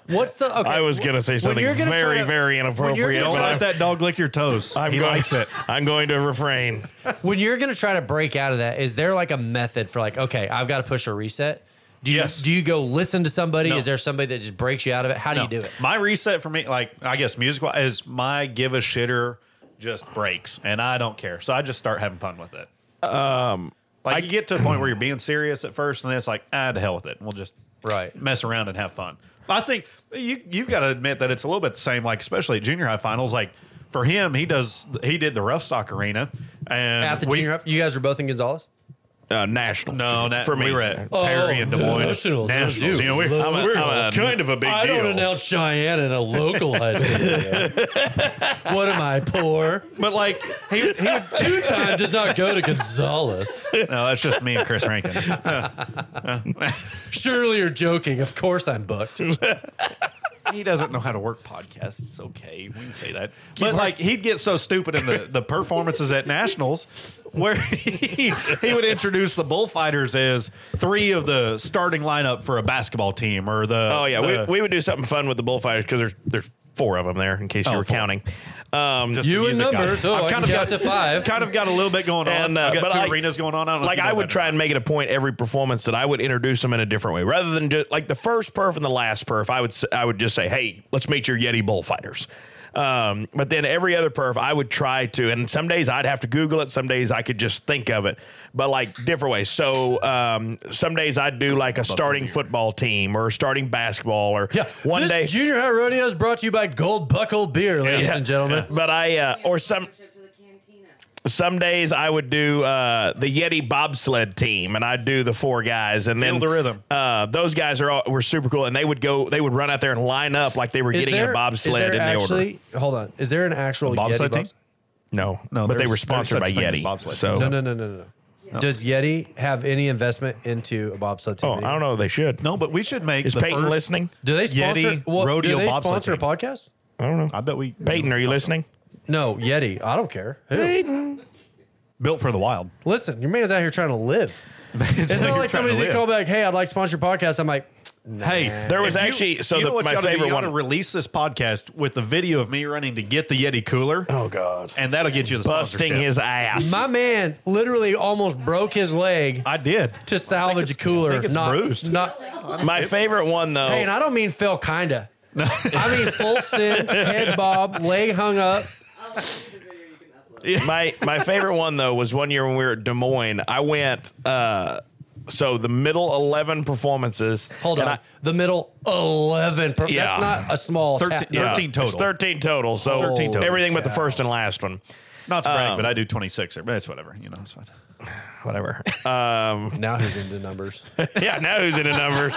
Speaker 2: What's the? Okay,
Speaker 7: I was gonna say
Speaker 2: when
Speaker 7: something
Speaker 2: you're gonna
Speaker 7: very,
Speaker 2: try to-
Speaker 7: very
Speaker 2: when you're
Speaker 7: inappropriate,
Speaker 2: gonna
Speaker 6: Don't
Speaker 2: try
Speaker 6: let that dog lick your toes.
Speaker 7: I'm
Speaker 6: he
Speaker 7: going,
Speaker 6: likes it.
Speaker 7: I'm going to refrain.
Speaker 2: when you're gonna try to break out of that, is there like a method for like, okay, I've got to push a reset? Do you
Speaker 6: Yes.
Speaker 2: do you go listen to somebody?
Speaker 6: No.
Speaker 2: Is there somebody that just breaks you out of it? How do you
Speaker 6: No.
Speaker 2: do it?
Speaker 6: My reset for me, like I guess musical is my give a shitter just breaks, and I don't care. So I just start having fun with it. Um, like you get to a point where you're being serious at first, and then it's like, ah, to hell with it. We'll just
Speaker 2: Right.
Speaker 6: mess around and have fun. I think you you've got to admit that it's a little bit the same. Like especially at junior high finals, like for him, he does he did the rough sock arena, and
Speaker 2: At the
Speaker 6: we-
Speaker 2: junior, high- you guys were both in Gonzales.
Speaker 7: uh, national.
Speaker 6: No, that,
Speaker 7: for me,
Speaker 6: we were at
Speaker 2: Oh.
Speaker 6: Perry and Des Moines.
Speaker 11: Nationals. Let's
Speaker 6: Nationals.
Speaker 11: do
Speaker 6: You know, we,
Speaker 11: it.
Speaker 6: I'm a-
Speaker 11: We're
Speaker 6: I'm a- kind of a big
Speaker 11: I
Speaker 6: deal.
Speaker 11: don't announce Cheyenne in a localized area.
Speaker 6: [laughs]
Speaker 11: what am I, poor?
Speaker 6: But like, he, he would.
Speaker 2: [laughs]
Speaker 11: Two time does not go to Gonzalez.
Speaker 6: no, that's just me and Chris Rankin.
Speaker 11: Surely you're joking. Of course I'm booked.
Speaker 6: he doesn't know how to work podcasts. It's okay. We can say that. but like he'd get so stupid in the, the performances at nationals where [laughs] he, he would introduce the bullfighters as three of the starting lineup for a basketball team or the
Speaker 7: Oh yeah,
Speaker 6: the-
Speaker 11: Uh.
Speaker 7: we, we would do something fun with the bullfighters because there's there's four of them there in case you
Speaker 6: Oh,
Speaker 7: were
Speaker 6: four.
Speaker 7: counting. Um,
Speaker 6: just the
Speaker 11: You in
Speaker 6: music guy.
Speaker 11: numbers. Oh,
Speaker 6: I've
Speaker 11: I
Speaker 6: kind
Speaker 11: can
Speaker 6: of
Speaker 11: count
Speaker 6: got-
Speaker 11: to five.
Speaker 6: Kind of got a little bit going on.
Speaker 7: And, uh,
Speaker 6: I've got
Speaker 7: but
Speaker 6: two
Speaker 7: I-
Speaker 6: arenas going on. I don't know if
Speaker 7: like
Speaker 6: you know
Speaker 7: I would
Speaker 6: that.
Speaker 7: try and make it a point every performance that I would introduce them in a different way, rather than just like the first perf and the last perf. I would s- I would just say, "Hey, let's meet your Yeti bullfighters." Um, but then every other perf, I would try to, and some days I'd have to Google it. Some days I could just think of it, but like different ways. So um, some days I'd do like a starting football team or starting basketball or
Speaker 11: Yeah.
Speaker 7: one
Speaker 11: this
Speaker 7: day.
Speaker 11: Junior High Rodeo is brought to you by Gold Buckle Beer, ladies
Speaker 7: [laughs] Yeah.
Speaker 11: and gentlemen.
Speaker 7: But I uh, or some some days I would do uh, the Yeti bobsled team, and I'd do the four guys, and then
Speaker 6: Feel the rhythm.
Speaker 7: Uh, those guys are all, were super cool, and they would go, they would run out there and line up like they were getting in a bobsled in the order.
Speaker 2: order. Hold on. Is there an actual
Speaker 6: bobsled
Speaker 2: Yeti
Speaker 6: team?
Speaker 7: No,
Speaker 6: No,
Speaker 7: but they
Speaker 6: there's-
Speaker 7: were sponsored by
Speaker 6: there's such thing as
Speaker 7: Yeti.
Speaker 6: bobsled
Speaker 7: So
Speaker 2: No, no, no, no, no, no. Does Yeti have any investment into a bobsled team?
Speaker 7: Oh, I don't know. They should.
Speaker 6: No, but we should make
Speaker 7: Is
Speaker 6: the
Speaker 7: Peyton
Speaker 6: first-
Speaker 7: listening?
Speaker 2: Do they sponsor
Speaker 6: Yeti
Speaker 2: well,
Speaker 6: rodeo
Speaker 2: Do they
Speaker 6: bobsled
Speaker 2: sponsor
Speaker 6: team.
Speaker 2: a podcast?
Speaker 7: I don't know.
Speaker 6: I bet we
Speaker 7: Peyton, are you listening?
Speaker 2: No, Yeti. I don't care. Who?
Speaker 6: built for the wild.
Speaker 2: Listen, your man's out here trying to
Speaker 7: [laughs]
Speaker 2: live.
Speaker 6: It's,
Speaker 2: It's not like somebody's gonna call
Speaker 6: called.
Speaker 2: back, "Hey, I'd like to sponsor your podcast." I'm like,
Speaker 6: Hey,
Speaker 7: There was
Speaker 6: if you-
Speaker 7: actually- so
Speaker 6: you
Speaker 7: the-
Speaker 6: know what
Speaker 7: my
Speaker 6: you ought to do?
Speaker 7: favorite
Speaker 6: You ought to
Speaker 7: one-
Speaker 6: release this podcast with the video of me running to get the Yeti cooler. Oh God, and that'll get you the
Speaker 7: Busting
Speaker 6: sponsorship.
Speaker 7: his ass.
Speaker 2: "My man literally almost broke his leg
Speaker 6: I did.
Speaker 2: to salvage a cooler."
Speaker 6: I think it's
Speaker 2: not,
Speaker 6: bruised.
Speaker 2: Not,
Speaker 7: My favorite one though.
Speaker 2: hey, and I don't mean Phil, kinda. I mean full sin, head bob, leg hung up.
Speaker 7: [laughs] my my favorite one though was one year when we were at Des Moines. I went uh so the middle eleven performances.
Speaker 2: Hold on,
Speaker 7: and
Speaker 2: the middle eleven. Per-
Speaker 7: Yeah.
Speaker 2: That's not a small. ta-
Speaker 6: 13
Speaker 7: I- yeah,
Speaker 6: 13 total.
Speaker 7: it's Thirteen total. So
Speaker 2: 13 total.
Speaker 7: everything but the first and last one.
Speaker 6: Not to brag, but I do twenty six. But it's whatever. You know, it's fine.
Speaker 7: Whatever.
Speaker 2: Now he's into [laughs] numbers.
Speaker 7: yeah, now who's in the numbers?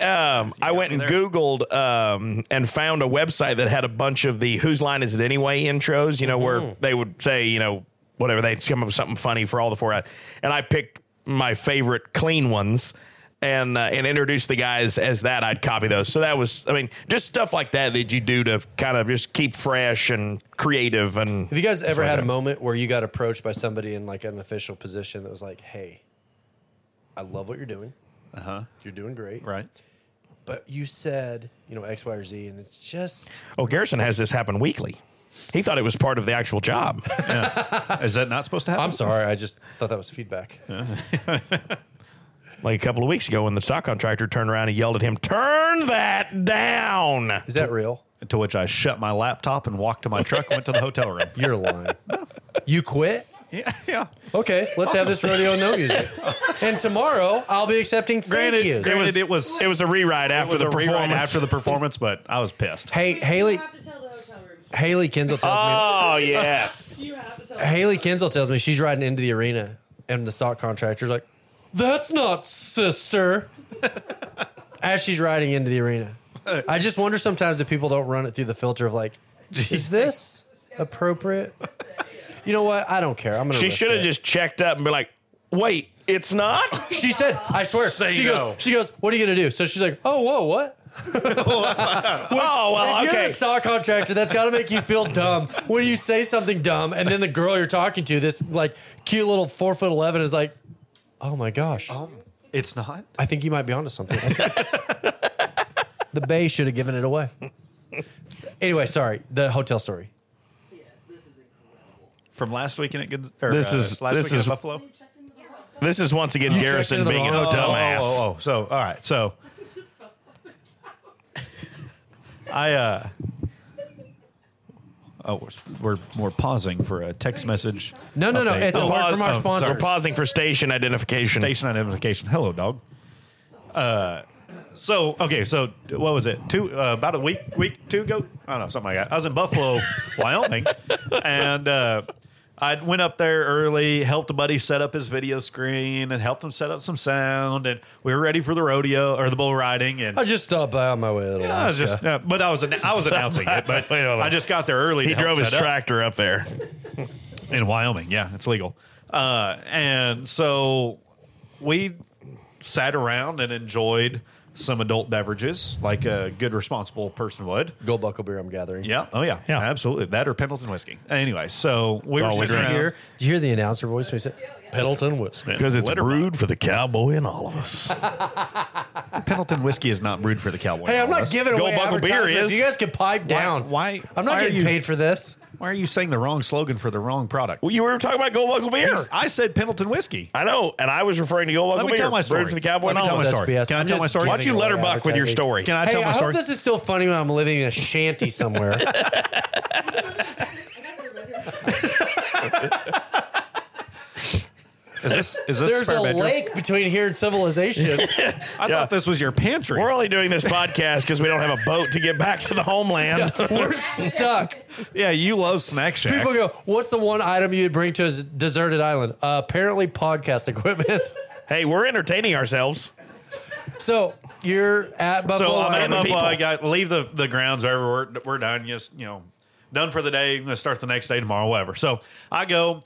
Speaker 7: [laughs] um, I went and Googled um, and found a website that had a bunch of the "Whose Line Is It Anyway" intros. You know, where they would say, you know, whatever they'd come up with something funny for all the four. And I picked my favorite clean ones. And, uh, and introduced the guys as that. I'd copy those. So that was, I mean, just stuff like that that you do to kind of just keep fresh and creative. And
Speaker 2: Have you guys ever had a moment where you got approached by somebody in like an official position that was like, "Hey, I love what you're doing. Uh huh. You're doing great,
Speaker 6: Right.
Speaker 2: But you said, you know, X, Y, or Z, and it's just
Speaker 7: oh, Garrison has this happen weekly. He thought it was part of the actual
Speaker 6: [laughs]
Speaker 7: job.
Speaker 6: Is that not supposed to happen?
Speaker 2: I'm sorry. I just thought that was feedback.
Speaker 7: like a couple of weeks ago when the stock contractor turned around and yelled at him, "Turn that down!"
Speaker 2: Is that real?
Speaker 6: To which I shut my laptop and walked to my truck. and Went to the hotel [laughs] room.
Speaker 2: You're lying. you quit?
Speaker 6: yeah, yeah.
Speaker 2: Okay, let's have this rodeo no music. And tomorrow I'll be accepting thank yous.
Speaker 6: Granted, it was
Speaker 7: It was a rewrite
Speaker 6: it
Speaker 7: after
Speaker 6: was
Speaker 7: the
Speaker 6: a rewrite
Speaker 7: performance.
Speaker 6: after the performance, but I was pissed.
Speaker 2: Hey, Haley, Haley Kinzel tells
Speaker 6: Ah.
Speaker 7: oh yeah,
Speaker 2: me. Haley Kinzel tells me she's riding into the arena, and the stock contractor's like, "That's not sister." [laughs] As she's riding into the arena, I just wonder sometimes if people don't run it through the filter of like, is this appropriate? You know what? I don't care. I'm gonna.
Speaker 7: she
Speaker 2: risk
Speaker 7: should have
Speaker 2: it.
Speaker 7: just checked up and been like, "Wait, it's
Speaker 6: [laughs]
Speaker 7: not."
Speaker 2: She said, "I swear."
Speaker 6: Say
Speaker 2: she
Speaker 6: no.
Speaker 2: goes. She goes. What are you gonna do? So she's like, "Oh, whoa, what?"
Speaker 7: oh well,
Speaker 2: If You're
Speaker 7: okay.
Speaker 2: a stock contractor. That's got to make you feel dumb when you say something dumb, and then the girl you're talking to, this like cute little four foot eleven, is like, "Oh my gosh,
Speaker 6: Um, It's not.
Speaker 2: I think you might be onto something." [laughs] the Bay should have given it away. Anyway, sorry. The hotel story.
Speaker 6: [laughs] From last weekend at Gonz- or,
Speaker 7: This
Speaker 6: uh,
Speaker 7: is-
Speaker 6: last
Speaker 7: this
Speaker 6: weekend
Speaker 7: is-
Speaker 6: at Buffalo.
Speaker 7: This is once again Garrison
Speaker 2: into the
Speaker 7: being a
Speaker 2: wrong-
Speaker 7: dumbass.
Speaker 6: Oh, oh, oh, so all right, so I uh oh we're- we're we're pausing for a text message.
Speaker 2: No, no, no.
Speaker 6: update.
Speaker 2: It's a
Speaker 6: Oh,
Speaker 2: word
Speaker 7: Pause-
Speaker 2: from our
Speaker 7: oh,
Speaker 2: sponsors.
Speaker 7: We're pausing for station identification.
Speaker 6: station identification. Hello, dog. Uh, so okay, so what was it? Two uh, about a [laughs] week, week two ago. I don't know something like that. I was in Buffalo, Wyoming, and uh, I went up there early, helped a buddy set up his video screen, and helped him set up some sound. And we were ready for the rodeo or the bull riding. And
Speaker 2: I just stopped by on my way to Alaska.
Speaker 6: I was just, yeah, but I was, annou- I was announcing
Speaker 7: [laughs]
Speaker 6: it, but
Speaker 7: Wait, hold on.
Speaker 6: I just got there early.
Speaker 7: He
Speaker 6: to help
Speaker 7: drove his
Speaker 6: set up
Speaker 7: tractor up there.
Speaker 6: in Wyoming. Yeah, it's legal. Uh, and so we sat around and enjoyed some adult beverages, like a good responsible person would.
Speaker 2: Gold Buckle beer, I'm gathering.
Speaker 6: Yeah. Oh yeah.
Speaker 7: Yeah.
Speaker 6: Absolutely. That or Pendleton whiskey. Anyway, so we were
Speaker 7: all we
Speaker 6: sitting
Speaker 7: drink.
Speaker 6: around.
Speaker 2: Here, did you hear the announcer voice? when He said, Pendleton whiskey.
Speaker 7: Because it's
Speaker 6: Litter
Speaker 7: brewed for the cowboy in all of us.
Speaker 6: Pendleton whiskey is not brewed for the cowboy.
Speaker 2: Hey, I'm not
Speaker 6: Elvis.
Speaker 2: giving
Speaker 7: Gold
Speaker 2: away
Speaker 7: Buckle beer
Speaker 2: advertisement.
Speaker 7: is.
Speaker 2: If You guys could pipe down.
Speaker 6: why-
Speaker 2: I'm not
Speaker 6: why are
Speaker 2: getting
Speaker 6: you-
Speaker 2: paid for this.
Speaker 6: Why are you saying the wrong slogan for the wrong product?
Speaker 7: Well, you were talking about Gold Buckle Beer.
Speaker 6: I said Pendleton whiskey.
Speaker 7: I know, and I was referring to Gold Buckle
Speaker 6: Let me
Speaker 7: Beer.
Speaker 6: tell my story.
Speaker 7: Brewed for the cowboy in
Speaker 6: Let me
Speaker 7: all
Speaker 6: tell
Speaker 7: of
Speaker 6: my
Speaker 7: us.
Speaker 2: That's
Speaker 6: story.
Speaker 2: BS.
Speaker 6: Can I
Speaker 2: I'm
Speaker 6: tell my
Speaker 2: just
Speaker 6: story?
Speaker 7: Why don't you
Speaker 2: giving
Speaker 7: let her
Speaker 2: away
Speaker 7: buck with your
Speaker 2: advertising.
Speaker 7: story?
Speaker 6: Can I
Speaker 2: hey,
Speaker 6: tell my
Speaker 2: I
Speaker 6: story?
Speaker 2: hope this is still funny when I'm living in a shanty
Speaker 6: [laughs]
Speaker 2: somewhere.
Speaker 6: Is this is this
Speaker 2: There's
Speaker 6: spare
Speaker 2: a
Speaker 6: bedroom?
Speaker 2: lake between here and civilization.
Speaker 6: [laughs] I thought this was your pantry.
Speaker 7: We're only doing this podcast because we don't have a boat to get back to the homeland.
Speaker 2: We're stuck.
Speaker 6: [laughs] yeah, you love Snack Shack.
Speaker 2: People go, "What's the one item you'd bring to a deserted island?" Uh, apparently, podcast equipment. [laughs]
Speaker 7: hey, we're entertaining ourselves.
Speaker 2: so you're at Buffalo.
Speaker 6: so I'm
Speaker 2: Wild
Speaker 6: at
Speaker 2: Wings.
Speaker 6: Buffalo. I got leave the the grounds wherever we're we're done. Just you know, done for the day. Gonna start the next day tomorrow, whatever. So I go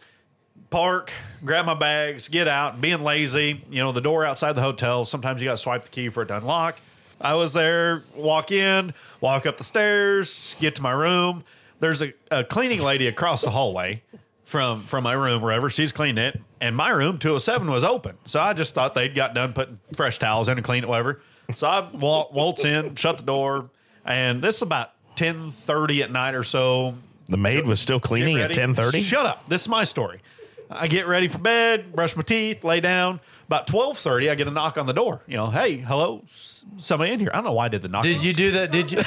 Speaker 6: park, grab my bags, get out. Being lazy, you know, the door outside the hotel. Sometimes you got to swipe the key for it to unlock. I was there. Walk in, walk up the stairs, get to my room. There's a, a cleaning lady across the hallway from from my room, wherever she's cleaning it. And my room 207 was open, so I just thought they'd got done putting fresh towels in and clean it, whatever. So I wal- waltz in, shut the door, and this is about ten thirty at night or so.
Speaker 7: The maid was still
Speaker 6: Get
Speaker 7: cleaning at
Speaker 6: ready.
Speaker 7: ten thirty.
Speaker 6: Shut up. This is my story. I get ready for bed, brush my teeth, lay down. About twelve thirty, I get a knock on the door. You know, hey, hello, s- somebody in here. I don't know why I did the knock.
Speaker 2: Did you do that? Did you?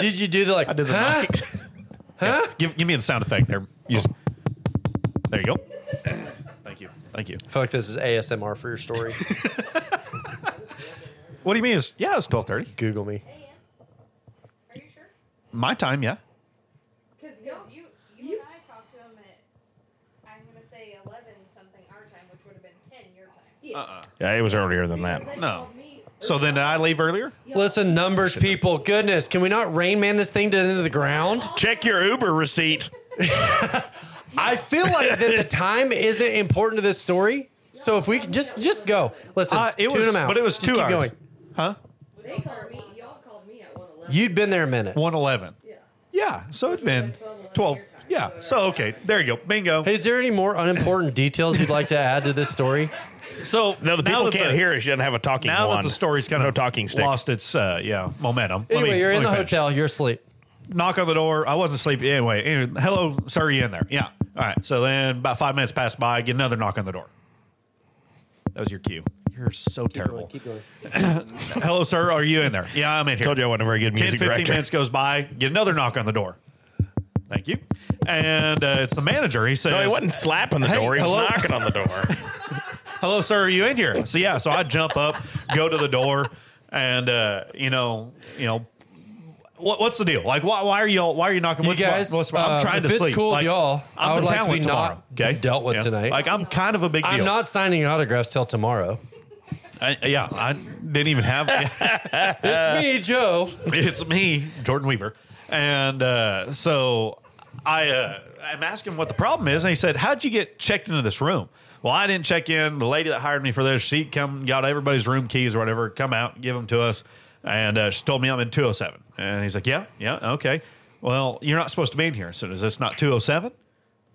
Speaker 2: did you do the like?
Speaker 6: [laughs] I did the
Speaker 2: huh?
Speaker 6: knocking. [laughs] Yeah, give, give me the sound effect there. You s- There you go. Thank you. Thank you.
Speaker 2: I feel like this is ASMR for your
Speaker 6: [laughs]
Speaker 2: story.
Speaker 6: What do you mean? It's, yeah, it's twelve thirty.
Speaker 2: Google me.
Speaker 8: Are you sure?
Speaker 6: My time. Yeah.
Speaker 8: Because you, you and I talked to him at, I'm going to say 11 something our time, which would have been 10 your time.
Speaker 7: Yeah, it was earlier than that.
Speaker 6: No. So then did I leave earlier?
Speaker 2: Listen, numbers, people. Goodness, can we not rain man this thing to into the ground?
Speaker 7: Check your Uber receipt.
Speaker 2: I feel like that the time isn't important to this story. So if we could just just go, listen,
Speaker 6: Uh, it
Speaker 2: tune
Speaker 6: was-
Speaker 2: them out.
Speaker 6: but it was
Speaker 2: Just
Speaker 6: two
Speaker 2: keep
Speaker 6: hours.
Speaker 2: Going.
Speaker 12: They called me. Y'all called me at one eleven.
Speaker 2: You'd been there a minute.
Speaker 6: One eleven. Yeah. Yeah. So it'd been twelve. Yeah. So okay. There you go. Bingo.
Speaker 2: Hey, is there any more unimportant details you'd like to add to this story?
Speaker 6: So
Speaker 7: No, the
Speaker 6: now
Speaker 7: people
Speaker 6: that
Speaker 7: can't
Speaker 6: the-
Speaker 7: hear us. She doesn't have a talking.
Speaker 6: Now
Speaker 7: wand.
Speaker 6: that the story's kind
Speaker 7: no
Speaker 6: of
Speaker 7: talking stick.
Speaker 6: lost its uh, yeah momentum. Let
Speaker 2: Anyway,
Speaker 6: me-
Speaker 2: you're
Speaker 6: let
Speaker 2: in
Speaker 6: me
Speaker 2: the
Speaker 6: finish.
Speaker 2: hotel. You're asleep.
Speaker 6: Knock on the door. I wasn't sleepy anyway. anyway, Hello, sir. You in there? Yeah. All right. So then, about five minutes passed by. Get another knock on the door. That was your cue. You're so terrible. [laughs] Hello, sir. Are you in there? Yeah, I'm in here.
Speaker 7: Told you I wasn't a very good
Speaker 6: 10,
Speaker 7: music
Speaker 6: 15
Speaker 7: director.
Speaker 6: minutes goes by. Get another knock on the door. Thank you. And uh, it's the manager. He says,
Speaker 7: No, he wasn't slapping the
Speaker 6: Hey,
Speaker 7: door. He was
Speaker 6: hello?
Speaker 7: knocking on the door.
Speaker 6: hello sir are you in here so yeah so i jump up go to the door and uh you know you know what, what's the deal like why, why are y'all why are you knocking
Speaker 2: You
Speaker 6: what's my-
Speaker 2: guys,
Speaker 6: what's my- i'm
Speaker 2: uh,
Speaker 6: trying
Speaker 2: if
Speaker 6: to
Speaker 2: it's
Speaker 6: sleep
Speaker 2: cool with
Speaker 6: like,
Speaker 2: y'all,
Speaker 6: i'm
Speaker 2: I would
Speaker 6: in
Speaker 2: like
Speaker 6: town
Speaker 2: to be
Speaker 6: with tomorrow
Speaker 2: not dealt with tonight.
Speaker 6: like i'm kind of a big deal
Speaker 2: I'm not signing autographs till tomorrow.
Speaker 6: I, yeah i didn't
Speaker 2: [laughs]
Speaker 6: even have Uh,
Speaker 2: It's me, Joe.
Speaker 6: it's me, Jordan Weaver. And uh, so I, uh, I'm asking what the problem is. And he said, How'd you get checked into this room? Well, I didn't check in. The lady that hired me for this, she come got everybody's room keys or whatever, come out, give them to us. And uh, she told me I'm in 207. And he's like, Yeah, yeah, okay. Well, you're not supposed to be in here. So is this not 207?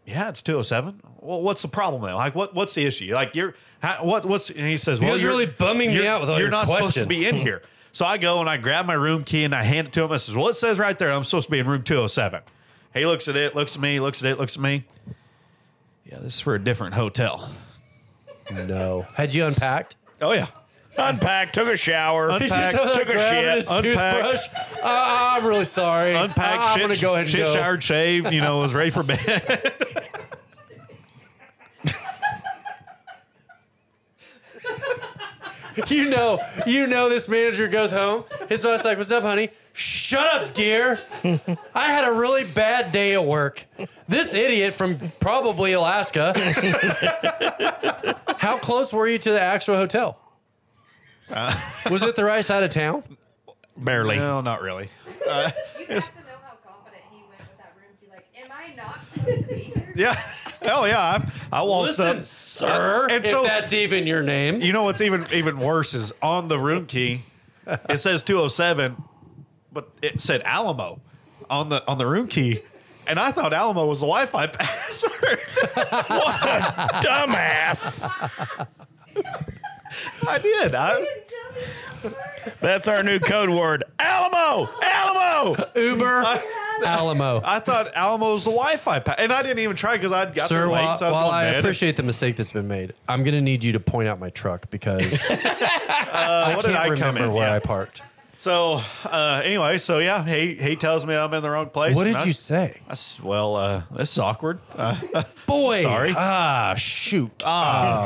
Speaker 6: Yeah, it's 207. Well, what's the problem though? Like, what what's the issue? Like, you're how, what what's? And he says, "Well,
Speaker 2: guys are
Speaker 6: you're
Speaker 2: really bumming me
Speaker 6: you're-
Speaker 2: out with all
Speaker 6: You're
Speaker 2: your
Speaker 6: not supposed to
Speaker 2: questions."
Speaker 6: be in here." So I go and I grab my room key and I hand it to him. I says, "Well, it says right there I'm supposed to be in room 207." He looks at it, looks at me, looks at it, looks at me. Yeah, this is for a different hotel.
Speaker 2: No. Had you unpacked?
Speaker 6: Oh yeah,
Speaker 7: Unpacked, took a shower,
Speaker 2: [laughs]
Speaker 6: He's just
Speaker 7: unpacked, took a
Speaker 2: grabbing
Speaker 7: shit.
Speaker 2: his
Speaker 6: unpacked.
Speaker 2: toothbrush. Uh, I'm really sorry. Ah,
Speaker 6: unpacked.
Speaker 2: I'm
Speaker 6: shit,
Speaker 2: gonna go ahead and
Speaker 6: shit
Speaker 2: go.
Speaker 6: showered, shaved. You know, was ready
Speaker 2: [laughs]
Speaker 6: for bed.
Speaker 2: You know, you know, this manager goes home. His wife's like, "What's up, honey?" Shut up, dear. I had a really bad day at work. This idiot from probably Alaska. How close were you to the actual hotel? Uh, Was it the right side of town?
Speaker 7: [laughs] Barely.
Speaker 6: No, not really. Uh,
Speaker 7: [laughs]
Speaker 6: [laughs] yeah. Hell Oh, yeah. I, I waltzed
Speaker 2: Listen,
Speaker 6: up.
Speaker 2: sir,
Speaker 6: Uh,
Speaker 2: if that's even your name.
Speaker 6: You know what's even even worse is on the room key, it says 207, but it said Alamo on the on the room key. And I thought Alamo was the Wi Fi [laughs] password. what a dumbass. I did. I,
Speaker 7: That's our new code word. Alamo! Alamo!
Speaker 2: Uber [laughs] Alamo.
Speaker 6: I thought Alamo was the Wi Fi pa- And I didn't even try because I'd got
Speaker 2: Sir,
Speaker 6: there late.
Speaker 2: while,
Speaker 6: so I was
Speaker 2: while
Speaker 6: going
Speaker 2: I
Speaker 6: to bed.
Speaker 2: appreciate the mistake that's been made, I'm going to need you to point out my truck [laughs] because Uh, I can't
Speaker 6: what did I come
Speaker 2: remember
Speaker 6: in?
Speaker 2: where
Speaker 6: Yeah.
Speaker 2: I parked.
Speaker 6: So uh, anyway, so yeah, he he tells me I'm in the wrong place.
Speaker 2: What
Speaker 6: and
Speaker 2: did
Speaker 6: I-
Speaker 2: you say?
Speaker 6: I s- well, uh, this is awkward. Uh,
Speaker 2: Boy,
Speaker 6: sorry.
Speaker 2: Ah, shoot.
Speaker 6: Ah,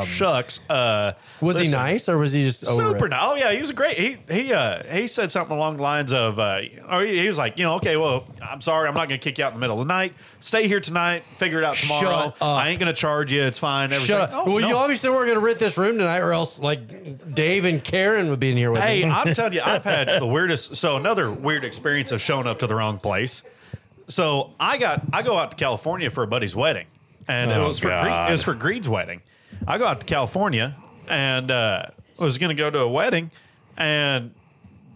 Speaker 2: [laughs] Um,
Speaker 6: [laughs] shucks. Uh,
Speaker 2: Was he
Speaker 6: listen,
Speaker 2: nice or was he just over
Speaker 6: Super
Speaker 2: it?
Speaker 6: nice. Oh yeah, he was great. He he uh, he said something along the lines of, uh, or he, he was like, you know, okay, well, I'm sorry, I'm not going to kick you out in the middle of the night. Stay here tonight. Figure it out tomorrow.
Speaker 2: Shut up.
Speaker 6: I ain't going to charge you. It's fine. Everything.
Speaker 2: Shut up.
Speaker 6: Oh,
Speaker 2: well,
Speaker 6: no.
Speaker 2: you obviously weren't going to rent this room tonight, or else like Dave and Karen would be in here with
Speaker 6: Hey,
Speaker 2: me.
Speaker 7: [laughs]
Speaker 6: I'm telling you, I've had the weirdest. So another weird experience of showing up to the wrong place. So I got I go out to California for a buddy's wedding, and
Speaker 7: Oh,
Speaker 6: it was for Gre-
Speaker 7: God.
Speaker 6: it was for Greed's wedding. I go out to California and uh, was going to go to a wedding, and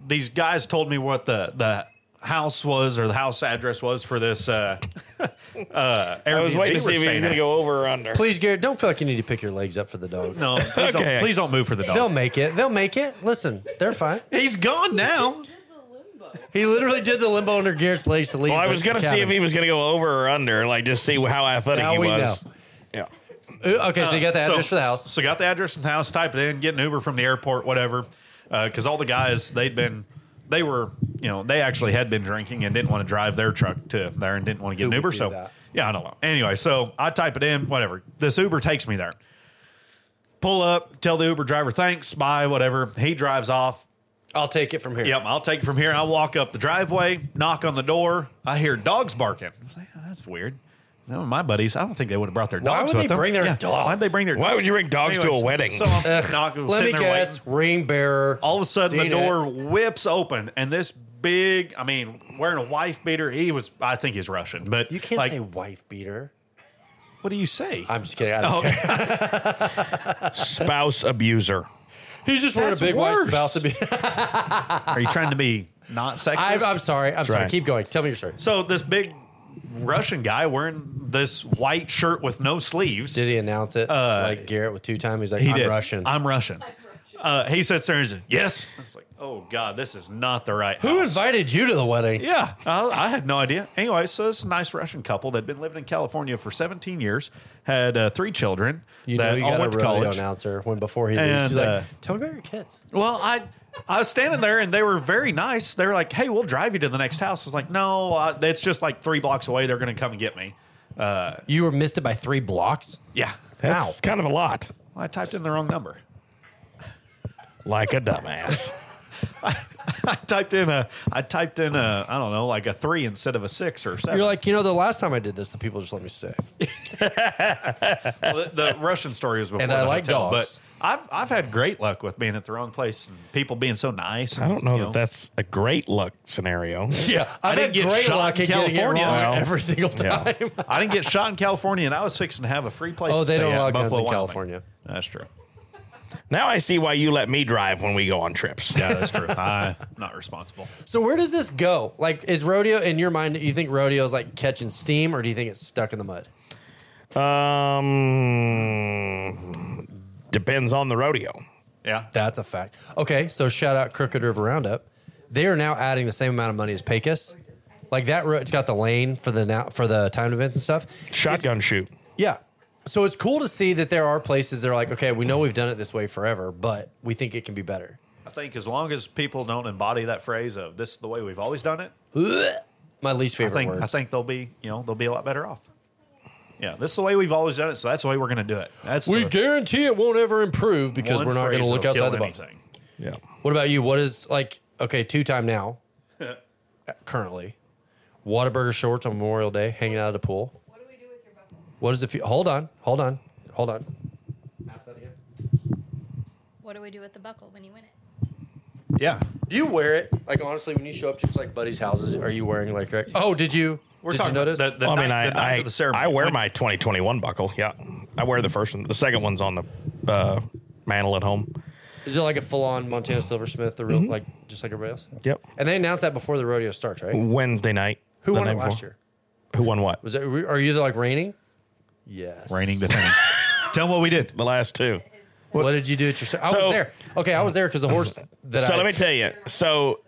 Speaker 6: these guys told me what the the house was or the house address was for this. Uh, [laughs] uh,
Speaker 7: I was waiting
Speaker 6: Airbnb
Speaker 7: to
Speaker 6: we're
Speaker 7: see if he
Speaker 6: staying
Speaker 7: was
Speaker 6: at.
Speaker 7: going to go over or under.
Speaker 2: Please, Garrett, don't feel like you need to pick your legs up for the dog.
Speaker 6: No, please,
Speaker 7: Okay.
Speaker 6: don't, please don't move for the dog.
Speaker 2: They'll make it. They'll make it. Listen, they're fine.
Speaker 6: [laughs] He's gone now.
Speaker 2: He literally did the limbo under Garrett's legs to leave.
Speaker 7: Well, I
Speaker 2: the
Speaker 7: was going to see
Speaker 2: cabin.
Speaker 7: if he was going to go over or under, like just see how athletic
Speaker 2: Now
Speaker 7: he
Speaker 2: we
Speaker 7: was.
Speaker 2: know.
Speaker 7: Yeah.
Speaker 2: Ooh, okay, so you got the
Speaker 6: Uh, So-
Speaker 2: address for the house.
Speaker 6: So got the address from the house. Type it in. Get an Uber from the airport, whatever. Because all the guys they'd been, they were, you know, they actually had been drinking and didn't want to drive their truck to there and didn't want to get
Speaker 13: Who would
Speaker 6: an Uber.
Speaker 13: do
Speaker 6: So
Speaker 13: that?
Speaker 6: yeah, I don't know. Anyway, so I type it in. Whatever. This Uber takes me there. Pull up. Tell the Uber driver thanks. Bye. Whatever. He drives off.
Speaker 2: I'll take it from here.
Speaker 6: Yep, I'll take it from here. I walk up the driveway, knock on the door. I hear dogs barking. I was like, "Oh, that's weird. No, my buddies, I don't think they would have brought their dogs.
Speaker 2: Why would
Speaker 6: with
Speaker 2: they
Speaker 6: them.
Speaker 2: bring their
Speaker 6: Yeah,
Speaker 2: dogs?
Speaker 6: Why'd they bring their?
Speaker 7: Why would you bring dogs to a
Speaker 6: Anyways,
Speaker 7: wedding?
Speaker 6: So I'm knocking,
Speaker 2: Let me
Speaker 6: sitting there
Speaker 2: guess.
Speaker 6: waiting.
Speaker 2: Ring bearer.
Speaker 6: All of a sudden, the
Speaker 2: Seen
Speaker 6: door
Speaker 2: it.
Speaker 6: whips open, and this big, I mean, wearing a wife beater. He was, I think he's Russian, but
Speaker 2: You can't
Speaker 6: like,
Speaker 2: say wife beater. Oh,
Speaker 6: what do you say?
Speaker 2: I'm just kidding. I don't [laughs] care.
Speaker 7: [laughs] Spouse abuser.
Speaker 2: He's just wearing a
Speaker 6: That's
Speaker 2: big white
Speaker 6: worse.
Speaker 2: spouse. To be-
Speaker 6: Are you trying to be not sexist?
Speaker 2: [laughs] I'm, I'm sorry. I'm sorry.
Speaker 7: right.
Speaker 2: Keep going. Tell me your story.
Speaker 6: so this big Russian guy wearing this white shirt with no sleeves.
Speaker 2: Did he announce it? like Garrett with two time. He's like,
Speaker 6: Uh, He
Speaker 2: I'm
Speaker 6: did.
Speaker 2: Russian.
Speaker 6: I'm Russian. Uh, he sits there and says, "Yes." I was like, "Oh God, this is not the right."
Speaker 2: Who
Speaker 6: house."
Speaker 2: invited you to the wedding?
Speaker 6: Yeah, I, I had no idea. Anyway, so this nice Russian couple that had been living in California for 17 years had uh, three children
Speaker 2: You know,
Speaker 6: that
Speaker 2: you
Speaker 6: all
Speaker 2: got a
Speaker 6: went to
Speaker 2: rodeo
Speaker 6: college.
Speaker 2: announcer when before he
Speaker 6: And,
Speaker 2: leaves. He's
Speaker 6: uh,
Speaker 2: like, tell me about your kids.
Speaker 6: Well, I I was standing there and they were very nice. They were like, "Hey, we'll drive you to the next house." I was like, "No, uh, it's just like three blocks away. They're going to come and get me."
Speaker 2: You were missed it by three blocks.
Speaker 6: Yeah,
Speaker 7: That's kind of a lot.
Speaker 6: I typed in the wrong number.
Speaker 7: Like a dumbass.
Speaker 6: [laughs] I typed in a I typed in a I don't know like a three instead of a six or 7
Speaker 2: You're like, you know, the last time I did this, the people just let me
Speaker 6: [laughs]
Speaker 2: stay.
Speaker 6: Well, the, the Russian story was before.
Speaker 2: And
Speaker 6: the
Speaker 2: I like
Speaker 6: hotel,
Speaker 2: dogs.
Speaker 6: but I've I've had great luck with being at the wrong place and people being so nice.
Speaker 7: I don't know
Speaker 6: you
Speaker 7: that that's a great luck scenario.
Speaker 2: Yeah,
Speaker 6: I
Speaker 2: I've
Speaker 6: didn't
Speaker 2: had
Speaker 6: get
Speaker 2: great
Speaker 6: shot
Speaker 2: luck
Speaker 6: in
Speaker 2: at getting it
Speaker 6: California.
Speaker 2: wrong
Speaker 7: Well,
Speaker 2: every single
Speaker 7: yeah.
Speaker 2: time.
Speaker 6: [laughs] I didn't get shot in California, and I was fixing to have a free place.
Speaker 2: Oh,
Speaker 6: to
Speaker 2: they
Speaker 6: stay
Speaker 2: don't
Speaker 6: at
Speaker 2: allow guns
Speaker 6: Buffalo,
Speaker 2: in
Speaker 6: Wyoming.
Speaker 2: California.
Speaker 6: That's true.
Speaker 7: Now I see why you let me drive when we go on trips.
Speaker 6: Yeah, that's true. [laughs] I'm not responsible.
Speaker 2: So where does this go? Like, is rodeo in your mind? You think rodeo is like catching steam, or do you think it's stuck in the mud?
Speaker 7: Um, depends on the rodeo.
Speaker 6: Yeah,
Speaker 2: That's a fact. Okay, so shout out Crooked River Roundup. They are now adding the same amount of money as Pecos. Like that, ro- it's got the lane for the now for the timed events and stuff.
Speaker 7: Shotgun shoot.
Speaker 2: Yeah. So it's cool to see that there are places that are like, okay, we know we've done it this way forever, but we think it can be better.
Speaker 6: I think as long as people don't embody that phrase of "this is the way we've always done it,"
Speaker 2: My least
Speaker 6: I
Speaker 2: favorite
Speaker 6: think
Speaker 2: words.
Speaker 6: I think they'll be you know they'll be a lot better off. Yeah, this is the way we've always done it, so that's the way we're going to do it. That's
Speaker 2: we
Speaker 6: the
Speaker 2: guarantee it won't ever improve because
Speaker 6: one
Speaker 2: we're not
Speaker 6: phrase
Speaker 2: going to look
Speaker 6: that'll kill
Speaker 2: outside the box.
Speaker 6: anything.
Speaker 7: Yeah. [laughs]
Speaker 2: What about you? What is like okay two time now? currently. Whataburger shorts on Memorial Day, hanging out at a pool. What is the fu- hold on, hold on, hold on.
Speaker 8: What do we do with the buckle when you win it?
Speaker 6: Yeah.
Speaker 2: Do you wear it? Like honestly, when you show up to like buddies' houses, are you wearing like? like- Oh, did you?
Speaker 7: We're
Speaker 2: did
Speaker 7: talking
Speaker 2: you notice?
Speaker 7: The, I mean, I, I, I wear my 2021 buckle. Yeah. I wear the first one. The second one's on the uh, mantle at home.
Speaker 2: Is it like a full on Montana Silversmith, the
Speaker 7: Mm-hmm.
Speaker 2: real like just like everybody else?
Speaker 7: Yep.
Speaker 2: And they announced that before the rodeo starts, right?
Speaker 7: Wednesday night.
Speaker 2: Who
Speaker 7: the
Speaker 2: won it
Speaker 7: night
Speaker 2: last
Speaker 7: before.
Speaker 2: year?
Speaker 7: Who won what?
Speaker 2: Was that are you like raining? Yes.
Speaker 7: Raining [laughs] the thing.
Speaker 14: Tell them what we did.
Speaker 7: The last two.
Speaker 2: What, did you do at your? I was
Speaker 7: So-
Speaker 2: there. Okay, I was there because the
Speaker 7: [laughs]
Speaker 2: horse. That
Speaker 7: so
Speaker 2: I,
Speaker 7: let me tell you. So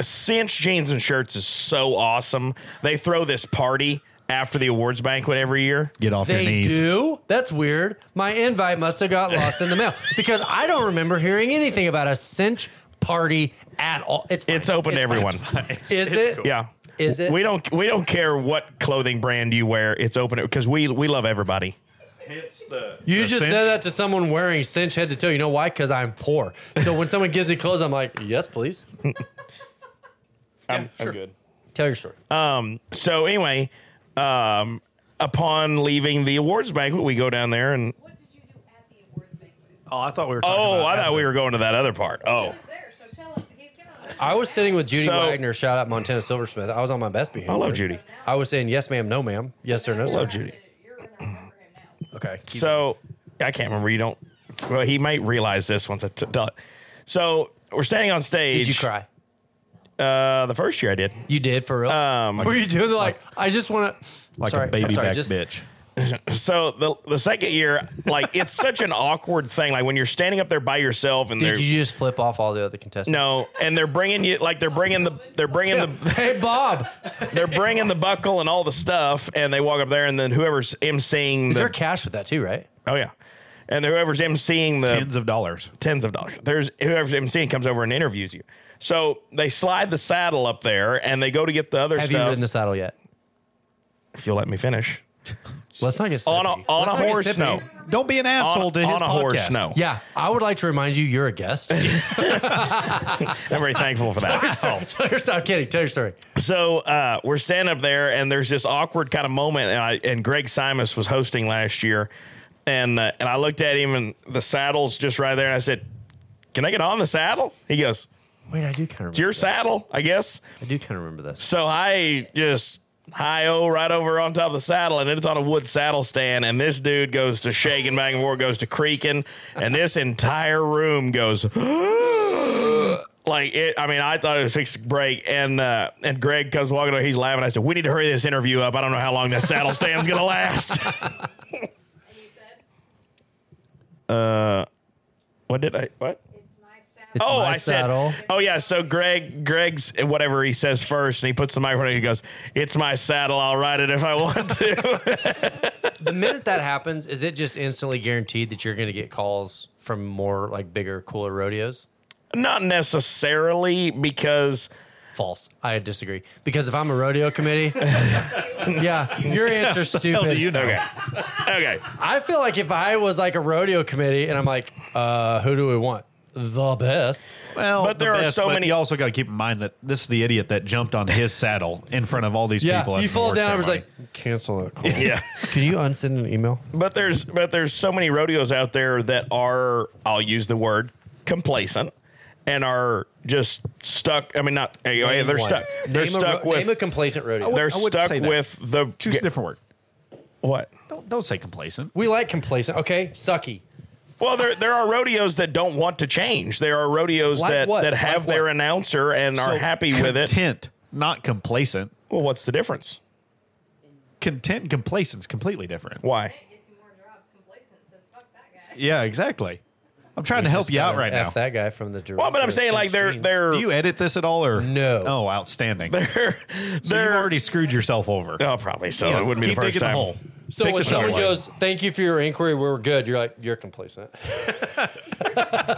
Speaker 7: cinch jeans and shirts is so awesome. They throw this party after the awards banquet every year.
Speaker 14: Get off
Speaker 2: They do. That's weird. My invite must have got lost in the
Speaker 7: [laughs]
Speaker 2: mail because I don't remember hearing anything about a cinch party at all. It's fine.
Speaker 7: It's open to
Speaker 2: fine.
Speaker 7: everyone.
Speaker 2: It's
Speaker 7: [laughs]
Speaker 2: fine. Is it?
Speaker 7: Yeah.
Speaker 2: Is it?
Speaker 7: We don't we don't care what clothing brand you wear. It's open because we we love everybody.
Speaker 6: It's the
Speaker 2: You
Speaker 7: The
Speaker 2: just
Speaker 7: cinch?
Speaker 2: said that to someone wearing cinch head to toe. You know why? Because I'm poor. So when someone gives me clothes, I'm like, yes, please.
Speaker 7: I'm, I'm good.
Speaker 2: Tell your story.
Speaker 7: Um, so anyway, um, upon leaving the awards banquet, we go down there and.
Speaker 6: Oh, I thought we were. Talking
Speaker 7: Oh,
Speaker 6: about
Speaker 7: I thought we were going to that other part. Oh, Uh,
Speaker 2: I was sitting with Judy
Speaker 7: So-
Speaker 2: Wagner. Shout out Montana Silversmith. I was on my best behavior.
Speaker 7: I love Judy.
Speaker 2: I was saying yes, ma'am, no, ma'am. Yes, sir, no, sir.
Speaker 7: love Judy.
Speaker 2: Okay. keep
Speaker 7: So I can't remember. You don't. Well, he might realize this once I t- tell it. So we're standing on stage.
Speaker 2: Did you cry?
Speaker 7: Uh, the first year I did.
Speaker 2: You did for real.
Speaker 7: Um,
Speaker 2: Were you doing the, like, I just want to.
Speaker 14: Like
Speaker 2: sorry,
Speaker 14: a baby
Speaker 2: I'm sorry,
Speaker 14: back
Speaker 2: just-
Speaker 14: bitch.
Speaker 7: so the the second year, like it's such an [laughs] awkward thing. Like when you're standing up there by yourself and
Speaker 2: Did
Speaker 7: they're
Speaker 2: you just flip off all the other contestants?
Speaker 7: no, and they're bringing you like they're bringing the they're bringing
Speaker 2: [laughs]
Speaker 7: the
Speaker 2: Hey, Bob.
Speaker 7: they're bringing the buckle and all the stuff, and they walk up there, and then whoever's emceeing
Speaker 2: Is
Speaker 7: the
Speaker 2: there cash with that too, right?
Speaker 7: oh yeah, and then whoever's emceeing the
Speaker 6: tens of dollars.
Speaker 7: tens of dollars. There's whoever's emceeing comes over and interviews you. So they slide the saddle up there, and they go to get the other
Speaker 2: Have you
Speaker 7: stuff.
Speaker 2: ridden the saddle yet?
Speaker 7: if you'll let me finish
Speaker 2: Let's not get
Speaker 7: on a
Speaker 2: snippy.
Speaker 7: on
Speaker 2: Let's not
Speaker 7: a
Speaker 2: get
Speaker 7: horse,
Speaker 2: snippy.
Speaker 7: no.
Speaker 6: Don't be an asshole
Speaker 7: On,
Speaker 6: to his
Speaker 7: on a horse,
Speaker 6: podcast.
Speaker 7: no.
Speaker 2: Yeah, I would like to remind you, you're a
Speaker 7: [laughs]
Speaker 2: guest. [laughs]
Speaker 7: I'm very thankful for [laughs] that.
Speaker 2: Tell your story. I'm kidding. Tell your story.
Speaker 7: So uh, we're standing up there, and there's this awkward kind of moment. And, I, and Greg Simus was hosting last year, and uh, and I looked at him, and the saddle's just right there, and I said, "Can I get on the saddle?" He goes,
Speaker 2: Wait, I do kind of remember.
Speaker 7: "It's your
Speaker 2: this.
Speaker 7: saddle, I guess."
Speaker 2: I do kind of remember this.
Speaker 7: So I just high o right over on top of the saddle, and it's on a wood saddle stand, and this dude goes to shaking back and forth, goes to creaking, and this entire room goes. Like it, I mean, I thought it was fixed to break, and uh, and Greg comes walking over. He's laughing. I said, "We need to hurry this interview up. I don't know how long this saddle stand's
Speaker 2: [laughs]
Speaker 7: gonna last." Uh, what did I? What?
Speaker 2: It's
Speaker 7: oh,
Speaker 2: my
Speaker 7: I
Speaker 2: saddle.
Speaker 7: said. Oh yeah. So Greg, Greg's whatever he says first, and he puts the microphone. and He goes, "It's my saddle. I'll ride it if I want to." [laughs]
Speaker 2: the minute that happens, is it just instantly guaranteed that you're going to get calls from more like bigger, cooler rodeos?
Speaker 7: Not necessarily because
Speaker 2: False. I disagree because if I'm a rodeo committee, [laughs] yeah, your
Speaker 7: [laughs]
Speaker 2: answer's
Speaker 6: Hell, do
Speaker 2: stupid.
Speaker 6: you know?
Speaker 7: okay, okay.
Speaker 2: I feel like if I was like a rodeo committee and I'm like, uh, who do we want? The best.
Speaker 6: Well,
Speaker 7: But
Speaker 6: the
Speaker 7: there are
Speaker 6: best,
Speaker 7: so
Speaker 6: but
Speaker 7: many-
Speaker 6: You also got to keep in mind that this is the idiot that jumped on his saddle in front of all these
Speaker 2: Yeah,
Speaker 6: people. at
Speaker 2: you
Speaker 6: the
Speaker 2: fall
Speaker 6: award
Speaker 2: down. I was
Speaker 6: ceremony.
Speaker 2: like, cancel that call.
Speaker 7: Yeah.
Speaker 2: [laughs] Can you unsend an email?
Speaker 7: But there's but there's so many rodeos out there that are I'll use the word complacent and are just stuck. I mean, not anyway, they're
Speaker 2: Name
Speaker 7: stuck.
Speaker 2: one.
Speaker 7: They're
Speaker 2: Name a
Speaker 7: stuck
Speaker 2: ro-
Speaker 7: with
Speaker 2: name a complacent rodeo.
Speaker 7: they're
Speaker 6: I wouldn't
Speaker 7: stuck
Speaker 6: say that.
Speaker 7: with the
Speaker 6: choose a different word.
Speaker 7: what?
Speaker 6: Don't don't say complacent.
Speaker 2: We like complacent. Okay, sucky.
Speaker 7: Well, there there are rodeos that don't want to change. There are rodeos
Speaker 2: Like
Speaker 7: that
Speaker 2: what?
Speaker 7: that
Speaker 2: Like
Speaker 7: have
Speaker 2: what?
Speaker 7: their announcer and are
Speaker 6: So
Speaker 7: happy with it.
Speaker 6: Content, not complacent.
Speaker 7: Well, what's the difference?
Speaker 6: Content and complacent is completely different.
Speaker 7: Why?
Speaker 6: Yeah, exactly. I'm trying to help you out right
Speaker 2: F
Speaker 6: now.
Speaker 2: that guy from the director.
Speaker 7: Well, but I'm
Speaker 2: of
Speaker 7: saying like
Speaker 2: Cinch
Speaker 7: they're
Speaker 2: Jeans.
Speaker 7: they're
Speaker 6: Do you edit this at all or
Speaker 2: No.
Speaker 6: Oh, outstanding.
Speaker 7: they're
Speaker 6: so you already screwed yourself over.
Speaker 7: oh probably so. it wouldn't be
Speaker 6: Keep
Speaker 7: the first
Speaker 6: digging the
Speaker 7: time. [laughs]
Speaker 6: hole.
Speaker 2: So
Speaker 6: Pick
Speaker 2: when
Speaker 6: the
Speaker 2: someone
Speaker 6: shovel.
Speaker 2: goes, "Thank you for your inquiry, we were good," you're like, "You're complacent."
Speaker 7: [laughs]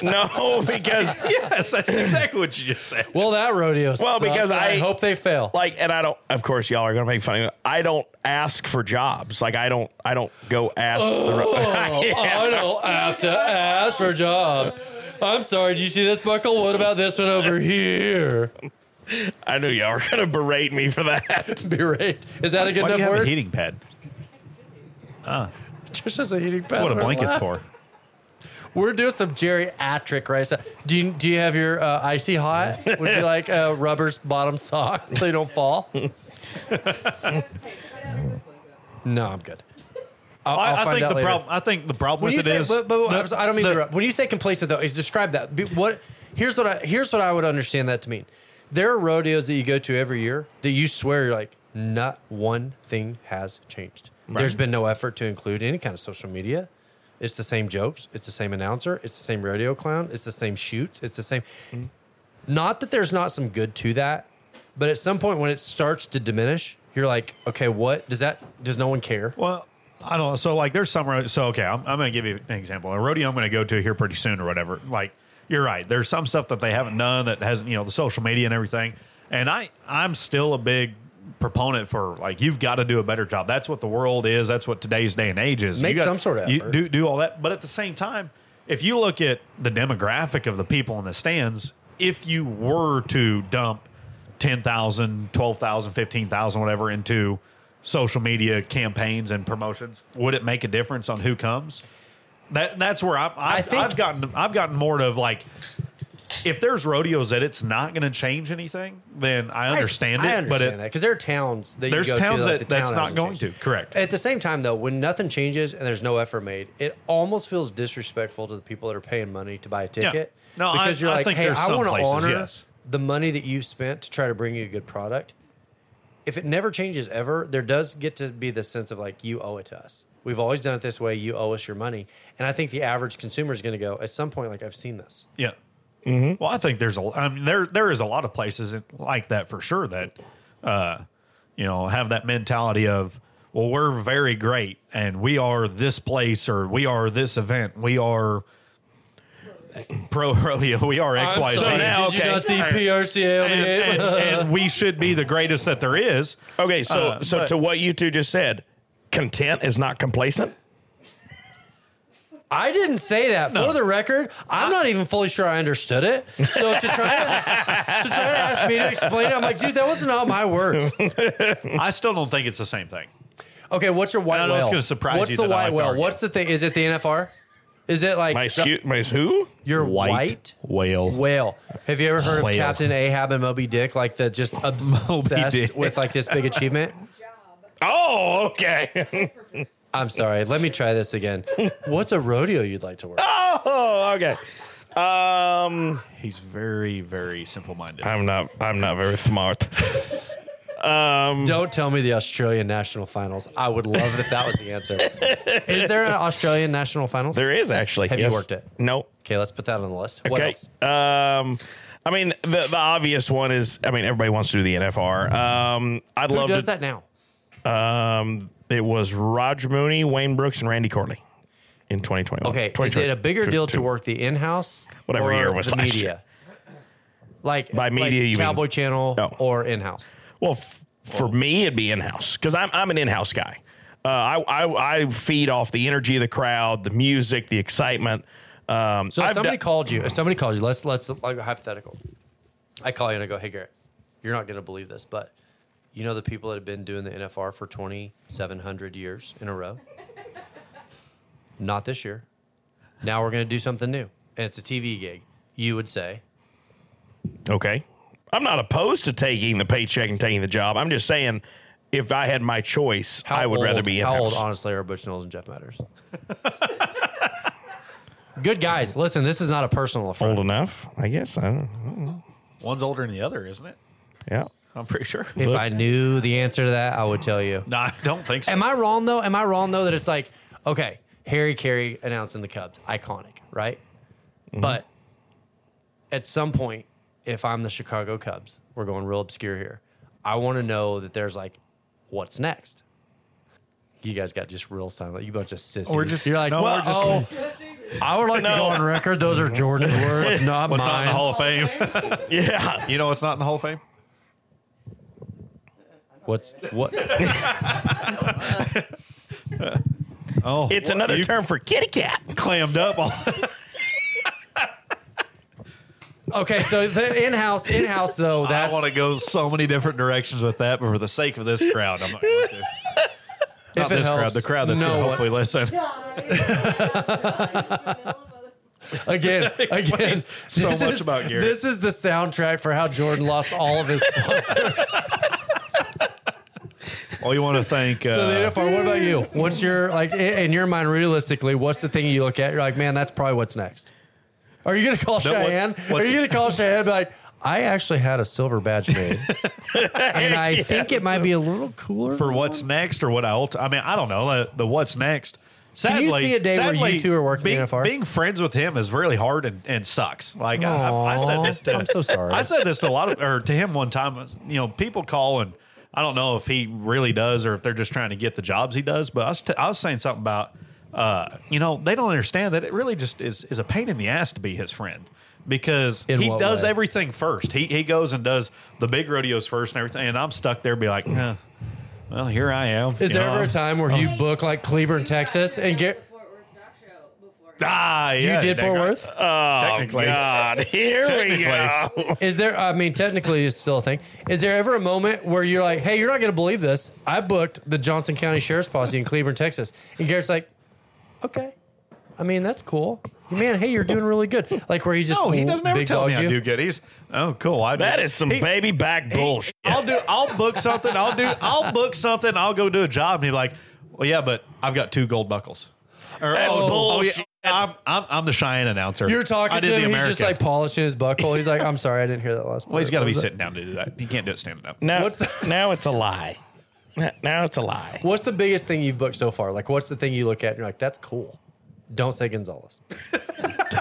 Speaker 7: No,
Speaker 6: [laughs]
Speaker 7: because
Speaker 6: yes, that's exactly what you just said.
Speaker 2: [laughs] Well, that rodeo.
Speaker 7: Well, because
Speaker 2: sucks, and
Speaker 7: I-
Speaker 2: hope they fail.
Speaker 7: like and I don't of course y'all are gonna make fun of me. I don't ask for jobs. Like I don't I don't go ask the ro-
Speaker 2: Oh, I
Speaker 7: [laughs]
Speaker 2: don't have to ask for jobs. I'm sorry. Did you see this buckle? What about this one over here?
Speaker 7: I knew y'all were gonna berate me for that.
Speaker 2: [laughs] berate is that a good
Speaker 15: Why do
Speaker 2: enough
Speaker 15: you have
Speaker 2: word?
Speaker 15: a heating pad?
Speaker 7: Ah,
Speaker 2: just as a heating pad.
Speaker 15: That's what a blanket's for.
Speaker 2: We're doing some geriatric right now. Do you do you have your uh,
Speaker 15: [laughs]
Speaker 2: icy hot? Would you like a rubber bottom sock so you
Speaker 15: [laughs]
Speaker 2: don't fall? no, I'm good. I'll,
Speaker 15: I-
Speaker 2: I'll
Speaker 15: I
Speaker 2: find
Speaker 15: think
Speaker 2: out
Speaker 15: the
Speaker 2: later.
Speaker 15: problem- I think the problem
Speaker 2: When
Speaker 15: with
Speaker 2: you
Speaker 15: it
Speaker 2: say-
Speaker 15: is
Speaker 2: but- but
Speaker 15: the-
Speaker 2: I'm sorry, I don't mean to
Speaker 15: the-
Speaker 2: interrupt. When you say complacent, though, is describe that. Be- What here's what I here's what I would understand that to mean. There are rodeos that you go to every year that you swear you're like not one thing has changed.
Speaker 16: Right.
Speaker 2: There's been no effort to include any kind of social media. It's the same jokes. It's the same announcer. It's the same rodeo clown. It's the same shoots. It's the same.
Speaker 15: Mm-hmm.
Speaker 2: Not that there's not some good to that, but at some point when it starts to diminish, you're like, okay, what does that? Does no one care?
Speaker 15: Well,
Speaker 6: I don't know. So like, there's some ro- so okay. I'm, I'm going to give you an example. A rodeo I'm going to go to here pretty soon or whatever. Like you're right. There's some stuff that they haven't done that hasn't you know the social media and everything. And I I'm still a big proponent for like you've got to do a better job. That's what the world is. That's what today's day and age is.
Speaker 2: Make
Speaker 6: You got-
Speaker 2: some sort of
Speaker 6: you
Speaker 2: effort.
Speaker 6: do do all that. But at the same time, if you look at the demographic of the people in the stands, if you were to dump 10,000, 12,000, 15,000, whatever into social media campaigns and promotions, would it make a difference on who comes? That that's where I, I've, I
Speaker 15: think-
Speaker 6: I've gotten I've gotten more to like if there's rodeos that it's not going to change anything, then I understand
Speaker 2: I,
Speaker 6: it.
Speaker 2: I understand
Speaker 6: but it,
Speaker 2: that because there are towns that
Speaker 6: there's
Speaker 2: you go
Speaker 6: towns
Speaker 2: to, like,
Speaker 6: that
Speaker 2: the town
Speaker 6: that's not
Speaker 2: hasn't
Speaker 6: going
Speaker 2: changed.
Speaker 6: to. Correct.
Speaker 2: At the same time, though, when nothing changes and there's no effort made, it almost feels disrespectful to the people that are paying money to buy a
Speaker 6: Yeah.
Speaker 2: ticket.
Speaker 6: No, I-
Speaker 2: because you're
Speaker 6: I
Speaker 2: like,
Speaker 6: think
Speaker 2: hey,
Speaker 6: there's
Speaker 2: I
Speaker 6: some
Speaker 2: want to
Speaker 6: places,
Speaker 2: honor
Speaker 6: yes.
Speaker 2: the money that you've spent to try to bring you a good product. If it never changes ever, there does get to be the sense of like you owe it to us. We've always done it this way. You owe us your money, and I think the average consumer is going to go at some point like I've seen this.
Speaker 6: Yeah.
Speaker 7: Mm-hmm.
Speaker 6: Well, I think there's a. I mean, there there is a lot of places that- like that for sure that, uh, you know, have that mentality of, well, we're very great and we are this place or we are this event, we are pro rodeo, we are X Y Z.
Speaker 7: so now, Did you okay. not see PRCA over
Speaker 6: And,
Speaker 7: here?
Speaker 6: and, and we should be the greatest that there is.
Speaker 2: Oh.
Speaker 7: Okay, so
Speaker 6: Uh,
Speaker 7: so
Speaker 6: but-
Speaker 7: to what you two just said, content is not complacent.
Speaker 2: I didn't say that. For the record, I'm not even fully sure I understood it. So to try to, to try to ask me to explain it, I'm like, dude, that was not my words.
Speaker 6: I still don't think it's the same thing.
Speaker 2: Okay, what's your white
Speaker 6: I know
Speaker 2: whale?
Speaker 6: it's gonna surprise
Speaker 2: What's
Speaker 6: you
Speaker 2: the
Speaker 6: that I
Speaker 2: white
Speaker 6: like to
Speaker 2: whale?
Speaker 6: argue.
Speaker 2: What's the thing? Is it the NFR? Is it like
Speaker 7: My
Speaker 2: so-
Speaker 7: scu- my who?
Speaker 2: Your white,
Speaker 7: whale.
Speaker 2: whale. Have you ever heard
Speaker 7: Whale.
Speaker 2: of Captain Ahab and Moby Dick? Like the
Speaker 7: [laughs]
Speaker 2: just obsessed
Speaker 7: Dick.
Speaker 2: with like this big achievement.
Speaker 7: Oh, okay. [laughs]
Speaker 2: I'm sorry. Let me try this again. What's a rodeo you'd like to work?
Speaker 7: oh, okay. Um,
Speaker 6: he's very very simple minded.
Speaker 7: I'm not. I'm not very smart. um,
Speaker 2: Don't tell me the Australian national finals. I would love it if that was the answer. Is there an Australian national finals?
Speaker 7: There is actually.
Speaker 2: Have
Speaker 7: yes.
Speaker 2: you worked it?
Speaker 7: No.
Speaker 2: Okay, let's put that on the list. What
Speaker 7: Okay.
Speaker 2: else?
Speaker 7: Um, I mean, the, the obvious one is, I mean, everybody wants to do the NFR. Um, I'd
Speaker 2: Who
Speaker 7: love
Speaker 2: does
Speaker 7: to,
Speaker 2: that now?
Speaker 7: Um, it was Roger Mooney, Wayne Brooks, and Randy Corley in 2021.
Speaker 2: Okay, is it a bigger deal to work the in-house,
Speaker 7: Whatever
Speaker 2: or
Speaker 7: year it was
Speaker 2: the
Speaker 7: last
Speaker 2: media?
Speaker 7: year.
Speaker 2: Like
Speaker 7: By media,
Speaker 2: like
Speaker 7: you mean-
Speaker 2: Cowboy Channel or in-house?
Speaker 7: Well, f- for me, it'd be in house because I'm I'm an in house guy. Uh, I, I I feed off the energy of the crowd, the music, the excitement. Um,
Speaker 2: So if
Speaker 7: I've
Speaker 2: somebody
Speaker 7: do-
Speaker 2: called you, if somebody called you, let's let's like hypothetical. I call you and I go, "Hey Garrett, you're not going to believe this, but you know the people that have been doing the NFR for 2,700 years in a row. not this year. Now we're going to do something new, and it's a TV gig. You would say,
Speaker 7: okay, I'm not opposed to taking the paycheck and taking the job. I'm just saying, if I had my choice, I would rather
Speaker 2: old-
Speaker 7: be in
Speaker 2: how old,
Speaker 7: house.
Speaker 2: honestly, are Butch Knowles and Jeff Matters? [laughs] Good guys, listen. This is not a personal affront.
Speaker 7: Old enough, I guess. I don't, I don't know.
Speaker 6: One's older than the other, isn't it?
Speaker 7: Yeah,
Speaker 6: I'm pretty sure.
Speaker 2: If I knew the answer to that, I would tell you.
Speaker 6: No, I don't think so.
Speaker 2: Am I wrong though? Am I wrong though that it's like, okay, Harry Carey announcing the Cubs, iconic, right?
Speaker 6: Mm-hmm.
Speaker 2: But at some point, if I'm the Chicago Cubs, we're going real obscure here. I want to know that there's like, what's next? You guys got just real silent. You bunch of sissies.
Speaker 7: We're just-
Speaker 2: You're like,
Speaker 7: no,
Speaker 2: well,
Speaker 7: we're just-
Speaker 2: oh, I would like to go on record. Those are Jordan's words, not
Speaker 6: [laughs] What's
Speaker 2: mine.
Speaker 6: not in the Hall [laughs] of Fame?
Speaker 7: yeah.
Speaker 6: You know what's not in the Hall of Fame?
Speaker 2: What's what?
Speaker 6: oh,
Speaker 7: It's another term for kitty cat.
Speaker 6: Clammed up.
Speaker 2: Okay, so the in-house, in-house though. That's
Speaker 6: I want to go so many different directions with that, but for the sake of this crowd, I'm not going to. Not
Speaker 2: it
Speaker 6: this crowd,
Speaker 2: helps,
Speaker 6: the crowd that's
Speaker 2: no
Speaker 6: going to
Speaker 2: one-
Speaker 6: hopefully listen. [laughs]
Speaker 2: again, again.
Speaker 6: So
Speaker 2: this
Speaker 6: much
Speaker 2: is-
Speaker 6: about Garrett.
Speaker 2: This is the soundtrack for how Jordan lost all of his
Speaker 6: [laughs]
Speaker 2: sponsors.
Speaker 6: Well, you want to thank. Uh,
Speaker 2: so then, if I, what about you? What's your like in, in your mind? Realistically, what's the thing you look at? You're like, man, that's probably what's next. Are you gonna call
Speaker 6: No, what's-
Speaker 2: Cheyenne?
Speaker 6: what's-
Speaker 2: Are you gonna call Cheyenne? and be like, I actually had a silver badge
Speaker 6: [laughs]
Speaker 2: made, and I
Speaker 6: Yeah,
Speaker 2: think it might be a little cooler
Speaker 6: for what's next or what else. I mean, I don't know the, the what's next.
Speaker 2: Can
Speaker 6: Sadly,
Speaker 2: you see a day where you
Speaker 6: sadly,
Speaker 2: two are working
Speaker 6: being,
Speaker 2: NFR?
Speaker 6: Being friends with him is really hard and, and sucks. Like I, I, I said
Speaker 2: Aw,
Speaker 6: this to
Speaker 2: I'm so sorry.
Speaker 6: I said this to a lot of or to him one time. You know, people call and I don't know if he really does or if they're just trying to get the jobs he does. But I was, t- I was saying something about uh, you know they don't understand that it really just is is a pain in the ass to be his friend because
Speaker 2: In
Speaker 6: he
Speaker 2: what
Speaker 6: does
Speaker 2: way?
Speaker 6: everything first. He he goes and does the big rodeos first and everything, and I'm stuck there, be like. Huh. Well, here I am.
Speaker 2: Is
Speaker 6: You
Speaker 2: there
Speaker 6: know,
Speaker 2: ever a
Speaker 6: I'm-
Speaker 2: time where
Speaker 6: Um,
Speaker 2: you book like Cleburne, Texas, and get
Speaker 6: [laughs] Ah, yeah,
Speaker 2: you did Fort Worth?
Speaker 6: Oh,
Speaker 2: Technically.
Speaker 6: God. Here we go.
Speaker 2: Is there? I mean, technically, it's still a thing. Is there ever a moment where you're like, "Hey, you're not going to believe this. I booked the Johnson County Sheriff's Posse in Cleburne, Texas," and Garrett's like, "Okay, I mean, that's cool. Man, hey, you're doing really good." Like where he just
Speaker 6: No, he doesn't ever
Speaker 2: big
Speaker 6: tell me
Speaker 2: dogs
Speaker 6: I
Speaker 2: you.
Speaker 6: do good. He's, oh, cool. I do.
Speaker 7: That is
Speaker 6: [laughs]
Speaker 7: some
Speaker 6: He-
Speaker 7: baby back bullshit.
Speaker 6: I'll do. I'll book something. I'll do. I'll book something. I'll go do a job. And he's like, well, yeah, but I've got two gold buckles. Oh, Or,
Speaker 7: That's bullshit.
Speaker 6: I'm, I'm, I'm the Cheyenne announcer.
Speaker 2: You're talking
Speaker 6: I did
Speaker 2: to
Speaker 6: the
Speaker 2: him. He's
Speaker 6: American.
Speaker 2: just like polishing his buckle. He's like, "I'm sorry, I didn't hear that last."
Speaker 6: well, he's
Speaker 2: part.
Speaker 6: got to be
Speaker 2: What was
Speaker 6: sitting down to do that. He can't do it standing up.
Speaker 7: Now, [laughs] now it's a lie. Now it's a lie. [laughs]
Speaker 2: that? What's the biggest thing you've booked so far? Like, what's the thing you look at and you're like, "That's cool." Don't say Gonzalez.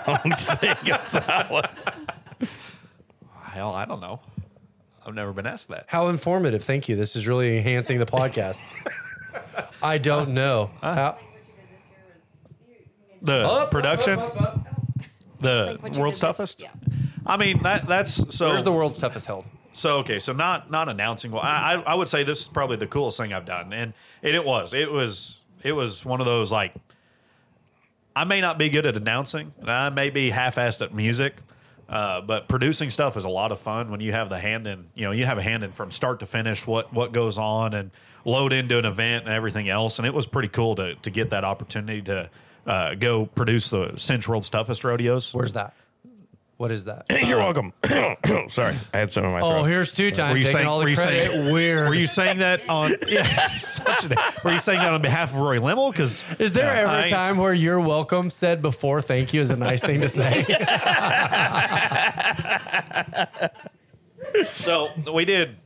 Speaker 7: Don't say Gonzalez.
Speaker 6: Hell, I don't know. I've never been asked that.
Speaker 2: How informative. Thank you. This is really enhancing the
Speaker 6: [laughs]
Speaker 2: podcast. I don't know.
Speaker 6: Uh-huh.
Speaker 2: How,
Speaker 6: The
Speaker 2: Up,
Speaker 6: production,
Speaker 2: up,
Speaker 6: the
Speaker 8: what you
Speaker 6: world's
Speaker 8: did this-
Speaker 6: toughest.
Speaker 8: yeah.
Speaker 6: I mean, that that's so.
Speaker 2: where's the world's toughest held?
Speaker 6: So okay, so not not announcing. Well, I I I would say this is probably the coolest thing I've done, and and it was it was it was one of those like I may not be good at announcing, and I may be half-assed at music, uh, but producing stuff is a lot of fun when you have the hand in. You know, you have a hand in from start to finish what what goes on and load into an event and everything else. And it was pretty cool to to get that opportunity to uh, go produce the Cinch World's Toughest Rodeos.
Speaker 2: Where's that? What is that?
Speaker 7: You're welcome. [coughs] Sorry, I had some in my throat.
Speaker 2: Oh, here's two times
Speaker 6: Were you
Speaker 2: taking
Speaker 6: saying-
Speaker 2: all
Speaker 6: were
Speaker 2: the
Speaker 6: you
Speaker 2: credit.
Speaker 6: saying-
Speaker 2: Weird.
Speaker 6: Were you saying that [laughs] on? Yeah, such a, were you saying that on behalf of Roy Limmel? Because
Speaker 2: is there ever a time where you're welcome said before thank you is a nice thing to [laughs] say?
Speaker 6: So we did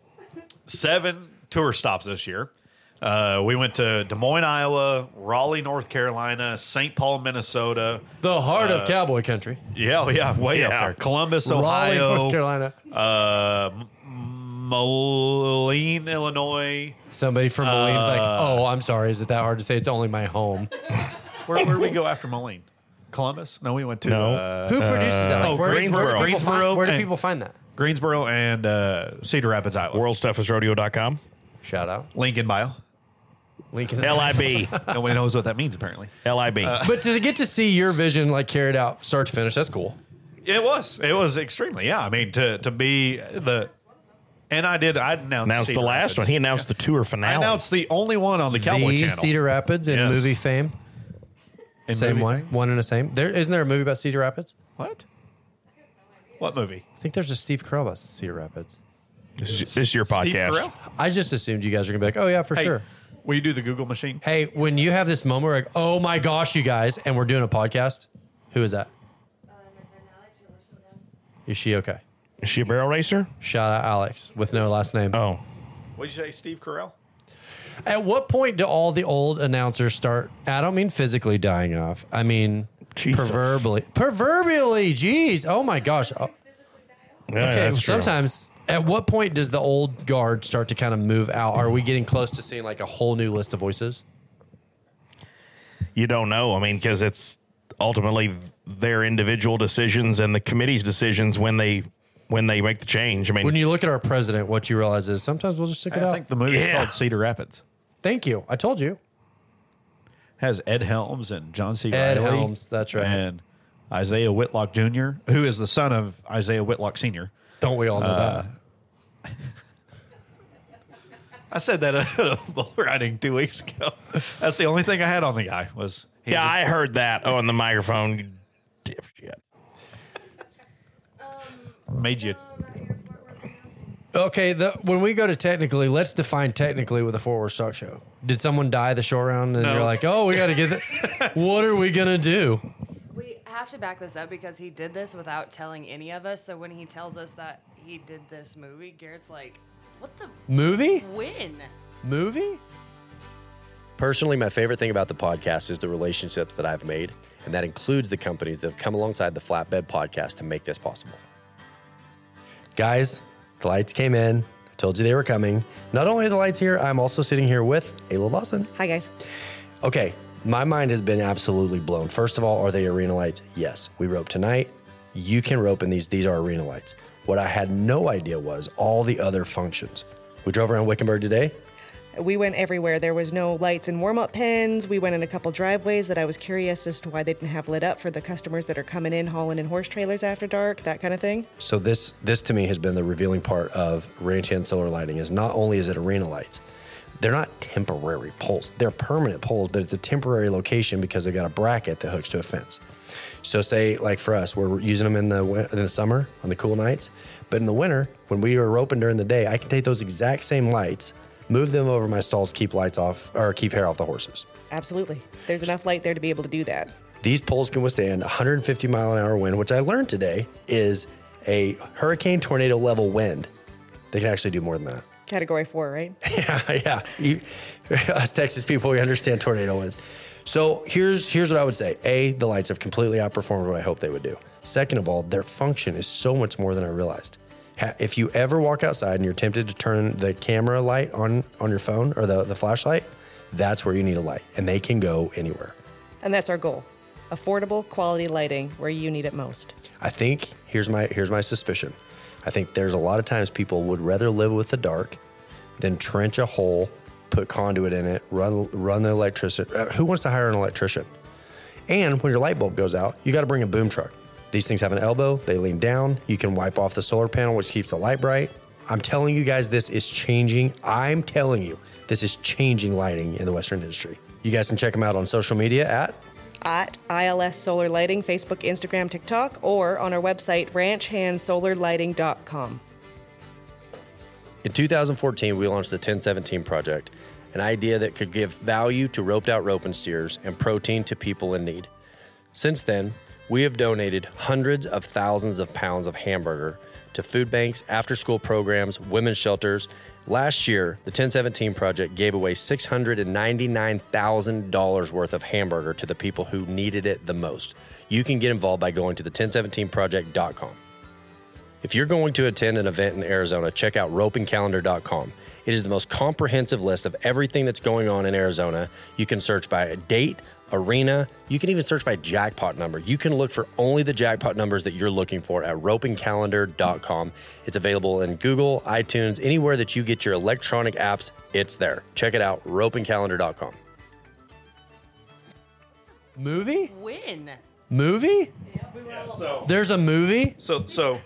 Speaker 6: seven tour stops this year. Uh, we went to Des Moines, Iowa, Raleigh, North Carolina, St. Paul, Minnesota.
Speaker 2: the heart of cowboy country.
Speaker 6: Yeah, oh, yeah, way up
Speaker 7: Yeah.
Speaker 6: there. Columbus,
Speaker 2: Raleigh,
Speaker 6: Ohio,
Speaker 2: North Carolina.
Speaker 6: uh, M- Moline, Illinois.
Speaker 2: Somebody from Moline's like, oh, I'm sorry. Is it that hard to say? It's only my home.
Speaker 6: Where, where did we go after Moline? Columbus? No, we went to
Speaker 7: No.
Speaker 6: uh,
Speaker 2: Who produces that?
Speaker 6: oh,
Speaker 2: where, Where
Speaker 6: Greensboro.
Speaker 2: do people,
Speaker 6: Greensboro
Speaker 2: find, where do
Speaker 6: and-
Speaker 2: people find that?
Speaker 6: Greensboro and uh, Cedar Rapids, Iowa.
Speaker 7: WorldStuffIsRodeo.com.
Speaker 2: Shout out.
Speaker 6: link in bio.
Speaker 2: Link in the-
Speaker 7: L-I-B.
Speaker 6: Nobody knows what that means, apparently.
Speaker 7: L-I-B.
Speaker 6: Uh,
Speaker 2: But to get to see your vision like carried out start to finish, that's cool.
Speaker 6: It was. It was extremely. Yeah. I mean, to to be the, and I did. I announced,
Speaker 7: announced
Speaker 6: Cedar
Speaker 7: the last
Speaker 6: Rapids.
Speaker 7: one. He announced the tour
Speaker 6: I
Speaker 7: finale.
Speaker 6: announced the only one on the Cowboy
Speaker 2: the
Speaker 6: Channel.
Speaker 2: Cedar Rapids and
Speaker 6: Yes.
Speaker 2: movie fame.
Speaker 6: In
Speaker 2: same
Speaker 6: movie
Speaker 2: one,
Speaker 6: thing.
Speaker 2: one and the same. There isn't there a movie about Cedar Rapids?
Speaker 6: What? What movie?
Speaker 2: I think there's a Steve Carell about Cedar Rapids.
Speaker 7: this, is, this is your
Speaker 6: Steve
Speaker 7: podcast.
Speaker 6: Carell?
Speaker 2: I just assumed you guys were gonna be like, oh yeah, for
Speaker 6: Hey,
Speaker 2: sure.
Speaker 6: Will you do the Google machine?
Speaker 2: Hey, when you have this moment, where like, oh my gosh, you guys, and we're doing a podcast. Who is that? Is she okay?
Speaker 7: Is she a barrel racer?
Speaker 2: Shout out Alex with no last name.
Speaker 7: Oh,
Speaker 6: What did you say, Steve Carell?
Speaker 2: At what point do all the old announcers start? I don't mean physically dying off. I mean
Speaker 7: Jesus.
Speaker 2: proverbially. Proverbially, jeez. Oh my gosh. Oh,
Speaker 7: yeah,
Speaker 2: okay.
Speaker 7: that's true.
Speaker 2: Sometimes. At what point does the old guard start to kind of move out? Are we getting close to seeing like a whole new list of voices?
Speaker 7: you don't know. I mean, because it's ultimately their individual decisions and the committee's decisions when they when they make the change. I mean,
Speaker 2: When you look at our president, what you realize is sometimes we'll just stick it
Speaker 6: I
Speaker 2: out.
Speaker 6: think the movie's
Speaker 7: Yeah.
Speaker 6: called Cedar Rapids.
Speaker 2: Thank you. I told you.
Speaker 6: Has Ed Helms and John C.
Speaker 2: Ed
Speaker 6: Reilly
Speaker 2: Helms, that's right.
Speaker 6: And Isaiah Whitlock Jr., who is the son of Isaiah Whitlock Sr.
Speaker 11: Don't we all know
Speaker 6: that? I said that at a [laughs] bull riding two weeks ago. That's the only thing I had on the guy was.
Speaker 7: Yeah, I heard that on the microphone. you Dipshit.
Speaker 6: Made you.
Speaker 11: Okay, the, when we go to technically, let's define technically with a four-word stock show. Did someone die the short round, and
Speaker 6: No.
Speaker 11: you're like, "Oh, we got to get
Speaker 6: [laughs]
Speaker 11: it." what are we gonna do?
Speaker 10: We have to back this up because he did this without telling any of us. So when he tells us that he did this movie, Garrett's like, "What the
Speaker 11: Movie?
Speaker 10: When?
Speaker 11: Movie?
Speaker 5: Personally, my favorite thing about the podcast is the relationships that I've made, and that includes the companies that have come alongside the Flatbed Podcast to make this possible.
Speaker 2: Guys, the lights came in. I told you they were coming. Not only are the lights here, I'm also sitting here with Ayla Lawson.
Speaker 12: Hi, guys.
Speaker 2: Okay, my mind has been absolutely blown. First of all, are they arena lights? Yes. We rope tonight. You can rope in these. These are arena lights. What I had no idea was all the other functions. We drove around Wickenburg today.
Speaker 12: We went everywhere. There was no lights and warm up pins. We went in a couple driveways that I was curious as to why they didn't have lit up for the customers that are coming in hauling in horse trailers after dark, that kind of thing.
Speaker 2: So this this to me has been the revealing part of ranch hand solar lighting is not only is it arena lights, they're not temporary poles. They're permanent poles, but it's a temporary location because they've got a bracket that hooks to a fence. So say like for us, we're using them in the win- in the summer on the cool nights, but in the winter when we are roping during the day, I can take those exact same lights, move them over my stalls, keep lights off or keep hair off the horses.
Speaker 12: Absolutely. There's enough light there to be able to do that.
Speaker 2: These poles can withstand 150 mile an hour wind, which I learned today is a hurricane tornado level wind. They can actually do more than that.
Speaker 12: Category four, right?
Speaker 2: [laughs] yeah, You- [laughs] us Texas people, we understand tornado winds. So here's here's what I would say: A, the lights have completely outperformed what I hoped they would do. Second of all, their function is so much more than I realized. Ha- If you ever walk outside and you're tempted to turn the camera light on on your phone or the, the flashlight, that's where you need a light, and they can go anywhere.
Speaker 12: And that's our goal affordable, quality lighting where you need it most.
Speaker 2: I think here's my here's my suspicion. I think there's a lot of times people would rather live with the dark than trench a hole, put conduit in it, run run the electricity. Uh, Who wants to hire an electrician? And when your light bulb goes out, you got to bring a boom truck. These things have an elbow, they lean down, you can wipe off the solar panel which keeps the light bright. I'm telling you guys this is changing. I'm telling you this is changing lighting in the western industry. You guys can check them out on social media at
Speaker 12: At ILS Solar Lighting, Facebook, Instagram, TikTok, or on our website, ranchhandsolarlighting.com.
Speaker 5: In 2014, we launched the 1017 Project, an idea that could give value to roped out rope and steers and protein to people in need. Since then, we have donated hundreds of thousands of pounds of hamburger to food banks, after school programs, women's shelters. Last year, the 1017 Project gave away $699,000 worth of hamburger to the people who needed it the most. You can get involved by going to the 1017project.com. If you're going to attend an event in Arizona, check out ropingcalendar.com. It is the most comprehensive list of everything that's going on in Arizona. You can search by a date, arena, you can even search by jackpot number. You can look for only the jackpot numbers that you're looking for at ropingcalendar.com. It's available in Google, iTunes, anywhere that you get your electronic apps, it's there. Check it out, ropingcalendar.com.
Speaker 11: Movie?
Speaker 10: When?
Speaker 11: Movie?
Speaker 6: So
Speaker 11: There's a movie.
Speaker 6: so so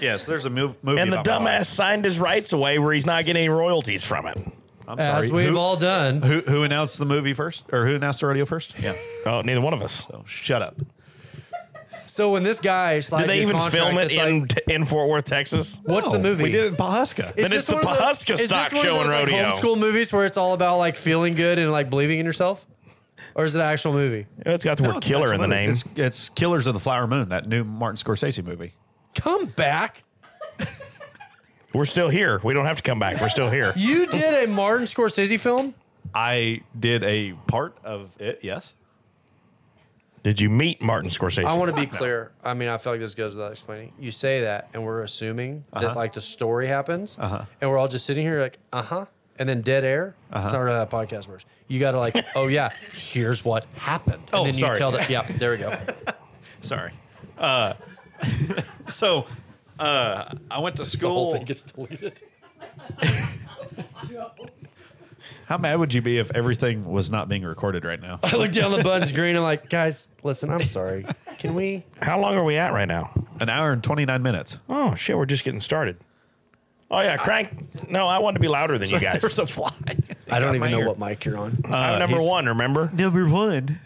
Speaker 6: yes, there's a move, movie.
Speaker 7: And the
Speaker 6: about my
Speaker 7: dumbass
Speaker 6: life.
Speaker 7: signed his rights away where he's not getting any royalties from it.
Speaker 6: I'm sorry. Who-
Speaker 11: done.
Speaker 6: Who who announced the movie first, or who announced the radio first? Yeah.
Speaker 7: Oh, neither one of us.
Speaker 6: So shut up.
Speaker 11: So when this guy slides
Speaker 7: Did they
Speaker 11: your
Speaker 7: even
Speaker 11: contract,
Speaker 7: film it
Speaker 11: it's
Speaker 7: in in Fort Worth, Texas?
Speaker 11: What's the movie?
Speaker 6: We did it in Pahuska.
Speaker 11: Is
Speaker 7: Then
Speaker 11: this
Speaker 7: it's the
Speaker 11: one of those-
Speaker 7: Pahuska
Speaker 11: is this
Speaker 7: stock
Speaker 11: one of
Speaker 7: show
Speaker 11: those,
Speaker 7: and
Speaker 11: like,
Speaker 7: rodeo.
Speaker 11: homeschool movies where it's all about like feeling good and like believing in yourself, or is it an actual movie?
Speaker 7: It's got the
Speaker 6: No,
Speaker 7: word
Speaker 6: it's
Speaker 7: killer
Speaker 6: actual
Speaker 7: in the
Speaker 6: movie.
Speaker 7: name.
Speaker 6: It's, it's Killers of the Flower Moon, that new Martin Scorsese movie.
Speaker 11: Come back.
Speaker 7: We're still here. We don't have to come back. We're still here.
Speaker 11: You did a [laughs] Martin Scorsese film.
Speaker 6: I did a part of it. Yes.
Speaker 7: Did you meet Martin Scorsese?
Speaker 11: I want to be clear. I mean, I feel like this goes without explaining. You say that, and we're assuming that like the story happens,
Speaker 2: Uh-huh.
Speaker 11: and we're all just sitting here like, uh huh, and then dead air.
Speaker 2: Uh-huh.
Speaker 11: It's not really how that podcast works. You got to
Speaker 2: [laughs]
Speaker 11: like, oh yeah, here's what happened. And
Speaker 6: Oh,
Speaker 11: then
Speaker 6: sorry.
Speaker 11: You tell the, yeah, there we
Speaker 2: [laughs]
Speaker 11: go.
Speaker 6: Sorry. Uh, [laughs] so uh, I went to
Speaker 11: The whole
Speaker 6: school.
Speaker 11: thing gets deleted.
Speaker 6: How mad would you be if everything was not being recorded right now?
Speaker 2: I look down the button screen. I'm like, guys, listen, I'm sorry. Can we?
Speaker 7: How long are we at right now?
Speaker 6: An hour and 29 minutes.
Speaker 7: Oh, shit. We're just getting started. Oh, yeah. Crank. no, I wanted to be louder than you
Speaker 6: Sorry,
Speaker 7: guys.
Speaker 6: there's a fly.
Speaker 2: I don't even know what Uh, mic you're on.
Speaker 6: Uh,
Speaker 7: I'm number one, remember?
Speaker 6: Number one.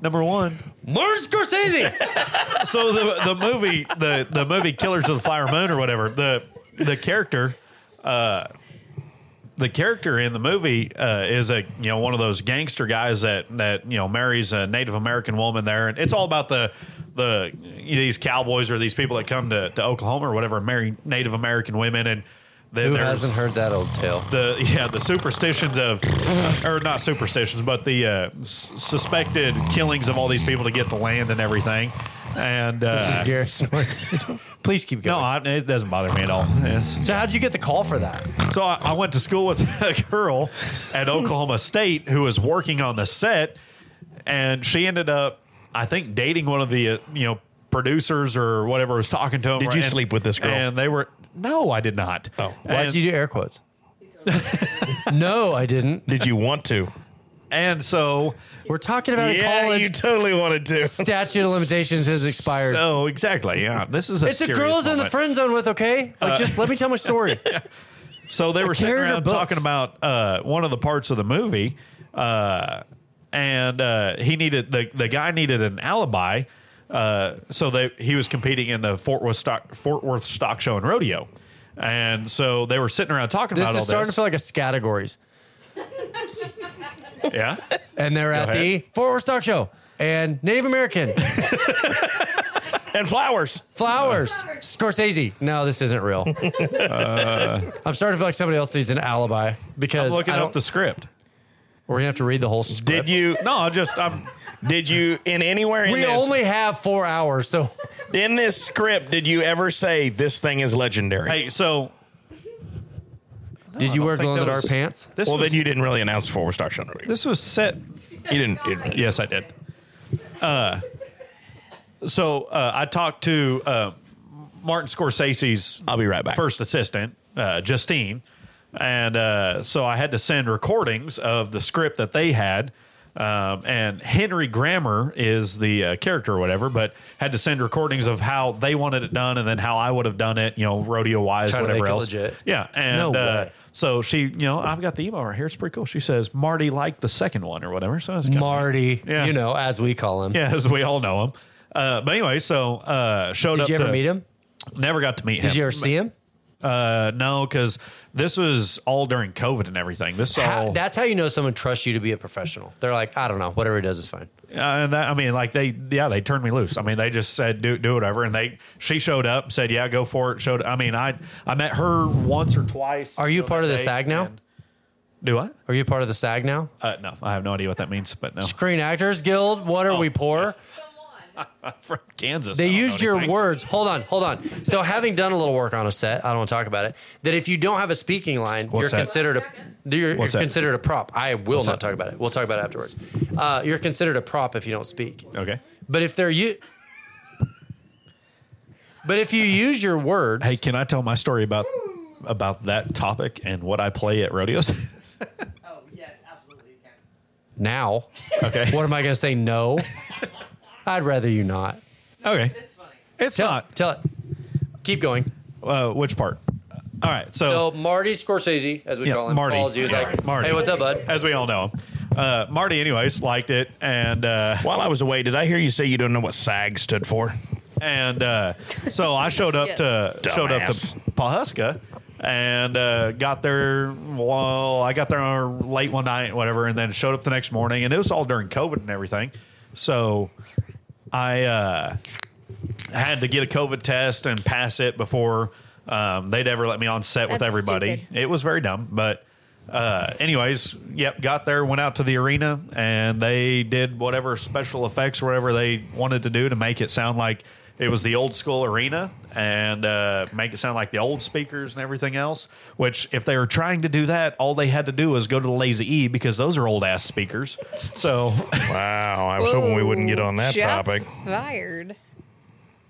Speaker 6: Number one.
Speaker 2: [laughs] Martin Scorsese.
Speaker 6: so the the movie the the movie Killers of the Flower Moon or whatever the the character uh the character in the movie uh, is a you know one of those gangster guys that that you know marries a Native American woman there, and it's all about the the these cowboys or these people that come to, to Oklahoma or whatever and marry Native American women, and then
Speaker 11: Who
Speaker 6: there's-
Speaker 11: hasn't heard that old tale?
Speaker 6: the yeah the superstitions of uh, or not superstitions but the uh, s- suspected killings of all these people to get the land and everything and uh,
Speaker 11: This is Gary Smart.
Speaker 6: [laughs]
Speaker 11: Please keep
Speaker 6: no
Speaker 11: going.
Speaker 6: I, it doesn't bother me at all Yes.
Speaker 11: so how'd you get the call for that?
Speaker 6: so I, I went to school with [laughs] a girl at Oklahoma State who was working on the set, and she ended up, I think, dating one of the uh, you know producers or whatever was talking to him.
Speaker 7: Did you
Speaker 6: and-
Speaker 7: sleep with this girl?
Speaker 6: And they were no, I did not. Oh,
Speaker 11: Why'd you do air quotes? [laughs] no, I didn't.
Speaker 7: Did you want to?
Speaker 6: And so
Speaker 11: We're talking about a college.
Speaker 7: you totally wanted
Speaker 11: [laughs]
Speaker 7: to.
Speaker 6: [laughs]
Speaker 11: Statute of limitations has expired.
Speaker 6: So exactly, yeah. This is a
Speaker 11: it's a
Speaker 6: serious
Speaker 11: girl's in the
Speaker 6: moment. Uh,
Speaker 11: friend zone with, okay? Like, just let me tell my
Speaker 6: [laughs]
Speaker 11: story.
Speaker 6: So they were sitting
Speaker 11: carried her
Speaker 6: around
Speaker 11: books.
Speaker 6: talking about uh, one of the parts of the movie, uh, and uh, he needed the the guy needed an alibi. Uh, so they he was competing in the Fort Worth Stock Fort Worth Stock Show and Rodeo, and so they were sitting around talking
Speaker 11: This
Speaker 6: about
Speaker 11: is
Speaker 6: all
Speaker 11: starting
Speaker 6: this.
Speaker 11: to feel like it's categories.
Speaker 6: [laughs] yeah,
Speaker 11: And they're at the Fort Worth Stock Show and Native
Speaker 6: [laughs]
Speaker 11: American,
Speaker 7: And flowers.
Speaker 11: flowers, Scorsese. No, this isn't real.
Speaker 6: [laughs]
Speaker 11: I'm starting to feel like somebody else needs an alibi because
Speaker 6: Uh, I'm
Speaker 11: [laughs]
Speaker 6: looking
Speaker 11: I
Speaker 6: up
Speaker 11: don't,
Speaker 6: the script.
Speaker 11: we're going to have to read the whole script.
Speaker 7: Did you?
Speaker 6: No, I just I'm
Speaker 7: Did you in anywhere in
Speaker 11: we
Speaker 7: this,
Speaker 11: only have four hours, so
Speaker 7: in this script? Did you ever say this thing is legendary?
Speaker 6: hey. So
Speaker 11: did you wear
Speaker 6: think
Speaker 11: glow in the
Speaker 6: that
Speaker 11: dark
Speaker 6: was-
Speaker 11: pants?
Speaker 6: this
Speaker 7: well,
Speaker 6: was
Speaker 7: then you didn't really announce Fort Worth Stock Show. and Rodeo.
Speaker 6: this was set
Speaker 7: you didn't. you didn't-
Speaker 6: Yes, I did. Uh, so uh, I talked to uh, Martin Scorsese's
Speaker 7: I'll be right back.
Speaker 6: first assistant, uh, Justine, and uh, so I had to send recordings of the script that they had. Um, and Henry Grammer is the uh, character or whatever, but had to send recordings of how they wanted it done and then how I would have done it, you know, rodeo wise,
Speaker 11: Trying to
Speaker 6: whatever
Speaker 11: make it
Speaker 6: else.
Speaker 11: legit.
Speaker 6: Yeah. And
Speaker 11: No
Speaker 6: uh,
Speaker 11: way.
Speaker 6: so she, you know, I've got the email right here. It's pretty cool. She says, Marty liked the second one or whatever. So it's kinda-
Speaker 11: Marty,
Speaker 6: Yeah.
Speaker 11: you know, as we call him.
Speaker 6: [laughs] yeah, as we all know him. Uh, but anyway, so uh, showed
Speaker 11: Did
Speaker 6: up.
Speaker 11: you ever
Speaker 6: to-
Speaker 11: meet him?
Speaker 6: Never got to meet him.
Speaker 11: Did you ever see him?
Speaker 6: Uh, no, because this was all during COVID and everything. This
Speaker 2: Oh.
Speaker 11: How-
Speaker 6: all,
Speaker 11: that's how you know someone trusts you to be a professional. They're like, I don't know, whatever he does is fine.
Speaker 6: uh, and that, I mean, like they, yeah, they turned me loose. I mean, they just said do do whatever, and they she showed up, said yeah, go for it. Showed. I mean, I I met her once or twice.
Speaker 11: Are you
Speaker 6: know,
Speaker 11: part of the
Speaker 6: that day,
Speaker 11: SAG now?
Speaker 6: and- Do I?
Speaker 11: Are you part of the SAG now?
Speaker 6: Uh, no, I have no idea what that means, but no,
Speaker 11: Screen Actors Guild. What
Speaker 2: Oh.
Speaker 11: are we poor?
Speaker 6: from Kansas. I
Speaker 11: They
Speaker 6: don't know
Speaker 11: used your
Speaker 6: anything.
Speaker 11: words. Hold on, hold on. So, having done a little work on a set, I don't want to talk about it. That if you don't have a speaking line,
Speaker 6: What's
Speaker 11: you're
Speaker 6: that?
Speaker 11: considered a you're, you're
Speaker 6: What's that?
Speaker 11: considered a prop. I will not
Speaker 6: that?
Speaker 11: talk about it. We'll talk about it afterwards. Uh, you're considered a prop if you don't speak.
Speaker 6: Okay.
Speaker 11: But if they're you, but if you use your words,
Speaker 6: Hey, can I tell my story about about that topic and what I play at rodeos? [laughs]
Speaker 10: Oh, yes, absolutely. You can.
Speaker 11: now
Speaker 6: okay.
Speaker 11: what am I going to say?
Speaker 6: [laughs]
Speaker 11: No, I'd rather you not.
Speaker 6: Okay.
Speaker 10: It's funny.
Speaker 6: It's
Speaker 11: Tell,
Speaker 6: not.
Speaker 11: tell it. Keep going.
Speaker 6: Uh, which part? All right.
Speaker 11: So
Speaker 6: So,
Speaker 11: Marty Scorsese, as we
Speaker 6: Oh. Yeah,
Speaker 11: call him,
Speaker 6: Marty.
Speaker 11: calls you. He's
Speaker 6: Yeah,
Speaker 11: like,
Speaker 6: Marty.
Speaker 11: "Hey, what's up, bud?"
Speaker 6: as we all know, uh, Marty, anyways, liked it, and uh,
Speaker 7: While I was away, did I hear you say you don't know what SAG stood for?
Speaker 6: and uh, so I showed up to
Speaker 7: Yes.
Speaker 6: showed up
Speaker 7: Dumbass.
Speaker 6: to Pawhuska and uh, got there. Well, I got there late one night, whatever, and then showed up the next morning, and it was all during COVID and everything. So I uh, had to get a COVID test and pass it before um, they'd ever let me on set with
Speaker 8: That's
Speaker 6: everybody.
Speaker 8: stupid.
Speaker 6: It was very dumb, but. Uh, anyways, yep, got there, went out to the arena, and they did whatever special effects, or whatever they wanted to do to make it sound like it was the old school arena and uh, make it sound like the old speakers and everything else. Which, if they were trying to do that, all they had to do was go to the Lazy E because those are old ass speakers. So, [laughs]
Speaker 7: Wow, I was hoping we wouldn't get on that
Speaker 8: Shots
Speaker 7: topic. [laughs]
Speaker 8: Fired.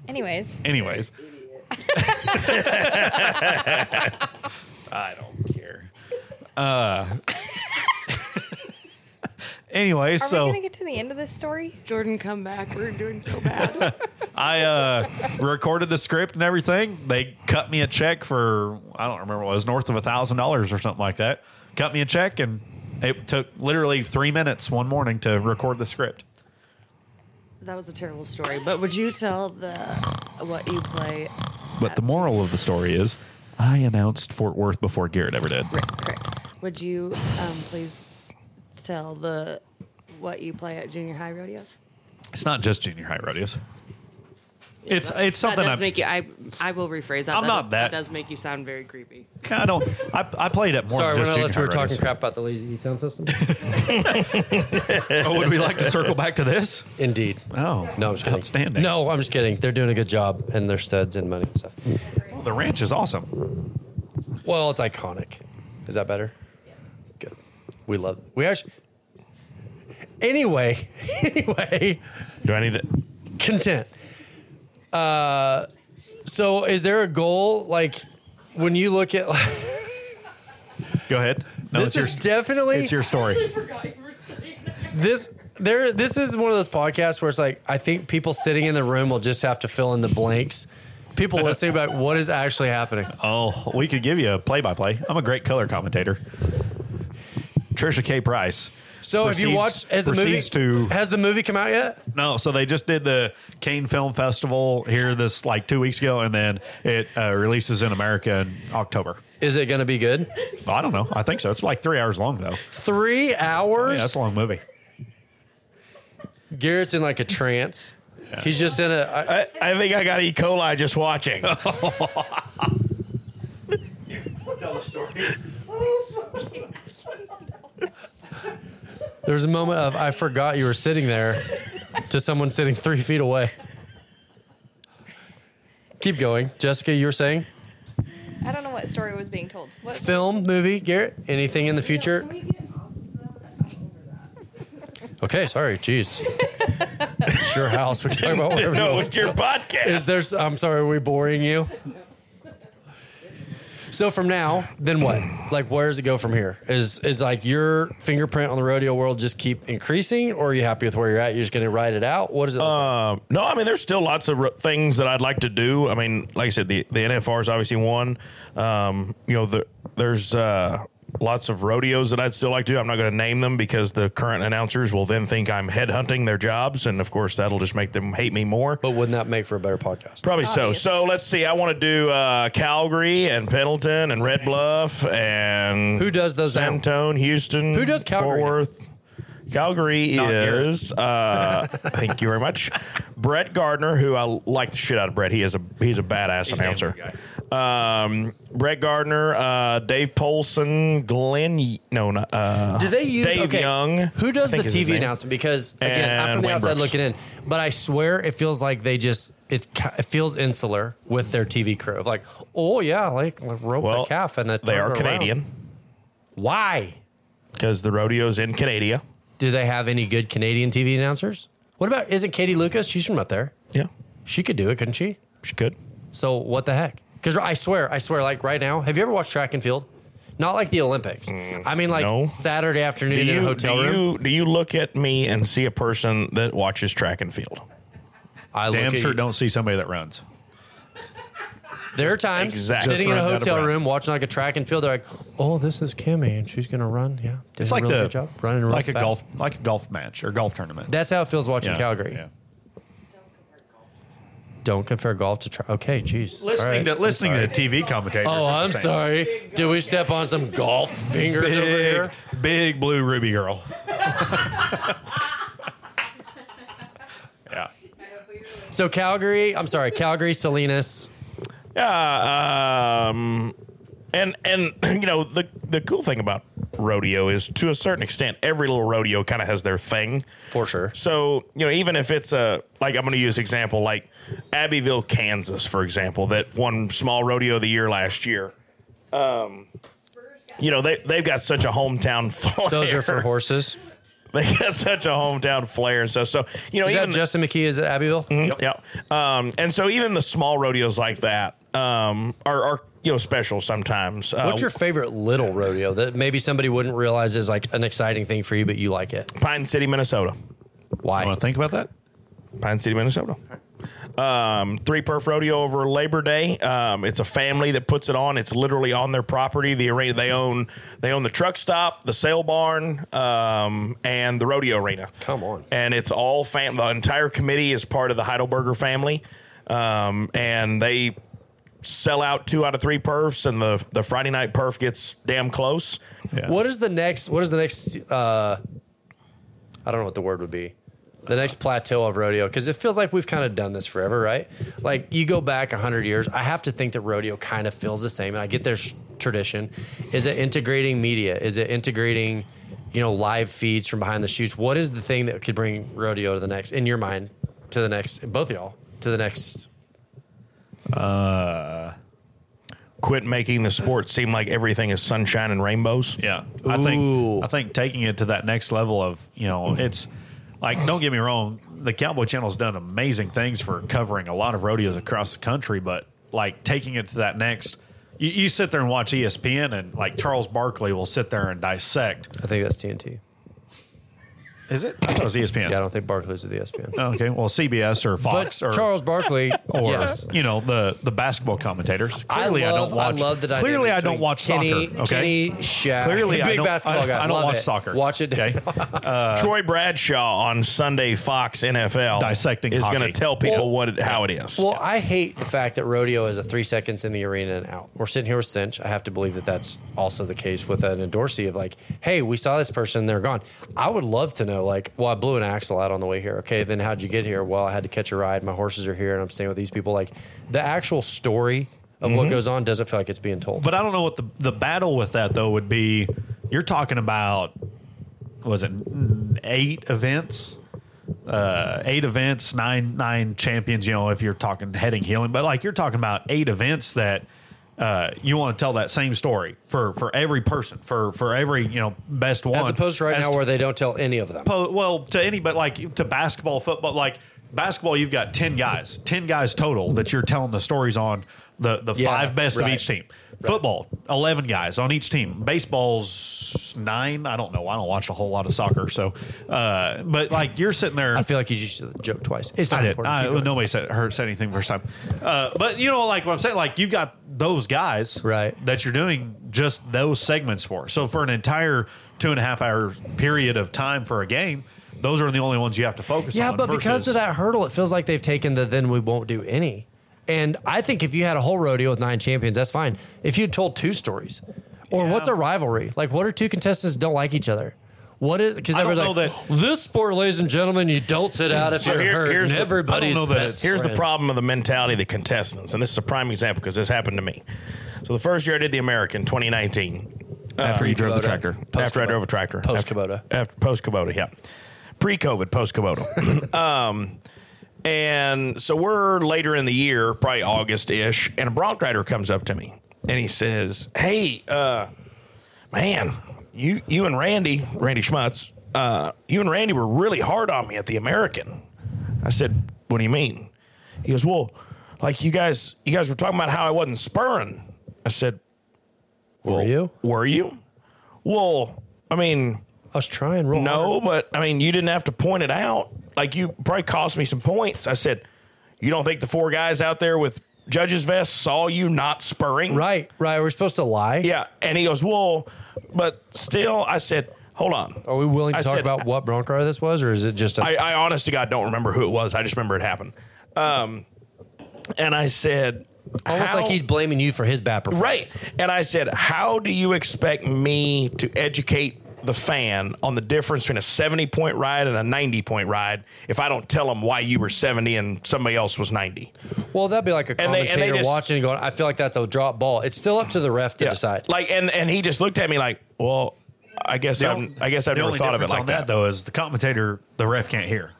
Speaker 8: Anyways,
Speaker 6: anyways, [laughs] I don't care. Uh, [laughs] Anyway,
Speaker 8: Are
Speaker 6: so
Speaker 8: we gonna get to the end of this story?
Speaker 10: Jordan, come back. We're doing so bad.
Speaker 6: I uh, recorded the script and everything. They cut me a check for I don't remember what it was north of a thousand dollars or something like that. Cut me a check and it took literally three minutes one morning to record the script.
Speaker 10: [laughs] that was a terrible story. But would you tell the what you play?
Speaker 6: But the moral of the story is, I announced Fort Worth before Garrett ever did.
Speaker 10: Would you um, please tell the what you play at junior high rodeos?
Speaker 6: It's not just junior high rodeos. it's
Speaker 10: That-
Speaker 6: it's something
Speaker 10: that does
Speaker 6: I'm-
Speaker 10: make you. I I will rephrase that.
Speaker 6: I'm
Speaker 10: that
Speaker 6: not
Speaker 10: does,
Speaker 6: that-
Speaker 10: does make you sound very creepy.
Speaker 6: I don't. I, I played it more.
Speaker 2: Sorry,
Speaker 6: than
Speaker 2: when
Speaker 6: just
Speaker 2: I left, we were
Speaker 6: junior high
Speaker 2: talking
Speaker 6: rodeos.
Speaker 2: crap about the lazy sound system.
Speaker 6: oh, would
Speaker 2: [laughs]
Speaker 6: we like to circle back to this?
Speaker 2: Indeed.
Speaker 6: Oh
Speaker 2: no, I'm just kidding.
Speaker 6: Outstanding.
Speaker 11: Oh,
Speaker 2: No, I'm just kidding. They're doing a good job, and they're studs and money and stuff.
Speaker 6: the ranch is awesome.
Speaker 2: Well, it's iconic. Is that better? Good. We love. We actually.
Speaker 11: [laughs]
Speaker 2: Anyway, anyway.
Speaker 7: Do I need to?
Speaker 2: Content. Uh, so is there a goal like when you look at? [laughs]
Speaker 6: Go ahead.
Speaker 2: this is definitely
Speaker 6: it's your story.
Speaker 2: this there this is one of those podcasts where it's like I think people sitting in the room will just have to fill in the blanks. People listening about what is actually happening.
Speaker 6: Oh, we could give you a play-by-play. I'm a great color commentator. Trisha K. Price.
Speaker 2: So have you watched- has the
Speaker 6: proceeds to
Speaker 2: has the movie come out yet?
Speaker 6: No. So they just did the Kane Film Festival here this like two weeks ago, and then it uh, releases in America in October.
Speaker 2: Is it going to be good?
Speaker 6: I don't know. I think so. It's like three hours long though.
Speaker 2: Three hours.
Speaker 6: Oh, Yeah, that's a long movie.
Speaker 2: Garrett's in like a trance. He's just in a. I,
Speaker 7: I think I got E. coli just
Speaker 6: [laughs]
Speaker 7: watching.
Speaker 6: Tell the story.
Speaker 2: There was a moment of I forgot you were sitting there to someone sitting three feet away. Keep going, Jessica. You were saying
Speaker 8: I don't know what story was being told. What
Speaker 2: film, movie, Garrett. Anything in the future? Okay, sorry. Jeez, it's your house. We can talk about whatever.
Speaker 7: [laughs] No,
Speaker 2: you want.
Speaker 7: it's your podcast.
Speaker 2: Is there? s- I'm sorry. Are we boring you? So from now, then what? Like, where does it go from here? Is is like your fingerprint on the rodeo world just keep increasing, or are you happy with where you're at? You're just going to ride it out. What is it? look
Speaker 7: Um, no, I mean, there's still lots of r- things that I'd like to do. I mean, like I said, the, the NFR is obviously one. Um, you know, the, there's uh, lots of rodeos that I'd still like to do. I'm not going to name them because the current announcers will then think I'm headhunting their jobs. And of course, that'll just make them hate me more.
Speaker 2: But wouldn't that make for a better podcast?
Speaker 7: Probably so. So let's see. I want to do uh, Calgary and Pendleton and Red Bluff and.
Speaker 2: Who does those um, now?
Speaker 7: Santone, Houston. Who does Calgary? Fort Worth. Calgary
Speaker 6: Not Garrett.
Speaker 7: is.
Speaker 2: [laughs]
Speaker 7: Uh, thank you very much, Brett Gardner, who I like the shit out of. Brett, he is a he's a badass
Speaker 6: He's a damn
Speaker 7: announcer. Um, Brett Gardner, uh, Dave Polson, Glenn. Ye- No, not. Uh,
Speaker 2: Do they use
Speaker 7: Dave
Speaker 2: okay,
Speaker 7: Young?
Speaker 2: Who does
Speaker 7: I
Speaker 2: the
Speaker 7: think is his
Speaker 2: TV
Speaker 7: name.
Speaker 2: announcement? Because again, I'm
Speaker 7: And
Speaker 2: from the
Speaker 7: Wayne
Speaker 2: outside
Speaker 7: Brooks.
Speaker 2: looking in, but I swear it feels like they just it's ki- it feels insular with their TV crew. Of like, oh yeah, like, like rope the calf and that
Speaker 7: They are Canadian
Speaker 2: Why?
Speaker 7: because the rodeo's in Canada.
Speaker 2: Do they have any good Canadian TV announcers? What about isn't Katie Lucas? She's from up there.
Speaker 7: Yeah,
Speaker 2: she could do it, couldn't she?
Speaker 7: She could.
Speaker 2: So what the heck? Because I swear, I swear, like right now, have you ever watched track and field? Not like the Olympics.
Speaker 6: Mm,
Speaker 2: I mean, like Saturday
Speaker 7: Do
Speaker 2: afternoon
Speaker 7: you,
Speaker 2: in a hotel
Speaker 7: do
Speaker 2: room.
Speaker 7: you do you look at me and see a person that watches track and field?
Speaker 2: I
Speaker 6: Damn
Speaker 2: look at
Speaker 6: sure
Speaker 2: you-
Speaker 6: don't see somebody that runs.
Speaker 2: There are times
Speaker 6: Exactly.
Speaker 2: sitting in
Speaker 6: Just
Speaker 2: a
Speaker 6: runs out of
Speaker 2: hotel
Speaker 6: breath.
Speaker 2: room watching like a track and field. They're like, "Oh, this is Kimmy, and she's gonna run. Yeah, did
Speaker 6: It's
Speaker 2: a
Speaker 6: like
Speaker 2: really
Speaker 6: the
Speaker 2: good job running real
Speaker 6: like a
Speaker 2: fast."
Speaker 6: golf like a golf match or golf tournament.
Speaker 2: That's how it feels watching
Speaker 6: Yeah,
Speaker 2: Calgary.
Speaker 6: yeah.
Speaker 2: Don't compare golf to track. Okay, jeez. All
Speaker 6: Listening
Speaker 2: right.
Speaker 6: to listening
Speaker 2: Sorry.
Speaker 6: to TV commentators.
Speaker 2: Oh,
Speaker 6: is the
Speaker 2: I'm
Speaker 6: same.
Speaker 2: sorry. Did we step on some golf fingers
Speaker 6: big,
Speaker 2: over here?
Speaker 6: Big blue ruby girl. yeah.
Speaker 2: So Calgary, I'm sorry, Calgary, Salinas.
Speaker 7: Yeah, um, and and [clears throat] you know the the cool thing about rodeo is to a certain extent every little rodeo kind of has their thing
Speaker 2: for sure.
Speaker 7: So you know even if it's a like I'm going to use example like Abbeville, Kansas, for example, that one small rodeo of the year last year. Um, you know they they've got such a hometown [laughs] flair.
Speaker 2: Those are for horses.
Speaker 7: [laughs] They got such a hometown flair and stuff. So you know
Speaker 2: Is that
Speaker 7: even Mm-hmm.
Speaker 2: Justin McKee? Is it Abbeville?
Speaker 7: Yep. Um, and so even the small rodeos like that um, are, are you know specials sometimes. Uh,
Speaker 2: What's your favorite little rodeo that maybe somebody wouldn't realize is like an exciting thing for you, but you like it?
Speaker 7: Pine City, Minnesota.
Speaker 2: Why?
Speaker 7: Want to think about that? Pine City, Minnesota. Um, three perf rodeo over Labor Day. Um, it's a family that puts it on. It's literally on their property. The arena they own. They own the truck stop, the sale barn, um, and the rodeo arena.
Speaker 2: Come on.
Speaker 7: And it's all fam. The entire committee is part of the Heidelberger family, um, and they sell out two out of three perfs, and the the Friday night perf gets damn close.
Speaker 2: What is the next? What is the next? Uh, I don't know what the word would be. The next plateau of rodeo because it feels like we've kind of done this forever, right? Like you go back hundred years, I have to think that rodeo kind of feels the same. And I get there's tradition. Is it integrating media? Is it integrating, you know, live feeds from behind the shoots? What is the thing that could bring rodeo to the next in your mind, to the next, both of y'all, to the next?
Speaker 7: Uh, quit making the sport seem like everything is sunshine and rainbows.
Speaker 6: Yeah, I think I think taking it to that next level of you
Speaker 2: Mm.
Speaker 6: know it's like don't get me wrong, the Cowboy Channel's done amazing things for covering a lot of rodeos across the country, but like taking it to that next. You, you sit there and watch E ESPN, and like Charles Barkley will sit there and dissect.
Speaker 2: I think that's TNT.
Speaker 6: Is it? I thought it was E ESPN.
Speaker 2: Yeah, I don't think Barkley's at
Speaker 11: E
Speaker 2: the ESPN.
Speaker 6: Oh, Okay, well CBS or Fox
Speaker 2: But
Speaker 6: or
Speaker 2: Charles Barkley,
Speaker 6: [laughs] or
Speaker 2: yes.
Speaker 6: you know the the basketball commentators.
Speaker 2: I
Speaker 6: Clearly, I,
Speaker 2: love-
Speaker 6: don't watch.
Speaker 2: I love the dynamic
Speaker 6: clearly I don't
Speaker 2: between
Speaker 6: watch
Speaker 2: Kenny-
Speaker 6: soccer. Okay,
Speaker 2: Kenny, Shaq.
Speaker 6: Clearly,
Speaker 2: [laughs]
Speaker 6: I
Speaker 2: Big
Speaker 6: don't,
Speaker 2: basketball
Speaker 6: I,
Speaker 2: guy.
Speaker 6: I don't
Speaker 2: Love
Speaker 6: watch
Speaker 2: it.
Speaker 6: soccer.
Speaker 2: Watch it.
Speaker 6: Okay?
Speaker 2: [laughs]
Speaker 6: Uh,
Speaker 7: Troy Bradshaw on Sunday Fox NFL
Speaker 6: Dissecting
Speaker 7: is going to
Speaker 6: hockey.
Speaker 7: tell people
Speaker 2: Well-
Speaker 7: what it, how it is.
Speaker 2: Well, I hate the fact that rodeo is a three seconds in the arena and out. We're sitting here with Cinch. I have to believe that that's also the case with an endorsee of like, hey, we saw this person, they're gone. I would love to know, like, well, I blew an axle out on the way here. Okay, then how'd you get here? Well, I had to catch a ride. My horses are here, and I'm staying with these people. Like, the actual story of what
Speaker 6: Mhm.
Speaker 2: goes on doesn't feel like it's being told.
Speaker 6: But I don't know what the the battle with that though would be. You're talking about was it mm, eight events? Uh, eight events, nine nine champions. You know, if you're talking heading healing, but like you're talking about eight events that uh, you want to tell that same story for for every person for for every you know best one
Speaker 2: As opposed to right
Speaker 6: As
Speaker 2: now where they don't tell any of them.
Speaker 6: Po- well, to any, but like to basketball, football, like basketball, you've got 10 guys, 10 guys total that you're telling the stories on the, the
Speaker 7: Yeah,
Speaker 6: five best
Speaker 7: right.
Speaker 6: of each team. Football, 11 guys on each team. Baseball's nine. I don't know. I don't watch a whole lot of soccer. So, uh, but like you're sitting there. I
Speaker 2: feel like you just joked twice. It's
Speaker 6: I
Speaker 2: not
Speaker 6: did.
Speaker 2: important. Keep
Speaker 6: I,
Speaker 2: going.
Speaker 6: nobody said, heard, said anything first time. Uh, but you know, like what I'm saying, like you've got those guys
Speaker 2: right
Speaker 6: that you're doing just those segments for. So for an entire two and a half hour period of time for a game, those are the only ones you have to focus
Speaker 2: Yeah,
Speaker 6: on.
Speaker 2: but because
Speaker 6: versus-
Speaker 2: of that hurdle, it feels like they've taken the then we won't do any. And I think if you had a whole rodeo with nine champions, that's fine. If you told two stories, or what's a rivalry? Like, what are two contestants that don't like each other? What is because
Speaker 6: I don't
Speaker 2: everyone's like this sport, ladies and gentlemen, you don't sit out if
Speaker 7: So
Speaker 2: you're
Speaker 7: here-
Speaker 2: hurt.
Speaker 7: here's
Speaker 2: and
Speaker 7: the-
Speaker 2: everybody's
Speaker 7: I don't know that
Speaker 2: best
Speaker 7: it's- here's the
Speaker 2: friends.
Speaker 7: problem of the mentality of the contestants, and this is a prime example because this happened to me. So the first year I did the American, 2019.
Speaker 2: Uh,
Speaker 6: After you drove the
Speaker 7: Kubota.
Speaker 6: tractor.
Speaker 7: after I
Speaker 6: Post-Kubota.
Speaker 7: drove a tractor.
Speaker 6: Post
Speaker 7: After- After, post Kubota, yeah. Pre COVID, post Kubota. [laughs] um, and so we're later in the year, probably August ish, and a bronc rider comes up to me and he says, Hey, uh, man, you you and Randy, Randy Schmutz, uh, you and Randy were really hard on me at the American. I said, What do you mean? He goes, Well, like you guys you guys were talking about how I wasn't spurring. I said, Well were you? Were you? Well, I mean
Speaker 2: I was trying real
Speaker 7: No, but I mean you didn't have to point it out. Like you probably cost me some points. I said, You don't think the four guys out there with judges vests saw you not spurring?
Speaker 2: Right, right. We're supposed to lie.
Speaker 7: Yeah. And he goes, Well, but still I said, Hold on.
Speaker 6: Oh.
Speaker 2: Are we willing to
Speaker 7: I
Speaker 2: talk
Speaker 7: said-
Speaker 2: about what bronc rider this was, or is it just a
Speaker 7: I, I honest to God don't remember who it was. I just remember it happened. Um, and I said,
Speaker 2: almost
Speaker 7: how-
Speaker 2: like he's blaming you for his bad performance?
Speaker 7: right. And I said, how do you expect me to educate the fan on the difference between a 70 point ride and a 90 point ride if I don't tell them why you were 70 and somebody else was 90?
Speaker 2: Well, that'd be like a
Speaker 7: And they- and
Speaker 2: commentator
Speaker 7: they just-
Speaker 2: watching and going, "I feel like that's a drop ball." It's still up to the ref to decide.
Speaker 7: Like, and, and he just looked at me like, well, I guess
Speaker 6: The
Speaker 7: I'm,
Speaker 6: on-
Speaker 7: I guess I've
Speaker 6: the
Speaker 7: never
Speaker 6: only
Speaker 7: thought of it
Speaker 6: difference
Speaker 7: like
Speaker 6: on
Speaker 7: that.
Speaker 6: that, though, is the commentator, the ref can't hear.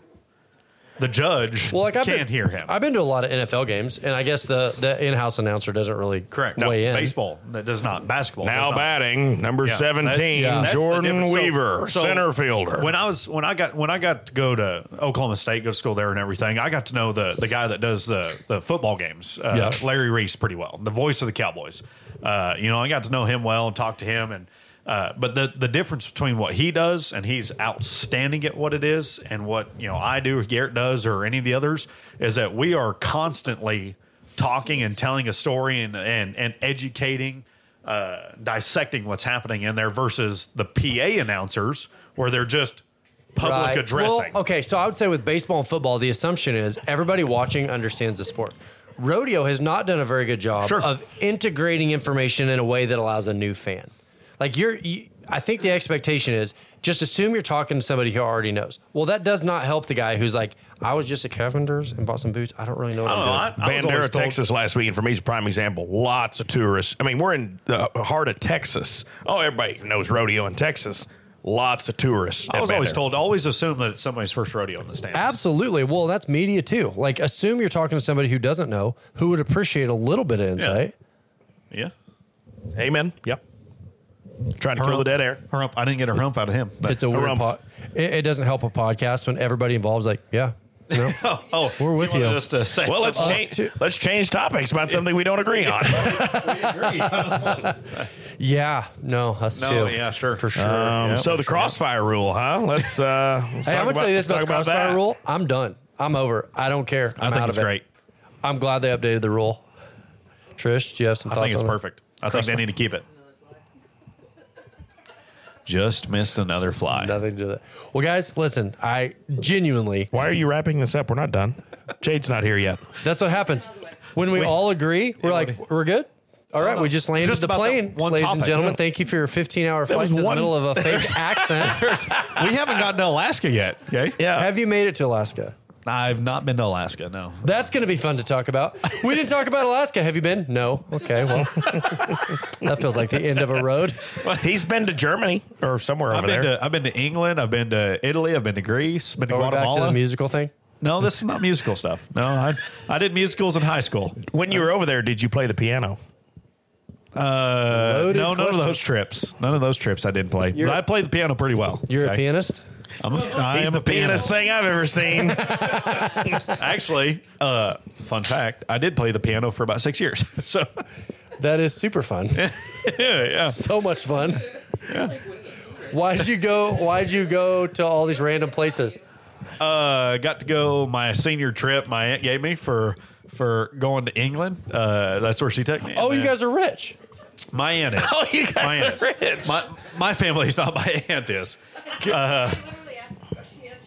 Speaker 6: The judge
Speaker 2: well, like I've
Speaker 6: can't
Speaker 2: been,
Speaker 6: hear him.
Speaker 2: I've been to a lot of NFL games, and I guess the, the in-house announcer doesn't really
Speaker 6: Correct. No,
Speaker 2: weigh in.
Speaker 6: baseball that does not basketball.
Speaker 7: Now
Speaker 6: does not.
Speaker 7: batting, number 17,
Speaker 6: that's the
Speaker 7: Jordan
Speaker 6: difference.
Speaker 7: Weaver, center fielder.
Speaker 6: When I was when I got when I got to go to Oklahoma State, go to school there and everything, I got to know the the guy that does the the football games, uh,
Speaker 2: Yeah.
Speaker 6: Larry Reese, pretty well, the voice of the Cowboys. Uh, you know, I got to know him well and talk to him and. Uh, but the the difference between what he does and he's outstanding at what it is and what you know I do, Garrett does, or any of the others is that we are constantly talking and telling a story and and, and educating uh, dissecting what's happening in there versus the PA announcers where they're just public
Speaker 2: Right.
Speaker 6: addressing.
Speaker 2: Well, okay, so I would say with baseball and football, the assumption is everybody watching understands the sport. Rodeo has not done a very good job
Speaker 6: Sure.
Speaker 2: of integrating information in a way that allows a new fan. Like you're, you, I think the expectation is just assume you're talking to somebody who already knows. Well, that does not help the guy who's like, I was just at Cavender's and bought some boots. I don't really know what
Speaker 7: I don't know.
Speaker 2: I'm doing.
Speaker 7: Bandera, Texas last week, and for me, it's a prime example. Lots of tourists. I mean, we're in the heart of Texas. Oh, everybody knows rodeo in Texas. Lots of tourists.
Speaker 6: I
Speaker 7: at
Speaker 6: was always
Speaker 7: Bandera.
Speaker 6: told always assume that it's somebody's first rodeo in the stands.
Speaker 2: Absolutely. Well, that's media too. Like assume you're talking to somebody who doesn't know, who would appreciate a little bit of insight.
Speaker 6: Yeah.
Speaker 7: Amen. Yep. Trying to kill the dead air.
Speaker 6: Hump. I didn't get a hump out of him. but-
Speaker 2: It's a weird po- it, it doesn't help a podcast when everybody involved is like, yeah, no,
Speaker 6: [laughs] oh,
Speaker 2: we're with you.
Speaker 6: wanted us to say
Speaker 7: Well, let's
Speaker 6: Us
Speaker 7: change, let's change topics about something we don't agree
Speaker 6: [laughs]
Speaker 7: on.
Speaker 2: yeah, no, us
Speaker 6: No,
Speaker 2: too.
Speaker 6: yeah, sure. Uh,
Speaker 2: for sure.
Speaker 7: Um,
Speaker 2: Yeah,
Speaker 7: so the crossfire rule, huh? Let's. Uh, let's
Speaker 2: hey, I'm
Speaker 7: talk
Speaker 2: gonna tell you this about
Speaker 7: let's
Speaker 2: the
Speaker 7: talk
Speaker 2: crossfire
Speaker 7: that.
Speaker 2: rule. I'm done. I'm over. I don't care.
Speaker 6: I
Speaker 2: I'm
Speaker 6: think
Speaker 2: out
Speaker 6: it's
Speaker 2: of it.
Speaker 6: great.
Speaker 2: I'm glad they updated the rule. Trish, do you have some
Speaker 6: I
Speaker 2: thoughts
Speaker 6: think it's
Speaker 2: on
Speaker 6: perfect. I think they need to keep it. Just missed another fly.
Speaker 2: It? Nothing to do with it. Well, guys, listen. I genuinely.
Speaker 7: Why are you wrapping this up? We're not done. Jade's not
Speaker 2: [laughs]
Speaker 7: here yet.
Speaker 2: That's what happens when we all agree. We're like, we're good. All right, we just landed
Speaker 6: Just
Speaker 2: the
Speaker 6: about that
Speaker 2: plane,
Speaker 6: one
Speaker 2: ladies and
Speaker 6: topic.
Speaker 2: gentlemen. Thank you for your 15-hour flight
Speaker 7: was
Speaker 2: to the
Speaker 7: one-
Speaker 2: middle of a fake
Speaker 6: [laughs]
Speaker 2: accent.
Speaker 6: we haven't gotten to Alaska yet. Okay.
Speaker 7: Yeah.
Speaker 2: Have you made it to Alaska?
Speaker 6: I've not been to Alaska. No.
Speaker 2: That's going to be fun to talk about. We didn't talk about Alaska. Have you been? No. Okay. Well, [laughs] that feels like the end of a road.
Speaker 7: He's been to Germany or somewhere
Speaker 6: I've
Speaker 7: over
Speaker 6: been
Speaker 7: there.
Speaker 6: to I've been to England. I've been to Italy. I've been to Greece. Been to
Speaker 2: Are we back
Speaker 6: Guatemala.
Speaker 2: to the musical thing?
Speaker 6: No, this is not musical stuff. No, I, I did musicals in high school.
Speaker 7: when you were over there, did you play the piano?
Speaker 6: Uh, no,
Speaker 2: Loaded
Speaker 6: none
Speaker 2: question.
Speaker 6: of those trips. None of those trips I didn't play. But I played the piano pretty well.
Speaker 2: You're a
Speaker 6: Okay.
Speaker 2: pianist.
Speaker 6: I'm a, I
Speaker 7: He's
Speaker 6: am
Speaker 7: the
Speaker 6: a
Speaker 7: pianist
Speaker 6: pianist.
Speaker 7: thing I've ever seen.
Speaker 6: Actually, uh, fun fact: I did play the piano for about six years. [laughs] So,
Speaker 2: That is super fun.
Speaker 6: yeah, [laughs] yeah.
Speaker 2: so much fun. Why would you go? Why would you go to all these random places?
Speaker 6: uh, got to go my senior trip my aunt gave me for for going to England. Uh, that's where she took me.
Speaker 2: Oh, you
Speaker 6: And-
Speaker 2: guys are rich.
Speaker 6: My aunt
Speaker 2: [laughs]
Speaker 6: is.
Speaker 7: Oh, you guys
Speaker 6: my aunt
Speaker 7: are
Speaker 6: is.
Speaker 7: rich.
Speaker 6: My, my family's not [laughs] my aunt is.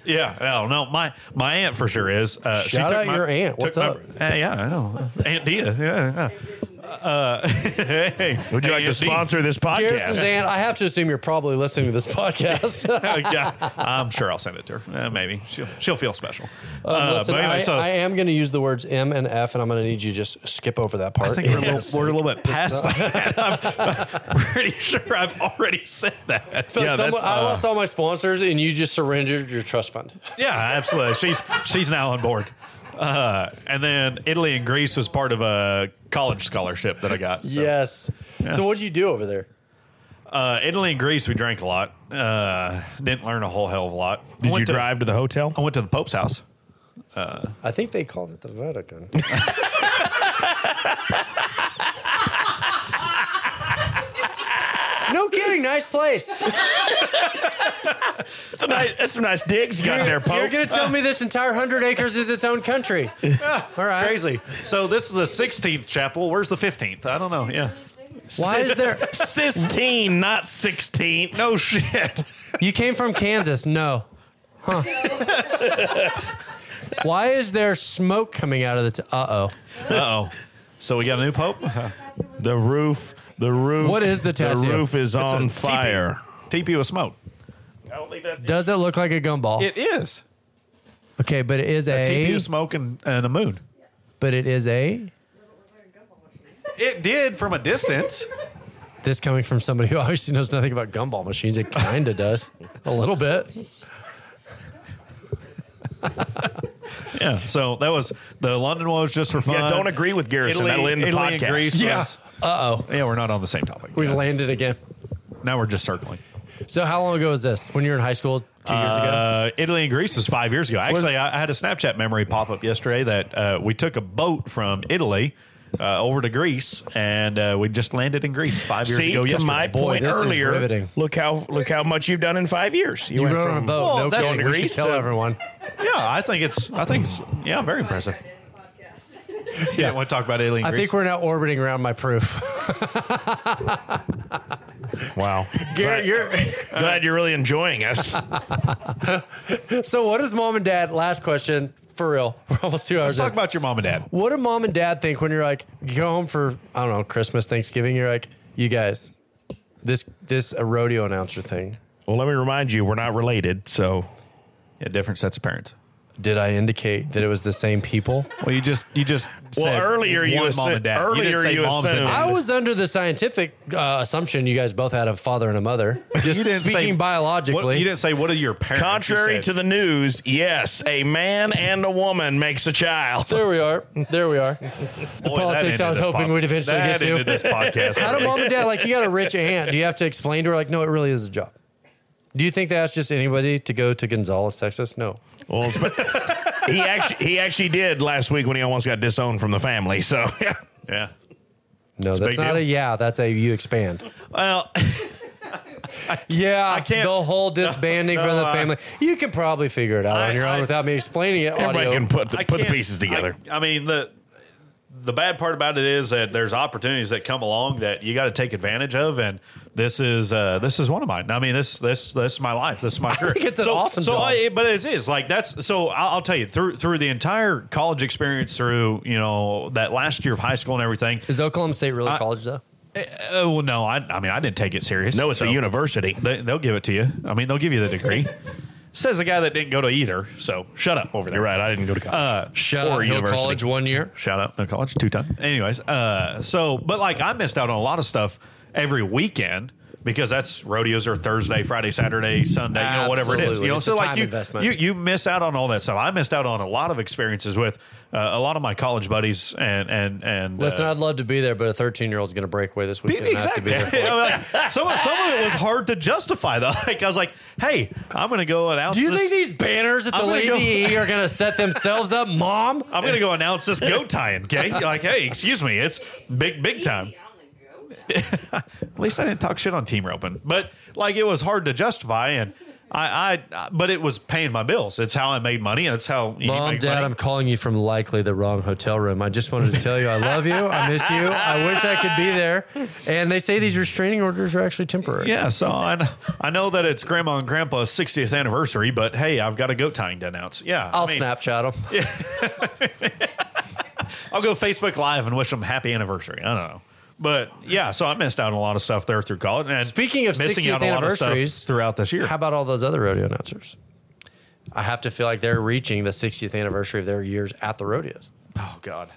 Speaker 6: Yeah, no, no. My my aunt for sure is. Uh,
Speaker 2: Shout out
Speaker 6: my-
Speaker 2: your aunt.
Speaker 6: took
Speaker 2: What's
Speaker 6: my-
Speaker 2: up?
Speaker 6: Uh, yeah, I know. Aunt Dia. Yeah. yeah. Uh, [laughs] hey,
Speaker 7: Would you like to
Speaker 6: Aunt Dee.
Speaker 7: sponsor this
Speaker 2: Garrison's
Speaker 7: podcast?
Speaker 2: aunt. I have to assume you're probably listening to this podcast.
Speaker 6: [laughs]
Speaker 2: [laughs]
Speaker 6: Uh, yeah, I'm sure I'll send it to her. Uh, maybe she'll she'll feel special. Uh,
Speaker 2: Um, listen,
Speaker 6: but anyway,
Speaker 2: I,
Speaker 6: so
Speaker 2: I
Speaker 6: I,
Speaker 2: am going to use the words M and F, and I'm going to need you to just skip over that part.
Speaker 6: think we're
Speaker 2: [laughs]
Speaker 6: a, little, we're a little bit past that. [laughs] I'm pretty sure I've already said that.
Speaker 2: I feel like
Speaker 7: Yeah,
Speaker 2: someone-
Speaker 7: that's,
Speaker 6: uh,
Speaker 2: I lost all my sponsors, and you just surrendered your trust fund.
Speaker 6: Yeah, absolutely. She's she's now on board. Uh, and then Italy and Greece was part of a college scholarship that I got. so.
Speaker 2: Yes. So what did you do over there?
Speaker 6: Uh, Italy and Greece, we drank a lot. Uh, didn't learn a whole hell of a lot. I
Speaker 7: Did
Speaker 6: went
Speaker 7: you
Speaker 6: to-
Speaker 7: drive to the hotel?
Speaker 6: I went to the Pope's house.
Speaker 2: I think they called it the Vatican. no kidding. Nice place.
Speaker 7: That's, a nice, that's some nice digs you got there, Pope.
Speaker 2: You're going to tell me this entire hundred acres is its own country? All right.
Speaker 6: Crazy. So this is the 16th chapel. Where's the 15th? I don't know. Yeah.
Speaker 2: Why is
Speaker 6: [laughs]
Speaker 2: there?
Speaker 7: Sistine, not 16th.
Speaker 6: No shit.
Speaker 2: You came from Kansas? No. Huh. Why is there smoke coming out of the? T- uh oh.
Speaker 6: Uh oh. So we got a new Pope.
Speaker 7: The roof, [laughs] the roof.
Speaker 2: What is the tattoo?
Speaker 7: The roof is
Speaker 6: It's a
Speaker 7: on
Speaker 6: teepee.
Speaker 7: fire.
Speaker 6: TP with smoke.
Speaker 7: I don't think that's
Speaker 2: Does it look like a gumball?
Speaker 6: It is.
Speaker 2: okay, but it is a.
Speaker 6: TP with smoke and, and a moon.
Speaker 2: but it is a.
Speaker 6: It did from a distance.
Speaker 2: This coming from somebody who [laughs] obviously knows nothing about gumball machines. It kind of does a little bit.
Speaker 6: [laughs] yeah. So that was the London one was just for fun.
Speaker 7: Yeah, don't agree with Garrison. That'll end the
Speaker 6: Italy and
Speaker 7: podcast.
Speaker 6: Greece
Speaker 7: Yeah.
Speaker 6: Uh oh. Yeah, we're not on the same topic.
Speaker 2: We've landed again.
Speaker 6: Now we're just circling.
Speaker 2: So how long ago was this? When you were in high school, two years ago.
Speaker 6: Uh, Italy and Greece was five years ago. Actually, I, I had a Snapchat memory pop up yesterday that uh, we took a boat from Italy. Uh, over to Greece, and uh, we just landed in Greece five years
Speaker 7: See,
Speaker 6: ago.
Speaker 7: to
Speaker 6: yesterday.
Speaker 7: my point earlier, look how look how much you've done in five years.
Speaker 6: You
Speaker 7: went
Speaker 6: rode on
Speaker 7: from-
Speaker 6: a boat, Well, no that's-
Speaker 7: going to
Speaker 6: we should
Speaker 7: Greece
Speaker 6: tell
Speaker 7: to-
Speaker 6: everyone. Yeah, I think it's. I think it's. Yeah, very impressive.
Speaker 8: [laughs]
Speaker 6: yeah, want to talk about Italy? And
Speaker 2: I
Speaker 6: Greece?
Speaker 2: think we're now orbiting around my proof.
Speaker 7: [laughs] Wow,
Speaker 2: Garrett, [laughs] you're
Speaker 7: glad you're really enjoying us.
Speaker 2: [laughs] so, what does mom and dad? Last question for real. [laughs] We're almost two hours.
Speaker 6: Let's talk about your mom and dad.
Speaker 2: What do mom and dad think when you're like you go home for I don't know Christmas, Thanksgiving? You're like, you guys, this this a rodeo announcer thing.
Speaker 7: Well, let me remind you, we're not related, so
Speaker 6: yeah, different sets of parents.
Speaker 2: Did I indicate that it was the same people?
Speaker 6: Well, you just you just
Speaker 7: Well, said earlier you one mom assu- and dad. You didn't earlier say you moms and assumed- dads.
Speaker 2: I was under the scientific uh, assumption you guys both had a father and a [laughs] mother. Just speaking biologically,
Speaker 6: What, you didn't say what are your parents? You
Speaker 7: Contrary
Speaker 6: said-
Speaker 7: to the news, yes, a man and a woman makes a child.
Speaker 2: [laughs] [laughs] There we are. There we are. The
Speaker 7: Boy, that
Speaker 2: politics
Speaker 7: ended
Speaker 2: I was
Speaker 7: this
Speaker 2: hoping
Speaker 7: pod-
Speaker 2: we'd eventually
Speaker 7: that
Speaker 2: get to.
Speaker 7: ended this
Speaker 6: [laughs]
Speaker 7: podcast.
Speaker 2: How do mom and dad like? You got a rich aunt. Do you have to explain to her like, no, it really is a job? Do you think they asked just anybody to go to Gonzales, Texas? No.
Speaker 7: Well, he actually he actually did last week when he almost got disowned from the family. So [laughs]
Speaker 6: yeah,
Speaker 2: no,
Speaker 7: It's
Speaker 2: that's
Speaker 7: a big
Speaker 2: not
Speaker 7: deal.
Speaker 2: a yeah. That's a you expand.
Speaker 6: Well,
Speaker 2: yeah, I can't. The whole disbanding from
Speaker 6: no,
Speaker 2: the
Speaker 6: I-
Speaker 2: family. you can probably figure it out on your own without me explaining it.
Speaker 6: Everybody
Speaker 2: audio.
Speaker 6: can put
Speaker 7: the- put the pieces together.
Speaker 6: I mean the the bad part about it is that there's opportunities that come along that you got to take advantage of, and this is uh, this is one of mine. I mean this this this is my life. This is my career.
Speaker 2: think it's an
Speaker 6: so,
Speaker 2: awesome
Speaker 6: So,
Speaker 2: job.
Speaker 6: I, but it is like that's so. I'll, I'll tell you through through the entire college experience, through you know that last year of high school and everything.
Speaker 2: Is Oklahoma State really college though?
Speaker 6: Uh, well, no, I, I mean, I didn't take it serious.
Speaker 7: No, it's a university.
Speaker 6: They, they'll give it to you. I mean, they'll give you the
Speaker 7: [laughs]
Speaker 6: degree. Says the guy that didn't go to either. So shut up over there.
Speaker 7: You're right. I didn't go to college.
Speaker 6: Uh, shut
Speaker 7: up, no college
Speaker 2: one year.
Speaker 6: Shout out no college two time. Anyways, uh, so but like I missed out on a lot of stuff every weekend because that's rodeos are Thursday, Friday, Saturday, Sunday, you know whatever it is.
Speaker 2: Absolutely.
Speaker 6: You know,
Speaker 2: It's
Speaker 6: so
Speaker 2: a
Speaker 6: like
Speaker 2: time
Speaker 6: you,
Speaker 2: investment.
Speaker 6: you you miss out on all that stuff. I missed out on a lot of experiences with uh, a lot of my college buddies and and and
Speaker 2: Listen,
Speaker 6: uh,
Speaker 2: I'd love to be there, but a 13 year old's going to break away this weekend. and I have to be
Speaker 6: Exactly.
Speaker 2: there
Speaker 6: [laughs]
Speaker 2: for it.
Speaker 6: I mean, like, some, of- some of it was hard to justify though. [laughs] Like I was like, "Hey, I'm going to go
Speaker 2: [laughs]
Speaker 6: announce."
Speaker 2: Do you
Speaker 6: this-
Speaker 2: think these banners at the
Speaker 6: I'm gonna
Speaker 2: Lazy
Speaker 6: go-
Speaker 2: E are going to set themselves [laughs] up, Mom?
Speaker 6: I'm going to go announce this goat
Speaker 2: [laughs]
Speaker 6: tie-in. Okay, like, hey, excuse me, it's big, big time. [laughs] At least I didn't talk shit on team roping, but like it was hard to justify, and I, I, but it was paying my bills. It's how I made money, and it's how you
Speaker 2: Mom,
Speaker 6: make
Speaker 2: Dad,
Speaker 6: money.
Speaker 2: I'm calling you from likely the wrong hotel room. I just wanted to tell you I love you. I miss you. I wish I could be there. And they say these restraining orders are actually temporary.
Speaker 6: Yeah, so I, kn- I know that it's Grandma and Grandpa's 60th anniversary, but hey, I've got a goat tying to announce. Yeah,
Speaker 2: I'll
Speaker 6: I mean,
Speaker 2: Snapchat them.
Speaker 6: I'll go Facebook Live and wish them happy anniversary. I don't know. But yeah, so I missed out on a lot of stuff there through college. And
Speaker 2: Speaking of
Speaker 6: missing
Speaker 2: 60th
Speaker 6: out on a lot of stuff
Speaker 2: anniversaries,
Speaker 6: throughout this year,
Speaker 2: How about all those other rodeo announcers? I have to feel like they're reaching the 60th anniversary of their years at the rodeos.
Speaker 6: oh god,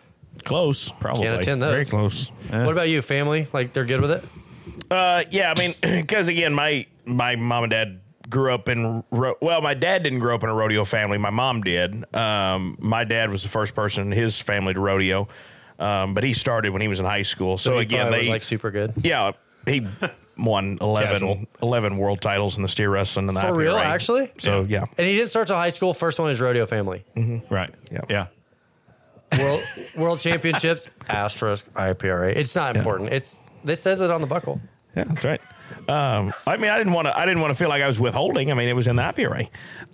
Speaker 7: Close, probably.
Speaker 2: Can't attend those.
Speaker 7: Very close.
Speaker 2: What about you, family? Like they're good with it?
Speaker 7: Uh, yeah, I mean, [clears throat] because again, my my mom and dad grew up in ro- well, my dad didn't grow up in a rodeo family. My mom did. Um, my dad was the first person in his family to rodeo, um, but he started when he was in high school. So,
Speaker 2: he
Speaker 7: again,
Speaker 2: probably
Speaker 7: they
Speaker 2: was like super good.
Speaker 7: Yeah, he [laughs] won 11,
Speaker 2: Casual.
Speaker 7: 11 world titles in the steer wrestling and the
Speaker 2: For
Speaker 7: IPRA.
Speaker 2: real, actually?
Speaker 7: So yeah,
Speaker 2: And he didn't start till high school. First one is rodeo
Speaker 6: [laughs]
Speaker 2: family.
Speaker 6: right? Yeah, yeah.
Speaker 2: World World Championships, asterisk IPRA. It's not important. It's this says it on the buckle.
Speaker 7: Yeah, that's right. Um, I mean, I didn't want to. I didn't want to feel like I was withholding. I mean, it was in the IPRA,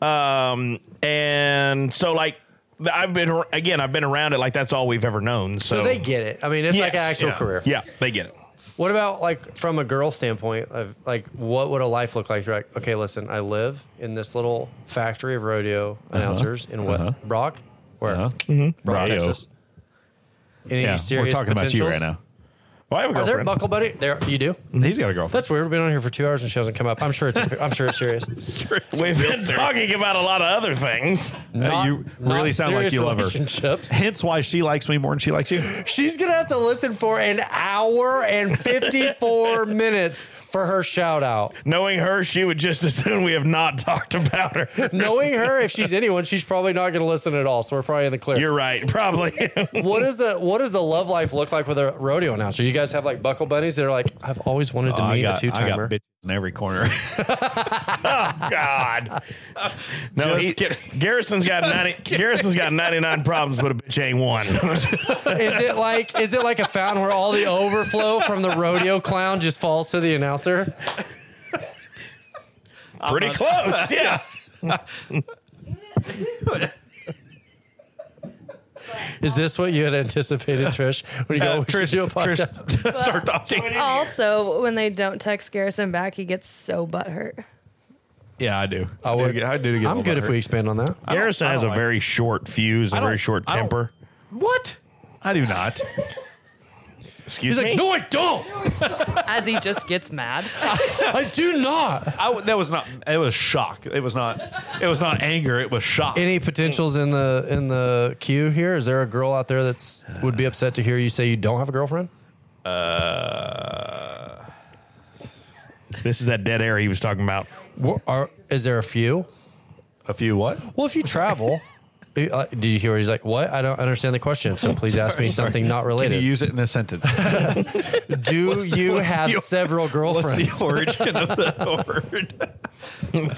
Speaker 7: um, and so like th- I've been ar- again. I've been around it. Like that's all we've ever known. So,
Speaker 2: So, they get it. I mean, it's like an
Speaker 7: Yes.
Speaker 2: actual
Speaker 7: Yeah.
Speaker 2: career.
Speaker 7: Yeah, they get it.
Speaker 2: What about like from a girl standpoint of like what would a life look like? You're like, okay, listen, I live in this little factory of rodeo announcers in what
Speaker 6: Uh-huh.
Speaker 2: Brock, where
Speaker 6: Uh-huh.
Speaker 2: Brock,
Speaker 6: Rodeo.
Speaker 2: Texas. Any
Speaker 6: Yeah,
Speaker 2: serious
Speaker 6: we're talking about you
Speaker 2: potentials?
Speaker 6: right now. Mm-hmm.
Speaker 7: Well, I have a
Speaker 2: Are there
Speaker 7: girlfriend.
Speaker 2: buckle buddy? There you do.
Speaker 7: He's got a girlfriend.
Speaker 2: That's weird. We've been on here for two hours and she hasn't come up. I'm sure it's. I'm sure it's serious.
Speaker 7: We've been talking about a lot of other things.
Speaker 2: Not-
Speaker 6: you
Speaker 2: not
Speaker 6: really sound like
Speaker 2: serious
Speaker 6: you love her.
Speaker 2: relationships. [laughs]
Speaker 6: Hence why she likes me more than she likes you.
Speaker 2: She's gonna have to listen for an hour and
Speaker 6: [laughs]
Speaker 2: 54 minutes for her shout out.
Speaker 7: Knowing her, she would just as soon we have not [laughs] talked about
Speaker 2: [laughs]
Speaker 7: her.
Speaker 2: Knowing her, if she's anyone, she's probably not gonna listen at all. So we're probably in the clear.
Speaker 7: You're right, probably. [laughs]
Speaker 2: what is the what does the love life look like with a rodeo announcer? You guys have like buckle bunnies that are like, I've always wanted to
Speaker 6: Oh, I
Speaker 2: meet
Speaker 6: got,
Speaker 2: a two
Speaker 6: I got
Speaker 2: timer.
Speaker 6: bitches in every
Speaker 2: [laughs]
Speaker 6: corner. [laughs]
Speaker 7: God. No,
Speaker 6: Just
Speaker 7: he,
Speaker 6: kidding.
Speaker 7: Garrison's got ninety. Garrison's got ninety nine problems, but a bitch ain't one.
Speaker 6: [laughs]
Speaker 2: Is it like is it like a fountain where all the overflow from the rodeo clown just falls to the announcer?
Speaker 7: Pretty close, [laughs] yeah.
Speaker 2: Is this what you had anticipated, Trish? When you go,
Speaker 6: Uh,
Speaker 2: we should do a podcast.
Speaker 6: start talking.
Speaker 10: Also, when they don't text Garrison back, he gets so butthurt.
Speaker 6: Yeah, I do.
Speaker 7: Oh,
Speaker 6: I, would. I do. Get a
Speaker 2: I'm
Speaker 6: little
Speaker 2: good if
Speaker 6: butthurt.
Speaker 2: we expand on that.
Speaker 6: I don't-
Speaker 7: Garrison
Speaker 6: I
Speaker 7: has a
Speaker 6: don't like-
Speaker 7: very short fuse and a
Speaker 6: don't-
Speaker 7: very short
Speaker 6: I don't-
Speaker 7: temper.
Speaker 6: What? I do not.
Speaker 7: Excuse
Speaker 2: He's
Speaker 7: me.
Speaker 2: like, no, I don't.
Speaker 10: As he just gets [laughs] mad.
Speaker 2: I do not.
Speaker 6: I, w- that was not. It was shock. It was not. It was not anger. It was shock.
Speaker 2: Any potentials in the in the queue here? Is there a girl out there that's would be upset to hear you say you don't have a girlfriend?
Speaker 6: uh,
Speaker 7: This is that dead air he was talking about.
Speaker 2: Wha- are, is there a few?
Speaker 6: a few what?
Speaker 2: Well, if you travel, eh, [laughs] uh, did you hear? What he's like, what? I don't understand the question. So please ask me
Speaker 6: Sorry.
Speaker 2: something not
Speaker 6: Can
Speaker 2: related. [laughs]
Speaker 6: you use it in
Speaker 7: [laughs]
Speaker 6: a sentence?
Speaker 2: do you
Speaker 6: what's
Speaker 2: have
Speaker 6: the-
Speaker 2: [laughs] several
Speaker 6: What's
Speaker 2: girlfriends?
Speaker 6: the origin of [laughs] the word?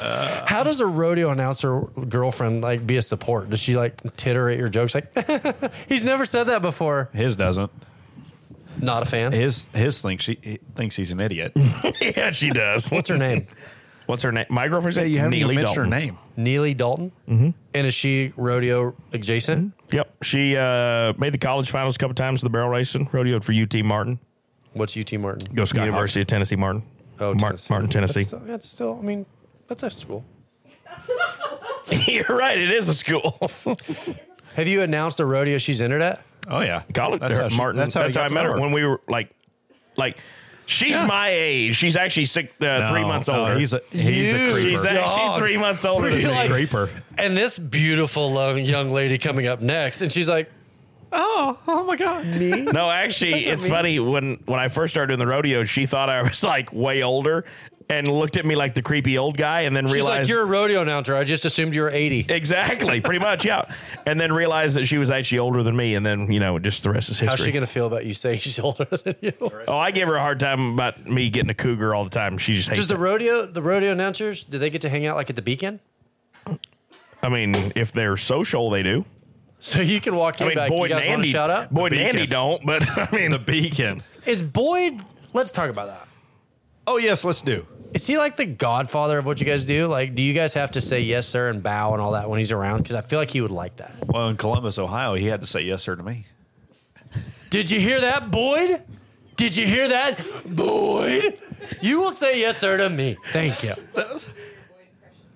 Speaker 2: How does a rodeo announcer girlfriend like be a support? Does she like titter at your jokes? Like [laughs] he's never said that before.
Speaker 6: His doesn't.
Speaker 2: Not a fan.
Speaker 6: His his thinks she he thinks he's an idiot.
Speaker 7: [laughs] yeah, she does.
Speaker 2: What's her [laughs] name?
Speaker 7: What's her name? My girlfriend's
Speaker 6: Hey, you haven't
Speaker 7: Neely
Speaker 6: even mentioned her
Speaker 7: Dalton.
Speaker 6: name.
Speaker 2: Neely Dalton. Mm-hmm. And is she rodeo adjacent?
Speaker 7: Yep, she uh, made the college finals a couple times in the barrel racing. Rodeoed for UT Martin.
Speaker 2: What's UT Martin?
Speaker 7: Go Sky University of Tennessee Martin.
Speaker 2: Oh,
Speaker 7: Mar-
Speaker 2: Tennessee.
Speaker 7: Martin, Tennessee. [laughs]
Speaker 2: That's, that's still, I mean, that's a school.
Speaker 7: You're right. It is a
Speaker 6: [laughs]
Speaker 7: school.
Speaker 2: Have you announced a rodeo she's entered at?
Speaker 6: Oh yeah,
Speaker 7: College
Speaker 6: That's
Speaker 7: her-
Speaker 6: how she-
Speaker 7: Martin. That's how,
Speaker 6: he got
Speaker 7: I
Speaker 6: to
Speaker 7: met
Speaker 6: know
Speaker 7: her when we were like, like. She's my age. She's actually six, uh,
Speaker 6: No,
Speaker 7: three months
Speaker 6: no,
Speaker 7: older.
Speaker 6: He's a he's
Speaker 2: You
Speaker 6: a creeper.
Speaker 7: She's actually
Speaker 2: dog.
Speaker 7: three months older than
Speaker 2: Really?
Speaker 7: me.
Speaker 2: like-
Speaker 6: creeper.
Speaker 2: And this beautiful lo- young lady coming up next, and she's like,
Speaker 6: Oh, oh my god. Me?
Speaker 7: No, actually, it's funny when when I first started doing the rodeo, she thought I was like way older and looked at me like the creepy old guy, and then
Speaker 2: she's like,
Speaker 7: realized
Speaker 2: you're a rodeo announcer. I just assumed you were 80.
Speaker 7: [laughs] exactly pretty much yeah, and then realized that she was actually older than me, and then you know just the rest is
Speaker 2: How's she
Speaker 7: history.
Speaker 2: going to feel about you saying she's older than you?
Speaker 7: oh, I gave her a hard time about me getting a cougar all the time. She just
Speaker 2: Does
Speaker 7: hates.
Speaker 2: the
Speaker 7: it.
Speaker 2: rodeo, the rodeo announcers, do they get to hang out like at the beacon?
Speaker 7: I mean, if they're social, they do.
Speaker 2: So you can walk in
Speaker 7: I mean,
Speaker 2: back.
Speaker 7: Boyd
Speaker 2: you guys
Speaker 7: and
Speaker 2: want to
Speaker 7: Andy,
Speaker 2: shout out?
Speaker 7: Boyd
Speaker 6: The
Speaker 7: and Andy
Speaker 6: Beacon.
Speaker 7: don't, but [laughs] I mean,
Speaker 6: The beacon.
Speaker 2: Is Boyd, let's talk about that.
Speaker 6: Oh yes, let's do.
Speaker 2: Is he like the godfather of what you guys do? Like, do you guys have to say yes, sir, and bow and all that when he's around? Because I feel like he would like that.
Speaker 6: Well, in Columbus, Ohio, he had to say yes sir to me.
Speaker 2: Did you hear that, Boyd? Did you hear that, Boyd? You will say yes, sir, to me. Thank you. [laughs]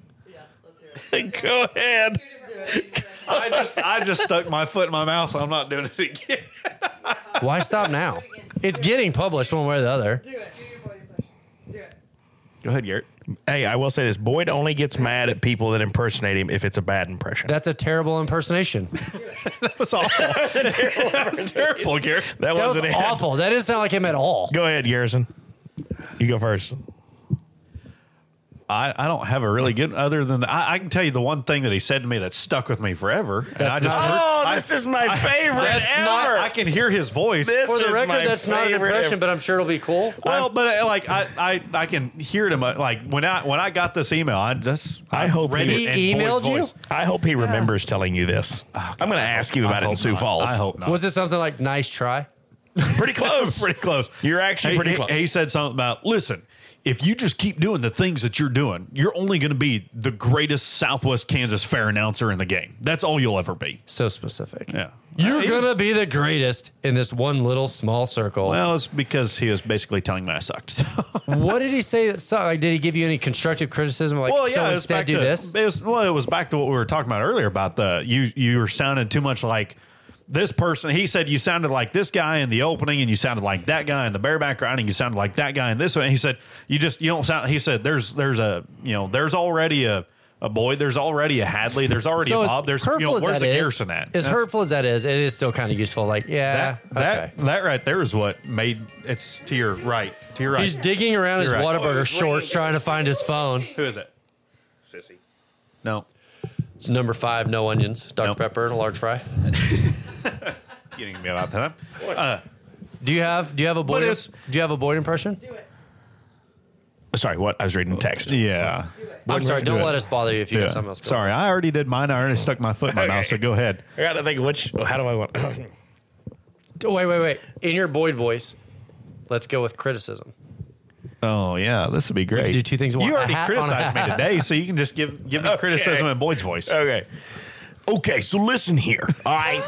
Speaker 7: go ahead.
Speaker 6: I just I just stuck my foot in my mouth. I'm not doing it again.
Speaker 2: Why stop now? It's getting published one way or the other.
Speaker 6: Go ahead, Garrett.
Speaker 7: Hey, I will say this: Boyd only gets mad at people that impersonate him if it's a bad impression.
Speaker 2: That's a terrible impersonation.
Speaker 6: [laughs] That's awful. That's terrible, Garrett.
Speaker 2: That
Speaker 7: that
Speaker 2: was
Speaker 7: wasn't it.
Speaker 2: awful. That didn't sound like him at all.
Speaker 7: Go ahead, Garrison. You go first.
Speaker 6: I, I don't have a really good other than I, I can tell you the one thing that he said to me that stuck with me forever. and I
Speaker 2: That's
Speaker 6: just
Speaker 2: not-
Speaker 6: heard- I-
Speaker 7: Oh, is my favorite
Speaker 6: that's not- I can hear his voice.
Speaker 7: This-
Speaker 2: For the
Speaker 7: is my
Speaker 2: record, that's not an
Speaker 7: favorite
Speaker 2: impression,
Speaker 7: ever.
Speaker 2: but I'm sure it'll be cool.
Speaker 6: well, but uh, like I, I, I can hear it in my like when I when I got this email, I just
Speaker 7: I hope
Speaker 6: read
Speaker 7: he-
Speaker 6: it in
Speaker 2: He
Speaker 6: Boyd's
Speaker 2: emailed you?
Speaker 6: voice.
Speaker 7: I hope he remembers telling you this. I'm going to ask you about
Speaker 6: Oh, I
Speaker 7: it in
Speaker 6: hope
Speaker 7: Sioux
Speaker 6: not.
Speaker 7: Falls.
Speaker 6: I hope not.
Speaker 2: Was it something like nice try?
Speaker 6: [laughs]
Speaker 7: Pretty close.
Speaker 6: pretty close.
Speaker 7: You're actually
Speaker 6: He-
Speaker 7: pretty
Speaker 6: he-
Speaker 7: close.
Speaker 6: He said something about listen. If you just keep doing the things that you're doing, you're only going to be the greatest Southwest Kansas fair announcer in the game. That's all you'll ever be.
Speaker 2: So specific.
Speaker 6: Yeah.
Speaker 2: You're
Speaker 6: He
Speaker 2: going to
Speaker 6: was-
Speaker 2: be the greatest in this one little small circle.
Speaker 6: Well, [laughs] it's because he was basically telling me I sucked. [laughs] So.
Speaker 2: what did he say that sucked? Like, did he give you any constructive criticism? Like,
Speaker 6: well, yeah,
Speaker 2: so
Speaker 6: it was
Speaker 2: instead
Speaker 6: back
Speaker 2: do
Speaker 6: to
Speaker 2: this?
Speaker 6: It was, well, it was back to what we were talking about earlier about the you you were sounding too much like this person, he said, you sounded like this guy in the opening, and you sounded like that guy in the bareback riding, you sounded like that guy in this one. And he said, you just, you don't sound, he said, there's, there's a, you know, there's already a, a boy, there's already a Hadley, there's already
Speaker 2: So
Speaker 6: a
Speaker 2: as
Speaker 6: Bob, there's, you
Speaker 2: hurtful
Speaker 6: know,
Speaker 2: as
Speaker 6: where's
Speaker 2: that
Speaker 6: the
Speaker 2: is,
Speaker 6: Garrison at?
Speaker 2: As
Speaker 6: That's-
Speaker 2: hurtful as that is, it is still kind of useful. Like, yeah,
Speaker 6: that, that, that right there is what made it's to your right, to your right.
Speaker 2: He's digging around his
Speaker 6: You're right.
Speaker 2: Whataburger shorts trying to find his phone.
Speaker 6: Who is it? Sissy. No.
Speaker 2: It's number five, no onions, Dr. Pepper, and a large fry.
Speaker 6: Getting me about that.
Speaker 2: do you have do you have a Boyd?
Speaker 6: it's-
Speaker 2: Do you have a Boyd impression?
Speaker 7: Sorry, what? I was reading text.
Speaker 6: Yeah.
Speaker 2: I'm sorry. Don't let us bother you if you
Speaker 6: Yeah.
Speaker 2: got something else. Going.
Speaker 6: Sorry, I already did mine. I already stuck my foot in my mouth, so go ahead.
Speaker 7: I got to think which. How do I want?
Speaker 2: on. Wait, wait, wait. In your Boyd voice, let's go with criticism.
Speaker 6: Oh yeah, this would be great.
Speaker 2: do two things at once.
Speaker 6: You
Speaker 2: A
Speaker 6: already
Speaker 2: hat on a
Speaker 6: criticized me
Speaker 2: hat.
Speaker 6: today, so you can just give give me criticism in Boyd's voice.
Speaker 7: Okay.
Speaker 17: Okay, so listen here. All right.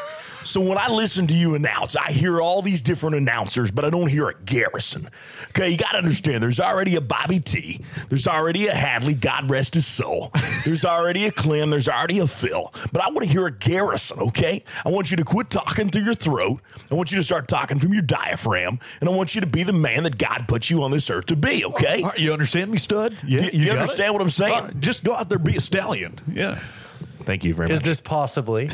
Speaker 17: So when I listen to you announce, I hear all these different announcers, but I don't hear a Garrison. Okay, you gotta understand. There's already a Bobby T. There's already a Hadley. God rest his soul. There's already a Clem. There's already a Phil. But I want to hear a Garrison. Okay, I want you to quit talking through your throat. I want you to start talking from your diaphragm, and I want you to be the man that God put you on this earth to be. Okay,
Speaker 6: you understand me, stud? Yeah,
Speaker 17: you,
Speaker 6: got it?
Speaker 17: understand what I'm saying?
Speaker 6: All right, just go out there, be a stallion. Yeah.
Speaker 7: Thank you very
Speaker 2: Is this possibly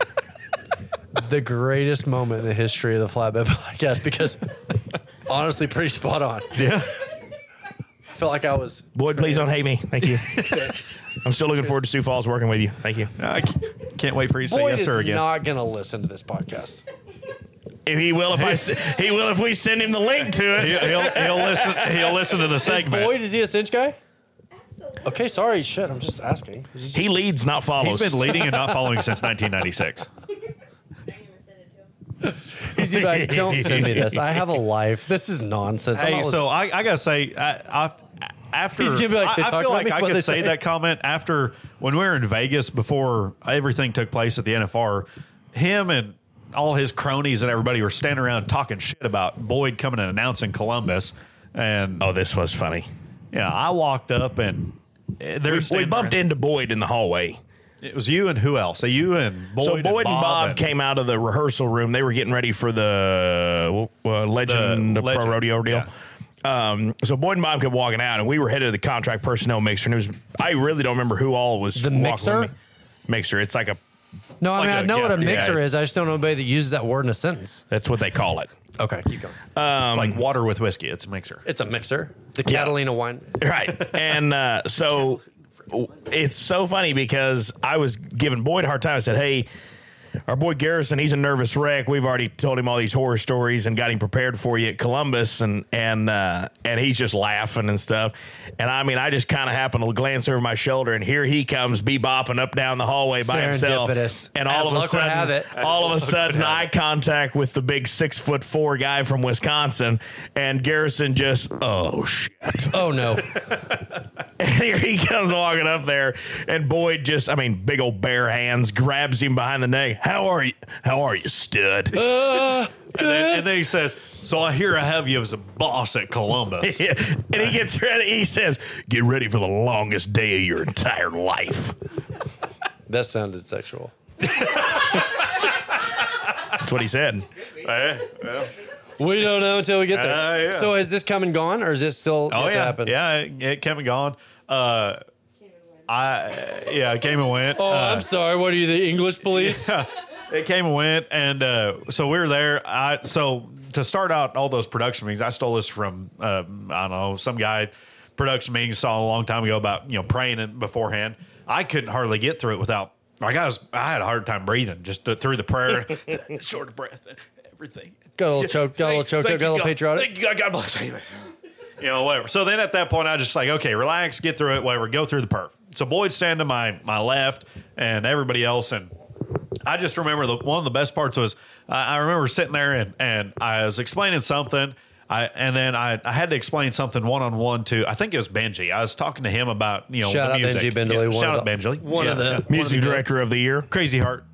Speaker 2: [laughs] the greatest moment in the history of the Flatbed Podcast? Because honestly, pretty spot on.
Speaker 7: Yeah.
Speaker 2: I felt like I was.
Speaker 7: Boyd, please don't hate me. Thank
Speaker 6: [laughs]
Speaker 7: you. [laughs]
Speaker 2: Fixed.
Speaker 7: I'm still looking forward to Sioux Falls working with you. Thank you.
Speaker 6: I can't wait for you
Speaker 2: Boyd is not going to listen to this podcast.
Speaker 7: If he will if I s- he will if we send him the link to it.
Speaker 6: He'll, he'll listen. He'll listen to the segment.
Speaker 2: Boyd, is he a cinch guy? Okay, sorry. Shit, I'm just asking.
Speaker 7: He leads, not follows.
Speaker 6: He's been leading and not following [laughs] since 1996.
Speaker 2: He's gonna be like, don't send me this. I have a life. This is nonsense. I'm
Speaker 6: Hey,
Speaker 2: not
Speaker 6: so I, I gotta say, I, I, after
Speaker 2: He's gonna be like, "They
Speaker 6: I, I
Speaker 2: talked
Speaker 6: feel
Speaker 2: about
Speaker 6: like
Speaker 2: me?
Speaker 6: I
Speaker 2: What'd
Speaker 6: could
Speaker 2: they
Speaker 6: say
Speaker 2: say?"
Speaker 6: that comment after when we were in Vegas before everything took place at the NFR. Him and all his cronies and everybody were standing around talking shit about Boyd coming and announcing Columbus. And
Speaker 7: oh, this was funny.
Speaker 6: Yeah, I walked up and eh, there
Speaker 7: We- we bumped into Boyd in the hallway.
Speaker 6: It was you and who else? So you and Boyd.
Speaker 7: so Boyd and Bob,
Speaker 6: and-
Speaker 7: came out of the rehearsal room. They were getting ready for the uh, Legend
Speaker 6: The
Speaker 7: Pro
Speaker 6: Legend,
Speaker 7: Rodeo deal. Um, so Boyd and Bob kept walking out, and we were headed to the contract personnel mixer. And it was I really don't remember who all was the
Speaker 2: mixer?
Speaker 7: Mixer. It's like a
Speaker 2: No, I
Speaker 7: like
Speaker 2: mean, I
Speaker 7: a
Speaker 2: know what a
Speaker 7: guest- yeah,
Speaker 2: mixer
Speaker 7: it's-
Speaker 2: is. I just don't know anybody that uses that word in a sentence.
Speaker 7: That's what they call it.
Speaker 2: Okay, keep going.
Speaker 6: it's like water with whiskey. It's a mixer.
Speaker 2: It's a mixer. The
Speaker 7: Yeah.
Speaker 2: Catalina wine.
Speaker 7: Right. And uh, so it's so funny because I was giving Boyd a hard time. I said, hey, our boy Garrison, he's a nervous wreck. We've already told him all these horror stories and got him prepared for you at Columbus, and and uh, and he's just laughing and stuff. And I mean, I just kind of happened to glance over my shoulder, and here he comes, bebopping up down the hallway by himself.
Speaker 2: Serendipitous.
Speaker 7: And
Speaker 2: As
Speaker 7: all of a
Speaker 2: luck would
Speaker 7: sudden,
Speaker 2: have it.
Speaker 7: all of a sudden, eye contact with the big six foot four guy from Wisconsin, and Garrison just, oh shit.
Speaker 2: Oh no.
Speaker 7: And [laughs] here he comes walking up there, and Boyd just, I mean, big old bare hands grabs him behind the neck. How are you? How are you, stud? [laughs]
Speaker 6: And then, and then he says, "So I hear I have you as a boss at
Speaker 7: [laughs]
Speaker 6: Columbus."
Speaker 7: Yeah. And he gets ready. He says, "Get ready for the longest day of your entire life."
Speaker 2: That sounded sexual.
Speaker 7: That's what he said.
Speaker 2: We don't know until we get there.
Speaker 6: Uh, yeah.
Speaker 2: So is this come and gone, or is this still
Speaker 6: Oh
Speaker 2: yet to
Speaker 6: yeah,
Speaker 2: happen?
Speaker 6: yeah, it, it came and gone. Uh, I yeah, it came and went.
Speaker 2: Oh,
Speaker 6: Uh,
Speaker 2: I'm sorry. What are you, the
Speaker 6: [laughs]
Speaker 2: English police?
Speaker 6: it came and went, and uh, so we were there. I so to start out all those production meetings, I stole this from um, I don't know some guy production meeting saw a long time ago about you know praying in beforehand. I couldn't hardly get through it without like I was I had a hard time breathing just th- through the prayer,
Speaker 2: [laughs]
Speaker 6: short of breath, and everything.
Speaker 2: Got a little choke, got a little choke, choke,
Speaker 6: Thank
Speaker 2: got a
Speaker 6: you,
Speaker 2: little
Speaker 6: God.
Speaker 2: patriotic.
Speaker 6: Thank you, God. God bless. Amen. You know, whatever. So then at that point, I was just like, okay, relax, get through it, whatever, go through the perf. So Boyd's standing to my, my left and everybody else. And I just remember the, one of the best parts was I, I remember sitting there and, and I was explaining something. I, and then I, I had to explain something one on one to I think it was Benji. I was talking to him about you know
Speaker 2: Shout
Speaker 6: the
Speaker 2: out
Speaker 6: music.
Speaker 2: Benji Bindley,
Speaker 6: Yeah,
Speaker 2: one of
Speaker 6: shout out
Speaker 2: the-
Speaker 6: Benji.
Speaker 2: one
Speaker 6: Yeah,
Speaker 2: of the-
Speaker 6: yeah.
Speaker 2: one of
Speaker 7: Music director of the year.
Speaker 6: Crazy Heart.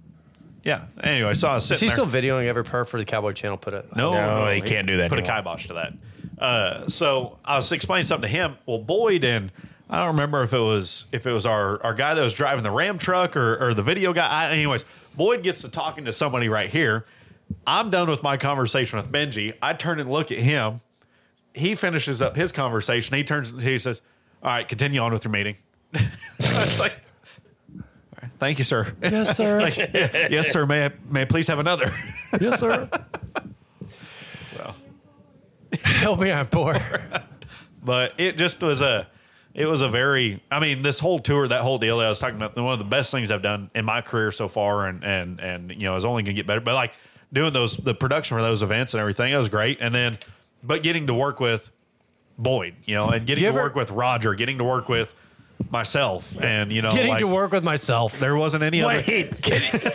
Speaker 6: Yeah. Anyway, so I was
Speaker 2: Is
Speaker 6: sitting
Speaker 2: he
Speaker 6: there.
Speaker 2: still videoing every perf for the Cowboy Channel? Put it.
Speaker 6: No,
Speaker 7: No,
Speaker 2: [laughs]
Speaker 7: he can't do that
Speaker 6: Put
Speaker 7: anymore.
Speaker 6: a kibosh to that. Uh, so I was explaining something to him. Well, Boyd and I don't remember if it was if it was our, our guy that was driving the Ram truck or, or the video guy. I, anyways, Boyd gets to talking to somebody right here. I'm done with my conversation with Benji. I turn and look at him. He finishes up his conversation. He turns he says, All right, continue on with your meeting. [laughs] It's like, "All right, Thank you, sir. [laughs]
Speaker 18: Yes, sir.
Speaker 6: Like, yes, sir. May I, may I please have another? [laughs]
Speaker 18: yes, sir.
Speaker 2: [laughs]
Speaker 6: Help me, I'm [laughs] poor. but it just was a, it was a very. I mean, this whole tour, that whole deal that I was talking about, one of the best things I've done in my career so far, and and and you know, is only going to get better. But like doing those, the production for those events and everything, that was great. And then, but getting to work with Boyd, you know, and getting to work with Roger, getting to work with myself, and you know,
Speaker 2: Getting
Speaker 6: like,
Speaker 2: to work with myself.
Speaker 6: There wasn't any other.
Speaker 7: [laughs]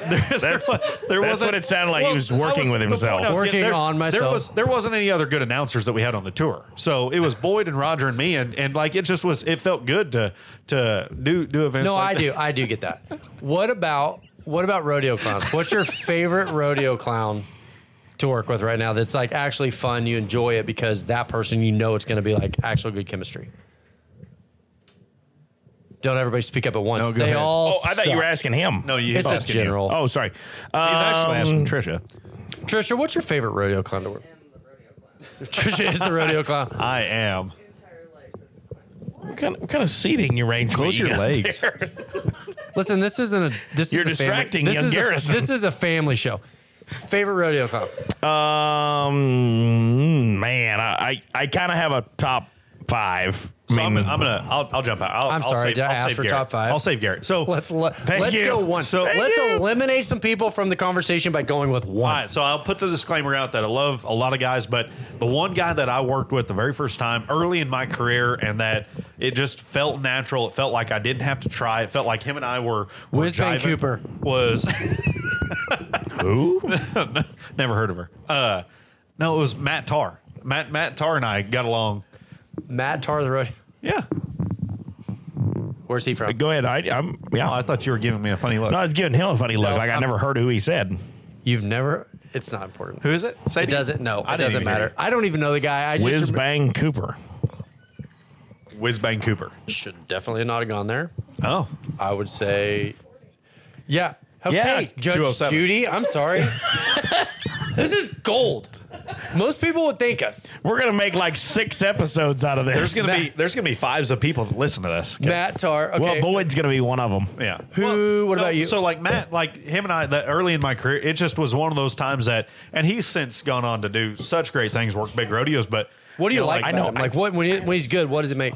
Speaker 7: That's,
Speaker 6: there
Speaker 7: that's
Speaker 6: wasn't-
Speaker 7: what it sounded like.
Speaker 6: Well,
Speaker 7: he was
Speaker 6: I
Speaker 7: working with
Speaker 6: the point
Speaker 7: himself.
Speaker 6: I was getting- there- There, was, there wasn't any other good announcers that we had on the tour, so it was Boyd and Roger and me, and, and like it just was. It felt good to to do do events.
Speaker 2: No,
Speaker 6: like
Speaker 2: I
Speaker 6: that.
Speaker 2: do. I do get that. What about what about rodeo clowns? What's your favorite rodeo clown to work with right now? That's like actually fun. You enjoy it because that person you know it's going to be like actual good chemistry. Don't everybody speak up at once.
Speaker 7: No, go
Speaker 2: they
Speaker 7: ahead.
Speaker 2: all.
Speaker 7: Oh, I thought you were asking him. No, you-
Speaker 2: you.
Speaker 7: he's
Speaker 2: It's a
Speaker 7: asking you.
Speaker 2: general.
Speaker 7: Oh, sorry. Um, actually asking
Speaker 6: Trisha.
Speaker 2: Trisha, what's your favorite rodeo clown to work? Trisha is the rodeo clown.
Speaker 6: I am.
Speaker 7: What kind, what kind of seating you range?
Speaker 2: Close your legs. Listen, this isn't a. This
Speaker 7: You're
Speaker 2: is a
Speaker 7: distracting
Speaker 2: family, this
Speaker 7: young
Speaker 2: is a-
Speaker 7: Garrison.
Speaker 2: this is a family show. Favorite rodeo clown.
Speaker 7: Um, man, I I, I kind of have a top five.
Speaker 6: So I am I'm gonna. I'll, I'll jump out. I'll,
Speaker 2: I'm
Speaker 6: I'll
Speaker 2: sorry,
Speaker 6: Save,
Speaker 2: did I
Speaker 6: I'll
Speaker 2: ask
Speaker 6: save
Speaker 2: for
Speaker 6: Garrett.
Speaker 2: top five?
Speaker 6: I'll save Garrett. So
Speaker 2: let's le-
Speaker 6: Thank
Speaker 2: let's
Speaker 6: you.
Speaker 2: go one.
Speaker 6: So-
Speaker 2: let's
Speaker 6: Thank you.
Speaker 2: eliminate some people from the conversation by going with one.
Speaker 6: All right, so I'll put the disclaimer out that I love a lot of guys, but the one guy that I worked with the very first time early in my career, and that it just felt natural. It felt like I didn't have to try. It felt like him and I were. were
Speaker 2: Whiz Van
Speaker 6: jiving.
Speaker 2: Cooper.
Speaker 6: [laughs] was who? [laughs] Never heard of her. Uh, no, it was Matt Tar. Matt Matt Tar and I got along.
Speaker 2: Matt Tar the road.
Speaker 6: Yeah.
Speaker 2: Where's he from?
Speaker 7: Go ahead. I, I'm. Yeah.
Speaker 6: Oh, I thought you were giving me a funny look.
Speaker 7: No, I was giving him a funny look.
Speaker 2: No,
Speaker 7: like i
Speaker 2: I'm-
Speaker 7: never heard who he said.
Speaker 2: You've never. It's not important.
Speaker 6: Who is it? Say
Speaker 2: it doesn't. No,
Speaker 7: I
Speaker 2: it
Speaker 7: didn't
Speaker 2: doesn't
Speaker 7: even hear
Speaker 2: matter.
Speaker 7: you.
Speaker 2: I don't even know the guy. I just
Speaker 7: Whiz
Speaker 2: remem-
Speaker 7: Bang Cooper.
Speaker 6: Whiz Bang Cooper.
Speaker 2: should definitely not have gone there.
Speaker 6: Oh,
Speaker 2: I would say, yeah.
Speaker 7: Yeah,
Speaker 2: Okay, Judge
Speaker 7: 207.
Speaker 2: Judy. I'm sorry. [laughs] this is gold. Most people would thank us.
Speaker 7: We're gonna make like six episodes out of this.
Speaker 6: There's gonna be there's gonna be fives of people that listen to this.
Speaker 2: Matt Tar. Okay.
Speaker 7: Well, Boyd's gonna be one of them.
Speaker 6: Yeah.
Speaker 2: Who? what
Speaker 6: No,
Speaker 2: about you?
Speaker 6: So like Matt, like him and I, that early in my career, it just was one of those times that, and he's since gone on to do such great things, work big rodeos. But
Speaker 2: what do you
Speaker 6: know,
Speaker 2: like? about him? Like what when, he, when he's good? What does it make?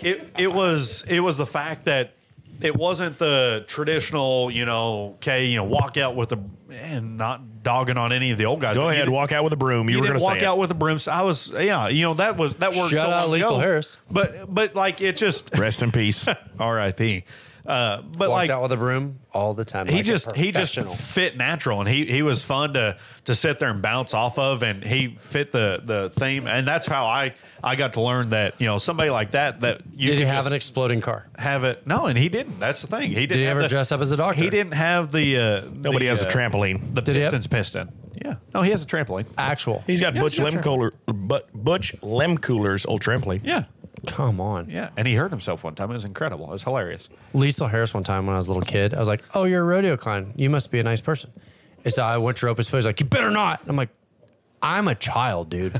Speaker 6: it it was it was the fact that it wasn't the traditional, you know, okay, you know, walk out with a and not dogging on any of the old guys.
Speaker 7: Go
Speaker 6: but you
Speaker 7: ahead,
Speaker 6: did-
Speaker 7: walk out with a broom. You,
Speaker 6: you
Speaker 7: were
Speaker 6: didn't
Speaker 7: gonna
Speaker 6: walk
Speaker 7: say it.
Speaker 6: out with a broom. I was, yeah, you know, that was that worked.
Speaker 2: Shout
Speaker 6: so
Speaker 2: out
Speaker 6: long
Speaker 2: Liesl
Speaker 6: ago.
Speaker 2: Harris.
Speaker 6: but but like it just
Speaker 7: Rest in peace.
Speaker 6: [laughs] R.I.P. Uh,
Speaker 2: Walked
Speaker 6: but like
Speaker 2: out with a broom all the time.
Speaker 6: he
Speaker 2: like a
Speaker 6: just he just
Speaker 2: professional.
Speaker 6: fit natural and he he was fun to to sit there and bounce off of and he fit the the theme and that's how I I got to learn that you know somebody like that that you
Speaker 2: Did he
Speaker 6: could
Speaker 2: have an
Speaker 6: just
Speaker 2: exploding car?
Speaker 6: have it no and he didn't that's the thing he didn't
Speaker 2: he
Speaker 6: have
Speaker 2: ever
Speaker 6: the-
Speaker 2: dress up as a doctor?
Speaker 6: he didn't have the uh,
Speaker 7: Nobody
Speaker 6: the,
Speaker 7: has a
Speaker 6: uh,
Speaker 7: trampoline.
Speaker 6: the
Speaker 2: Did he have-
Speaker 6: Pistons piston yeah no he has a trampoline
Speaker 2: Actual.
Speaker 7: He's got
Speaker 6: Yeah,
Speaker 7: Butch
Speaker 6: sure,
Speaker 7: Lem
Speaker 6: sure.
Speaker 7: Cooler, but Butch Lem Cooler's old trampoline.
Speaker 6: yeah
Speaker 2: Come on.
Speaker 6: yeah and he hurt himself one time it was incredible it was hilarious
Speaker 2: Liesl Harris one time when I was a little kid. I was like, "Oh, you're a rodeo clown. You must be a nice person." And so I went to rope his foot. He's like, "You better not." And I'm like, "I'm a child,
Speaker 7: [laughs]
Speaker 2: dude."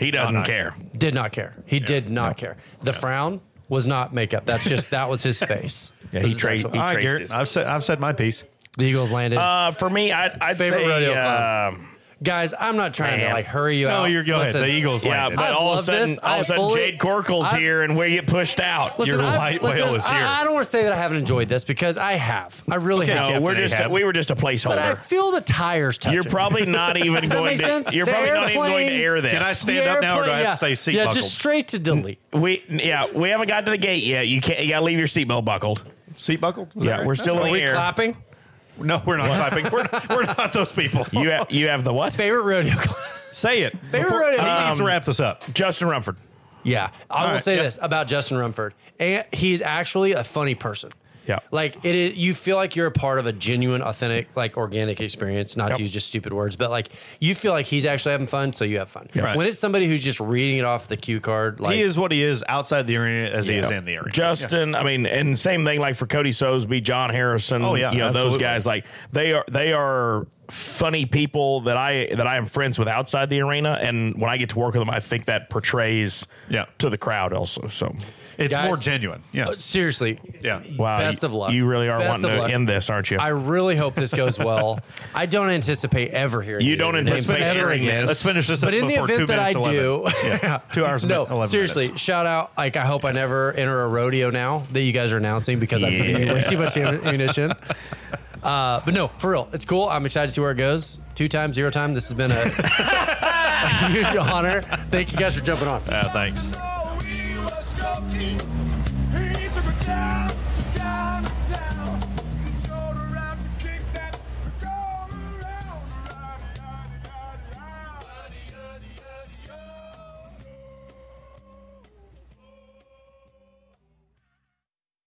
Speaker 7: He doesn't care.
Speaker 2: did not care. He did not care. The frown was not makeup. That's just that was
Speaker 7: [laughs]
Speaker 2: his face.
Speaker 7: Yeah,
Speaker 2: This
Speaker 7: he
Speaker 2: is
Speaker 7: tra-
Speaker 2: actual-
Speaker 7: he
Speaker 6: all right
Speaker 7: traced
Speaker 6: Garrett
Speaker 7: his-
Speaker 6: I've said I've said my piece
Speaker 2: [laughs] The Eagles landed.
Speaker 7: Uh, for me, I'd, I'd
Speaker 2: Favorite
Speaker 7: say
Speaker 2: rodeo clown.
Speaker 7: um,
Speaker 2: Guys, I'm not trying
Speaker 7: man.
Speaker 2: to like hurry you out.
Speaker 6: no you're go ahead
Speaker 2: Listen,
Speaker 6: the Eagles
Speaker 7: yeah,
Speaker 6: landed.
Speaker 7: but
Speaker 2: I've
Speaker 7: all of a
Speaker 2: loved
Speaker 7: sudden,
Speaker 2: this.
Speaker 7: all
Speaker 2: I
Speaker 7: of a sudden,
Speaker 2: fully-
Speaker 7: Jade Corkle's
Speaker 2: I-
Speaker 7: here, and we get pushed out.
Speaker 2: Listen,
Speaker 6: your
Speaker 2: I've-
Speaker 6: white
Speaker 2: listen,
Speaker 6: whale is here.
Speaker 2: I, I don't want to say that I haven't enjoyed this because I have. I really
Speaker 7: Okay,
Speaker 2: have.
Speaker 7: no, we're
Speaker 6: Captain
Speaker 7: just
Speaker 6: Ahab.
Speaker 7: we were just a
Speaker 2: but I
Speaker 7: placeholder.
Speaker 2: feel the tires touching.
Speaker 7: You're probably not
Speaker 2: [laughs]
Speaker 7: even
Speaker 2: Does that
Speaker 7: going
Speaker 2: make
Speaker 7: to.
Speaker 2: sense?
Speaker 7: You're
Speaker 2: The
Speaker 7: probably not even going to
Speaker 2: airplane-
Speaker 7: air this.
Speaker 6: Can I stand
Speaker 2: The
Speaker 6: up now, or do I
Speaker 2: airplane-
Speaker 6: have to
Speaker 2: yeah.
Speaker 6: say seat
Speaker 2: Yeah,
Speaker 6: buckled?
Speaker 2: just straight to delete.
Speaker 7: We yeah, we haven't got to the gate yet. You can't. You gotta leave your seatbelt buckled.
Speaker 6: seat buckled Was that
Speaker 7: Yeah,
Speaker 6: right?
Speaker 7: we're
Speaker 6: That's
Speaker 7: still
Speaker 6: right.
Speaker 7: in
Speaker 2: Are we
Speaker 7: the air.
Speaker 2: clapping?
Speaker 6: no we're not clapping we're not, we're not those people
Speaker 7: You have, you have the what?
Speaker 2: Favorite rodeo.
Speaker 6: Say it.
Speaker 2: Favorite rodeo.
Speaker 6: he needs to
Speaker 7: Um,
Speaker 6: wrap this up.
Speaker 7: Justin Rumford.
Speaker 2: [laughs] yeah, I will
Speaker 6: right,
Speaker 2: say
Speaker 6: yep.
Speaker 2: this about Justin Rumford, and he's actually a funny person.
Speaker 7: Yeah.
Speaker 2: Like it is, you feel like you're a part of a genuine, authentic, like organic experience, not
Speaker 7: Yep.
Speaker 2: to use just stupid words, but like you feel like he's actually having fun, so you have fun.
Speaker 6: Yeah. Right.
Speaker 2: When it's somebody who's just reading it off the cue card, like
Speaker 6: he is what he is outside the arena as he is in the arena.
Speaker 7: Justin, I mean, and same thing like for Cody Sosby, John Harrison.
Speaker 6: Oh, yeah,
Speaker 7: you know those
Speaker 6: absolutely.
Speaker 7: guys. Like they are they are funny people that I that I am friends with outside the arena, and when I get to work with them, I think that portrays
Speaker 6: yeah.
Speaker 7: to the crowd also. So
Speaker 6: It's
Speaker 2: Guys-
Speaker 6: more genuine. Yeah.
Speaker 2: Uh, seriously.
Speaker 6: Yeah.
Speaker 7: Wow,
Speaker 2: Best
Speaker 7: you-
Speaker 2: of luck.
Speaker 7: You really are
Speaker 2: Best of
Speaker 7: wanting to
Speaker 2: luck.
Speaker 7: end this, aren't you?
Speaker 2: I really hope this goes well. I don't anticipate ever hearing
Speaker 7: You
Speaker 2: either
Speaker 7: don't
Speaker 2: of your names
Speaker 7: anticipate
Speaker 2: ever
Speaker 7: hearing
Speaker 2: again.
Speaker 7: this. Let's finish this
Speaker 2: But
Speaker 7: up
Speaker 2: in the
Speaker 7: before
Speaker 2: event
Speaker 7: two
Speaker 2: that I
Speaker 7: minutes, 11.
Speaker 2: do, [laughs]
Speaker 7: Yeah. Two hours and
Speaker 2: No,
Speaker 7: 11
Speaker 2: seriously, shout out. Like, I hope I never enter a rodeo now that you guys are announcing because I put in way
Speaker 7: Yeah.
Speaker 2: too much ammunition. Uh, but no, for real, it's cool. I'm excited to see where it goes. Two time, zero time. This has been a [laughs] huge honor. Thank you guys for jumping on.
Speaker 6: Uh, thanks.
Speaker 3: we was joking.